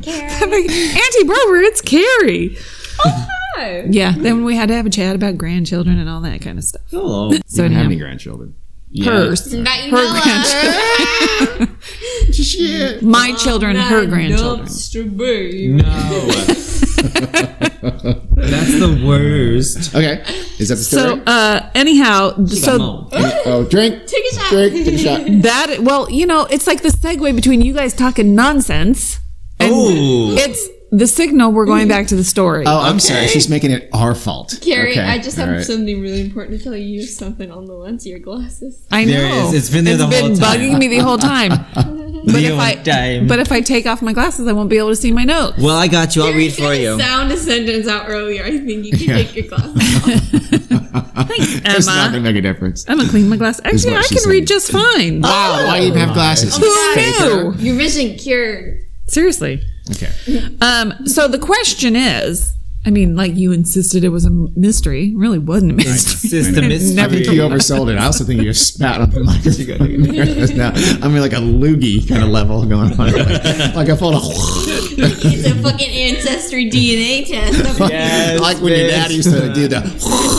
[SPEAKER 1] like, Auntie Barbara, it's Carrie.
[SPEAKER 3] Oh,
[SPEAKER 4] Hi.
[SPEAKER 1] Yeah. Then we had to have a chat about grandchildren and all that kind of stuff.
[SPEAKER 3] Hello.
[SPEAKER 1] So
[SPEAKER 5] How
[SPEAKER 1] anyhow,
[SPEAKER 5] many grandchildren?
[SPEAKER 1] hers,
[SPEAKER 4] Not you
[SPEAKER 1] her
[SPEAKER 4] know us.
[SPEAKER 1] grandchildren,
[SPEAKER 5] Shit.
[SPEAKER 1] my children, her
[SPEAKER 4] Not
[SPEAKER 1] grandchildren.
[SPEAKER 4] dumpster babe.
[SPEAKER 3] No. That's the worst.
[SPEAKER 5] Okay. Is that the
[SPEAKER 1] So,
[SPEAKER 5] story?
[SPEAKER 1] uh, anyhow, so
[SPEAKER 3] Come on.
[SPEAKER 5] oh, drink.
[SPEAKER 4] Take a shot.
[SPEAKER 5] Drink. Take a shot.
[SPEAKER 1] that well, you know, it's like the segue between you guys talking nonsense. And
[SPEAKER 3] Ooh.
[SPEAKER 1] It's the signal we're going back to the story.
[SPEAKER 5] Oh, I'm sorry. She's making it our fault.
[SPEAKER 4] Carrie,
[SPEAKER 5] Okay,
[SPEAKER 4] I just have
[SPEAKER 5] all right.
[SPEAKER 4] something really important to tell you. You have something on the lens of your glasses.
[SPEAKER 1] I know.
[SPEAKER 3] There it is. It's been there the whole
[SPEAKER 1] been
[SPEAKER 3] time.
[SPEAKER 1] bugging me the whole time. But
[SPEAKER 3] whole
[SPEAKER 1] if I
[SPEAKER 3] time.
[SPEAKER 1] but if I take off my glasses, I won't be able to see my notes.
[SPEAKER 3] Well, I got you. I'll read
[SPEAKER 4] You're
[SPEAKER 3] for you.
[SPEAKER 4] Sound a sentence out earlier. I think you can take your glasses. off.
[SPEAKER 5] It's not
[SPEAKER 1] Emma.
[SPEAKER 5] going to make a difference.
[SPEAKER 1] I'm gonna clean my glass.
[SPEAKER 5] Is
[SPEAKER 1] Actually,
[SPEAKER 5] what
[SPEAKER 1] I
[SPEAKER 5] she
[SPEAKER 1] can read
[SPEAKER 5] said.
[SPEAKER 1] just fine.
[SPEAKER 5] Wow, why even have glasses?
[SPEAKER 1] Who knew?
[SPEAKER 4] Your vision cured.
[SPEAKER 1] Seriously.
[SPEAKER 5] Okay.
[SPEAKER 1] Um, so the question is, I mean, like you insisted it was a m- mystery. It really wasn't a mystery.
[SPEAKER 3] System is
[SPEAKER 5] I think you oversold it. I also think you just spat on the microphone. now, I mean, like a loogie kind of level going on. Like, like I felt a.
[SPEAKER 4] It's a fucking ancestry DNA test.
[SPEAKER 3] Yes,
[SPEAKER 5] like when your
[SPEAKER 3] bitch.
[SPEAKER 5] dad used to do the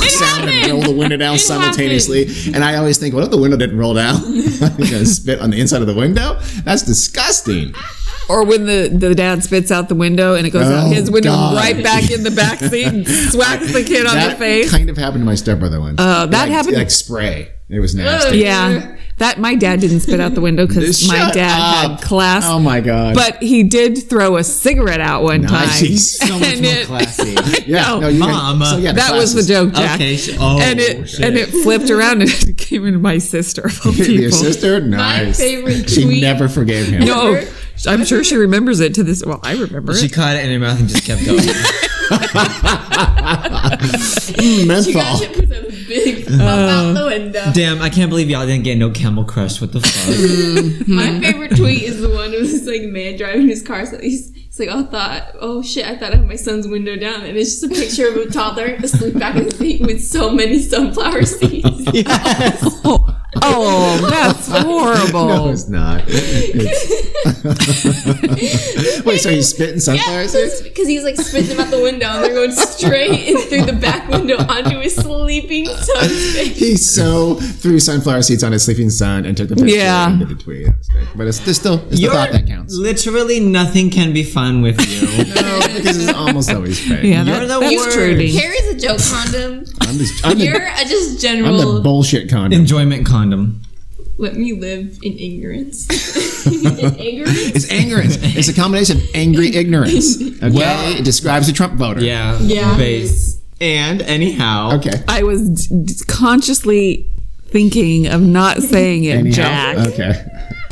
[SPEAKER 5] sound and roll the window down simultaneously. And I always think, what if the window didn't roll down? I'm going to spit on the inside of the window? That's disgusting.
[SPEAKER 1] Or when the, the dad spits out the window and it goes out
[SPEAKER 5] Oh,
[SPEAKER 1] his window
[SPEAKER 5] God.
[SPEAKER 1] right back in the back seat and swats the kid on
[SPEAKER 5] that
[SPEAKER 1] the face.
[SPEAKER 5] kind of happened to my stepbrother once.
[SPEAKER 1] Oh, that
[SPEAKER 5] like,
[SPEAKER 1] happened-
[SPEAKER 5] Like spray. It was nasty.
[SPEAKER 1] Oh, Yeah. That my dad didn't spit out the window because my
[SPEAKER 5] Shut
[SPEAKER 1] dad
[SPEAKER 5] up.
[SPEAKER 1] had class.
[SPEAKER 5] Oh my god.
[SPEAKER 1] but he did throw a cigarette out one
[SPEAKER 5] Nice.
[SPEAKER 1] time.
[SPEAKER 5] He's so
[SPEAKER 3] much
[SPEAKER 1] And
[SPEAKER 3] more
[SPEAKER 1] it-
[SPEAKER 3] classy.
[SPEAKER 5] yeah,
[SPEAKER 1] no,
[SPEAKER 5] no, you
[SPEAKER 3] Mom.
[SPEAKER 5] Guys, so yeah, the
[SPEAKER 1] Oh, that was the
[SPEAKER 5] classes.
[SPEAKER 1] joke, Jack.
[SPEAKER 3] Okay. sh- Oh,
[SPEAKER 1] and it
[SPEAKER 3] shit.
[SPEAKER 1] and it flipped around and it came into my sister of all people.
[SPEAKER 5] Your sister, nice.
[SPEAKER 4] favorite
[SPEAKER 5] she
[SPEAKER 4] tweet-
[SPEAKER 5] never forgave him.
[SPEAKER 1] No, I'm sure she remembers it to this. Well, I remember
[SPEAKER 3] she
[SPEAKER 1] it.
[SPEAKER 3] caught it in her mouth and just kept going.
[SPEAKER 5] Mm,
[SPEAKER 4] You
[SPEAKER 5] menthol.
[SPEAKER 4] guys should put a big pop
[SPEAKER 5] Uh-huh.
[SPEAKER 4] out the window.
[SPEAKER 3] Damn, I can't believe y'all didn't get no Camel Crush. What the fuck?
[SPEAKER 4] My favorite tweet is the one of this like man driving his car. So he's, he's like, "Oh, thought, oh shit, I thought I had my son's window down," and it's just a picture of a toddler asleep back in the seat with so many sunflower seeds.
[SPEAKER 1] Oh, oh, that's horrible.
[SPEAKER 5] No, it's not. It's- Wait, so he's spitting sunflower seeds?
[SPEAKER 4] Because he's like spitting them out the window and they're going straight in through the back window onto his sleeping son's face.
[SPEAKER 5] He so threw sunflower seeds on his sleeping son and took the picture
[SPEAKER 1] Yeah.
[SPEAKER 5] and did the tweet. That was great. But it's, there's still it's the
[SPEAKER 3] You're-
[SPEAKER 5] thought that counts.
[SPEAKER 3] Literally nothing can be fun with you.
[SPEAKER 5] No, because it's almost always fake.
[SPEAKER 1] yeah,
[SPEAKER 3] You're
[SPEAKER 1] that,
[SPEAKER 3] the
[SPEAKER 1] that's
[SPEAKER 3] worst.
[SPEAKER 1] true. Dee.
[SPEAKER 4] Carrie's a joke condom.
[SPEAKER 5] I'm, just, I'm,
[SPEAKER 4] You're
[SPEAKER 5] the,
[SPEAKER 4] a just
[SPEAKER 5] I'm the
[SPEAKER 4] general.
[SPEAKER 5] bullshit condom.
[SPEAKER 3] Enjoyment condom.
[SPEAKER 4] Let me live in ignorance.
[SPEAKER 5] It's ignorance. It's a combination of angry ignorance. Okay,
[SPEAKER 3] Well-
[SPEAKER 5] it describes a Trump voter.
[SPEAKER 3] Yeah.
[SPEAKER 4] Yeah.
[SPEAKER 3] Base. And anyhow.
[SPEAKER 5] Okay.
[SPEAKER 1] I was d- d- consciously thinking of not saying it,
[SPEAKER 5] Anyhow,
[SPEAKER 1] Jack.
[SPEAKER 5] Okay.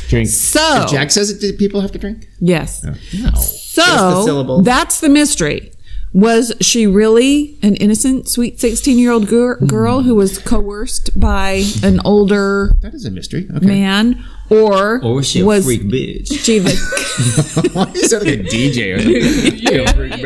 [SPEAKER 5] Drink.
[SPEAKER 1] So,
[SPEAKER 5] If Jack says it. Do people have to drink?
[SPEAKER 1] yes.
[SPEAKER 5] No.
[SPEAKER 3] the
[SPEAKER 1] So
[SPEAKER 3] syllable.
[SPEAKER 1] that's the mystery. Was she really an innocent, sweet 16 year old gir- girl who was coerced by an older
[SPEAKER 5] That is a mystery. Okay.
[SPEAKER 1] man? Or,
[SPEAKER 3] Or was Oh, she a
[SPEAKER 1] was
[SPEAKER 3] freak bitch?
[SPEAKER 1] she the.
[SPEAKER 5] Why you sound like a DJ?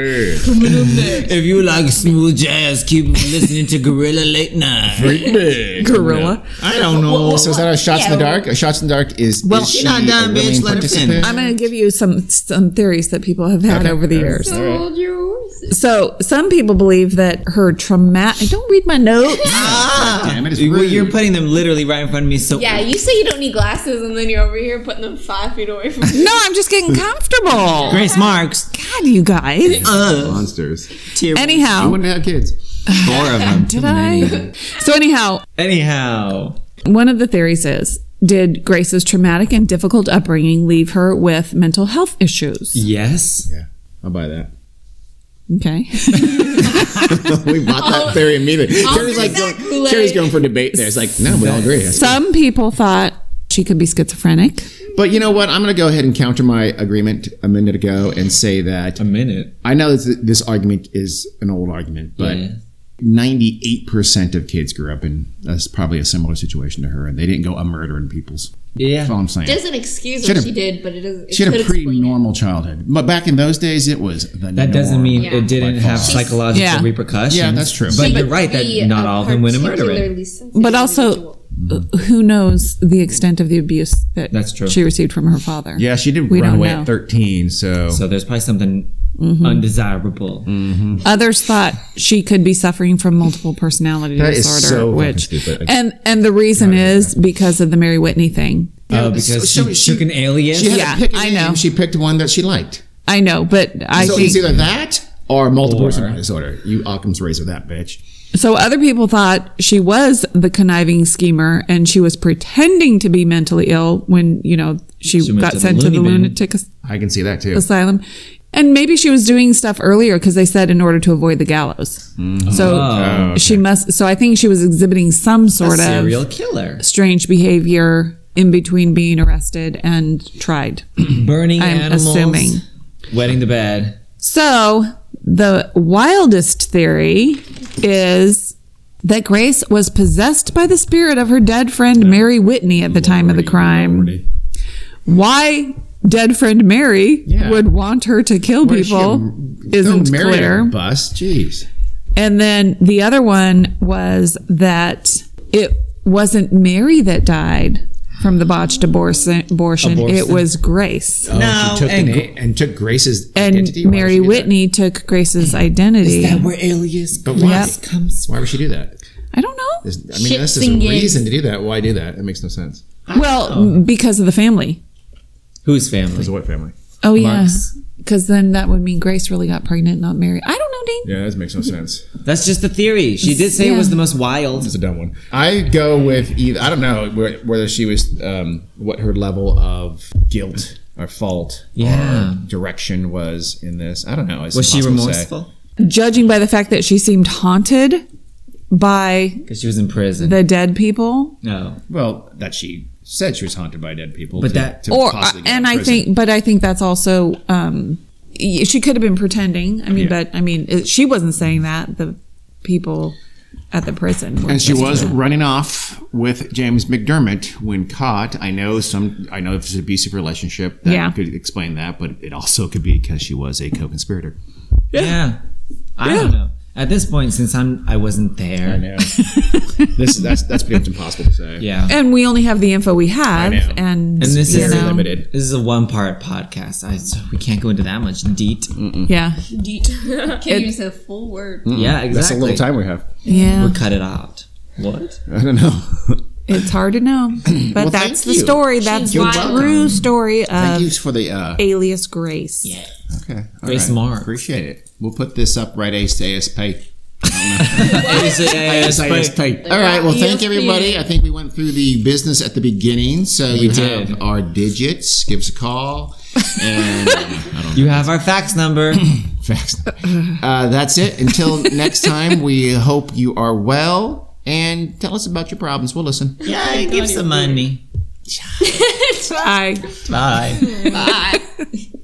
[SPEAKER 3] If you like smooth jazz, keep listening to Gorilla Late Night.
[SPEAKER 1] Gorilla.
[SPEAKER 3] I don't know.
[SPEAKER 5] So is that a shots in the dark? A shots in the dark is
[SPEAKER 3] Well,
[SPEAKER 5] is
[SPEAKER 3] she not
[SPEAKER 5] a
[SPEAKER 3] done, bitch.
[SPEAKER 5] willing
[SPEAKER 3] Let her
[SPEAKER 5] participant?
[SPEAKER 3] finish.
[SPEAKER 1] I'm going to give you some some theories that people have had
[SPEAKER 5] Okay.
[SPEAKER 1] over the
[SPEAKER 5] All right.
[SPEAKER 1] years.
[SPEAKER 5] All right.
[SPEAKER 1] So some people believe that her traumatic. Don't read my notes.
[SPEAKER 3] Ah,
[SPEAKER 5] Damn it, it's
[SPEAKER 3] well,
[SPEAKER 5] rude.
[SPEAKER 3] you're putting them literally right in front of me. So
[SPEAKER 4] yeah, you say you don't need glasses, and then you're over here putting them five feet away from me.
[SPEAKER 1] no, I'm just getting comfortable.
[SPEAKER 3] Grace Marks,
[SPEAKER 1] God, you guys.
[SPEAKER 3] uh,
[SPEAKER 9] Monsters.
[SPEAKER 3] tier
[SPEAKER 5] I
[SPEAKER 1] Anyhow,
[SPEAKER 5] wouldn't have kids.
[SPEAKER 3] four of them.
[SPEAKER 1] did I? So anyhow,
[SPEAKER 3] Anyhow,
[SPEAKER 1] one of the theories is: Did Grace's traumatic and difficult upbringing leave her with mental health issues?
[SPEAKER 3] yes.
[SPEAKER 5] Yeah, I'll buy that.
[SPEAKER 1] Okay.
[SPEAKER 5] we bought
[SPEAKER 3] Oh.
[SPEAKER 5] that theory immediately. Carrie's like, going, Carrie's going for debate. There, it's like, no, we all agree.
[SPEAKER 1] Some people thought she could be schizophrenic.
[SPEAKER 5] But you know what? I'm going to go ahead and counter my agreement a minute ago and say that
[SPEAKER 3] A minute.
[SPEAKER 5] I know that this argument is an old argument, but
[SPEAKER 3] Yeah.
[SPEAKER 5] 98% of kids grew up in that's probably a similar situation to her, and they didn't go a murdering people's.
[SPEAKER 3] Yeah.
[SPEAKER 5] That's all I'm saying.
[SPEAKER 6] doesn't excuse
[SPEAKER 5] Should
[SPEAKER 6] what
[SPEAKER 5] have-
[SPEAKER 6] she did, but it doesn't. It
[SPEAKER 5] she had
[SPEAKER 6] could
[SPEAKER 5] a pretty
[SPEAKER 6] explain it.
[SPEAKER 5] normal childhood, but back in those days, it was the
[SPEAKER 3] That doesn't mean
[SPEAKER 6] Yeah.
[SPEAKER 3] it didn't
[SPEAKER 5] By
[SPEAKER 3] have
[SPEAKER 5] far.
[SPEAKER 3] psychological
[SPEAKER 1] Yeah.
[SPEAKER 3] repercussions.
[SPEAKER 5] Yeah, that's true.
[SPEAKER 3] But
[SPEAKER 5] She
[SPEAKER 3] you're right
[SPEAKER 6] Be
[SPEAKER 3] that not all of them went a murderer.
[SPEAKER 6] particularly sensitive
[SPEAKER 1] But also,
[SPEAKER 6] individual.
[SPEAKER 1] uh, who knows the extent of the abuse that
[SPEAKER 3] That's true.
[SPEAKER 1] she received from her father?
[SPEAKER 9] Yeah, she did
[SPEAKER 1] We
[SPEAKER 9] run
[SPEAKER 1] don't
[SPEAKER 9] away
[SPEAKER 1] know.
[SPEAKER 9] at 13, so.
[SPEAKER 3] So there's probably something
[SPEAKER 1] Mm-hmm.
[SPEAKER 3] undesirable.
[SPEAKER 1] Others thought she could be suffering from multiple personality
[SPEAKER 5] That is
[SPEAKER 1] disorder,
[SPEAKER 5] so fucking
[SPEAKER 1] which
[SPEAKER 5] stupid.
[SPEAKER 1] and and the reason is because of the Mary Whitney thing.
[SPEAKER 3] Oh, because
[SPEAKER 5] so-
[SPEAKER 3] she,
[SPEAKER 5] she-
[SPEAKER 3] took an alias.
[SPEAKER 5] She had
[SPEAKER 1] Yeah,
[SPEAKER 5] to pick a
[SPEAKER 1] I
[SPEAKER 5] name,
[SPEAKER 1] know.
[SPEAKER 5] She picked one that she liked.
[SPEAKER 1] I know, but I
[SPEAKER 5] so
[SPEAKER 1] think
[SPEAKER 5] it's either that or multiple
[SPEAKER 3] Or-
[SPEAKER 5] personality disorder. You Occam's razor that bitch.
[SPEAKER 1] so. Other people thought she was the conniving schemer and she was pretending to be mentally ill when you know she,
[SPEAKER 3] She went
[SPEAKER 1] got
[SPEAKER 3] to the
[SPEAKER 1] sent to the
[SPEAKER 3] loony bin.
[SPEAKER 1] lunatic as-
[SPEAKER 5] I can see that too.
[SPEAKER 1] asylum. And maybe she was doing stuff earlier because they said in order to avoid the gallows. So she must. So I think she was exhibiting some
[SPEAKER 3] Ah, A
[SPEAKER 1] Oh, sort of
[SPEAKER 3] serial killer.
[SPEAKER 1] strange behavior in between being arrested and tried.
[SPEAKER 3] Burning
[SPEAKER 1] I'm
[SPEAKER 3] animals.
[SPEAKER 1] assuming.
[SPEAKER 3] Wetting the bed.
[SPEAKER 1] So, the wildest theory is that Grace was possessed by the spirit of her dead friend Mary Whitney at the time of the crime. Why dead friend Mary
[SPEAKER 5] Yeah.
[SPEAKER 1] would want her to kill
[SPEAKER 5] Why is she a-
[SPEAKER 1] people
[SPEAKER 5] Don't
[SPEAKER 1] isn't
[SPEAKER 5] marry her,
[SPEAKER 1] clear.
[SPEAKER 5] Bus, jeez.
[SPEAKER 1] And then the other one was that it wasn't Mary that died from the botched abortion. abortion. It
[SPEAKER 3] Abortion.
[SPEAKER 1] was Grace.
[SPEAKER 5] Oh,
[SPEAKER 3] No,
[SPEAKER 5] she took
[SPEAKER 3] and-
[SPEAKER 5] and, and took Grace's
[SPEAKER 1] And
[SPEAKER 5] identity. Why would she
[SPEAKER 1] Mary
[SPEAKER 5] do that?
[SPEAKER 1] Whitney took Grace's identity.
[SPEAKER 3] where alias
[SPEAKER 5] But why?
[SPEAKER 1] Yep.
[SPEAKER 3] comes
[SPEAKER 5] Why would she do that?
[SPEAKER 1] I don't know.
[SPEAKER 5] There's- I mean, that's just a
[SPEAKER 6] singing.
[SPEAKER 5] reason to do that. Why do that? It makes no sense.
[SPEAKER 1] Well, m- because of the family.
[SPEAKER 3] Whose family?
[SPEAKER 9] It's a white family.
[SPEAKER 1] Oh yeah,
[SPEAKER 3] Mark's.
[SPEAKER 1] because then that would mean Grace really got pregnant, not Mary. I don't know, Dean.
[SPEAKER 9] Yeah, that makes no sense.
[SPEAKER 3] That's just a theory. She did say it was
[SPEAKER 1] Yeah.
[SPEAKER 3] the most wild.
[SPEAKER 9] It's a dumb one.
[SPEAKER 5] I go with either. I don't know whe- whether she was um, what her level of guilt or fault
[SPEAKER 3] Yeah.
[SPEAKER 5] or direction was in this. I don't know. It's
[SPEAKER 3] Was she
[SPEAKER 5] impossible to say.
[SPEAKER 3] remorseful?
[SPEAKER 1] Judging by the fact that she seemed haunted by
[SPEAKER 3] Because she was in prison.
[SPEAKER 1] the dead people,
[SPEAKER 3] no.
[SPEAKER 5] Well, that she said she was haunted by dead people.
[SPEAKER 3] But
[SPEAKER 5] to-
[SPEAKER 3] that-
[SPEAKER 5] to
[SPEAKER 1] or uh,
[SPEAKER 5] possibly get
[SPEAKER 1] and
[SPEAKER 5] out
[SPEAKER 1] I
[SPEAKER 5] of prison.
[SPEAKER 1] think, but I think that's also um, y- she could have been pretending. I mean,
[SPEAKER 5] Yeah.
[SPEAKER 1] but I mean, it, she wasn't saying that. The people at the prison, were
[SPEAKER 5] And she
[SPEAKER 1] just-
[SPEAKER 5] was running off with James McDermott when caught. I know some. I know if it's an abusive relationship, that
[SPEAKER 1] Yeah.
[SPEAKER 5] could explain that, but it also could be because she was a co-conspirator.
[SPEAKER 3] Yeah. I don't know. At this point, since I'm, I wasn't there.
[SPEAKER 5] this that's that's pretty much impossible to say.
[SPEAKER 3] Yeah.
[SPEAKER 1] and we only have the info we have,
[SPEAKER 5] know.
[SPEAKER 1] and
[SPEAKER 3] And this
[SPEAKER 1] you
[SPEAKER 3] is
[SPEAKER 1] know,
[SPEAKER 5] limited.
[SPEAKER 3] This is a one-part podcast. I so we can't go into that much deet.
[SPEAKER 1] Yeah,
[SPEAKER 6] Can you use a full word?
[SPEAKER 3] Yeah, exactly.
[SPEAKER 5] That's a little time we have.
[SPEAKER 1] yeah.
[SPEAKER 3] We'll cut it out. What?
[SPEAKER 5] I don't know.
[SPEAKER 3] Uh,
[SPEAKER 1] It's hard to know, but that's
[SPEAKER 5] thank
[SPEAKER 1] the
[SPEAKER 5] you.
[SPEAKER 1] story. That's
[SPEAKER 5] You're
[SPEAKER 1] the
[SPEAKER 5] welcome.
[SPEAKER 1] true story
[SPEAKER 5] Thank
[SPEAKER 1] of
[SPEAKER 5] you for the uh,
[SPEAKER 1] Alias Grace.
[SPEAKER 5] okay. All
[SPEAKER 3] Grace Marks.
[SPEAKER 5] Appreciate it. We'll put this up right ASAP.
[SPEAKER 3] It is a-
[SPEAKER 5] Yes, I just typed. All right. Well, thank everybody. I think we went through the business at the beginning, so you
[SPEAKER 3] did.
[SPEAKER 5] have our digits. Give us a call, and I don't
[SPEAKER 3] You have our fax number.
[SPEAKER 5] Facts. Uh, that's it. Until next time, we hope you are well and tell us about your problems. We'll listen.
[SPEAKER 3] yeah, give some money.
[SPEAKER 1] Bye.
[SPEAKER 3] Bye.
[SPEAKER 4] Bye.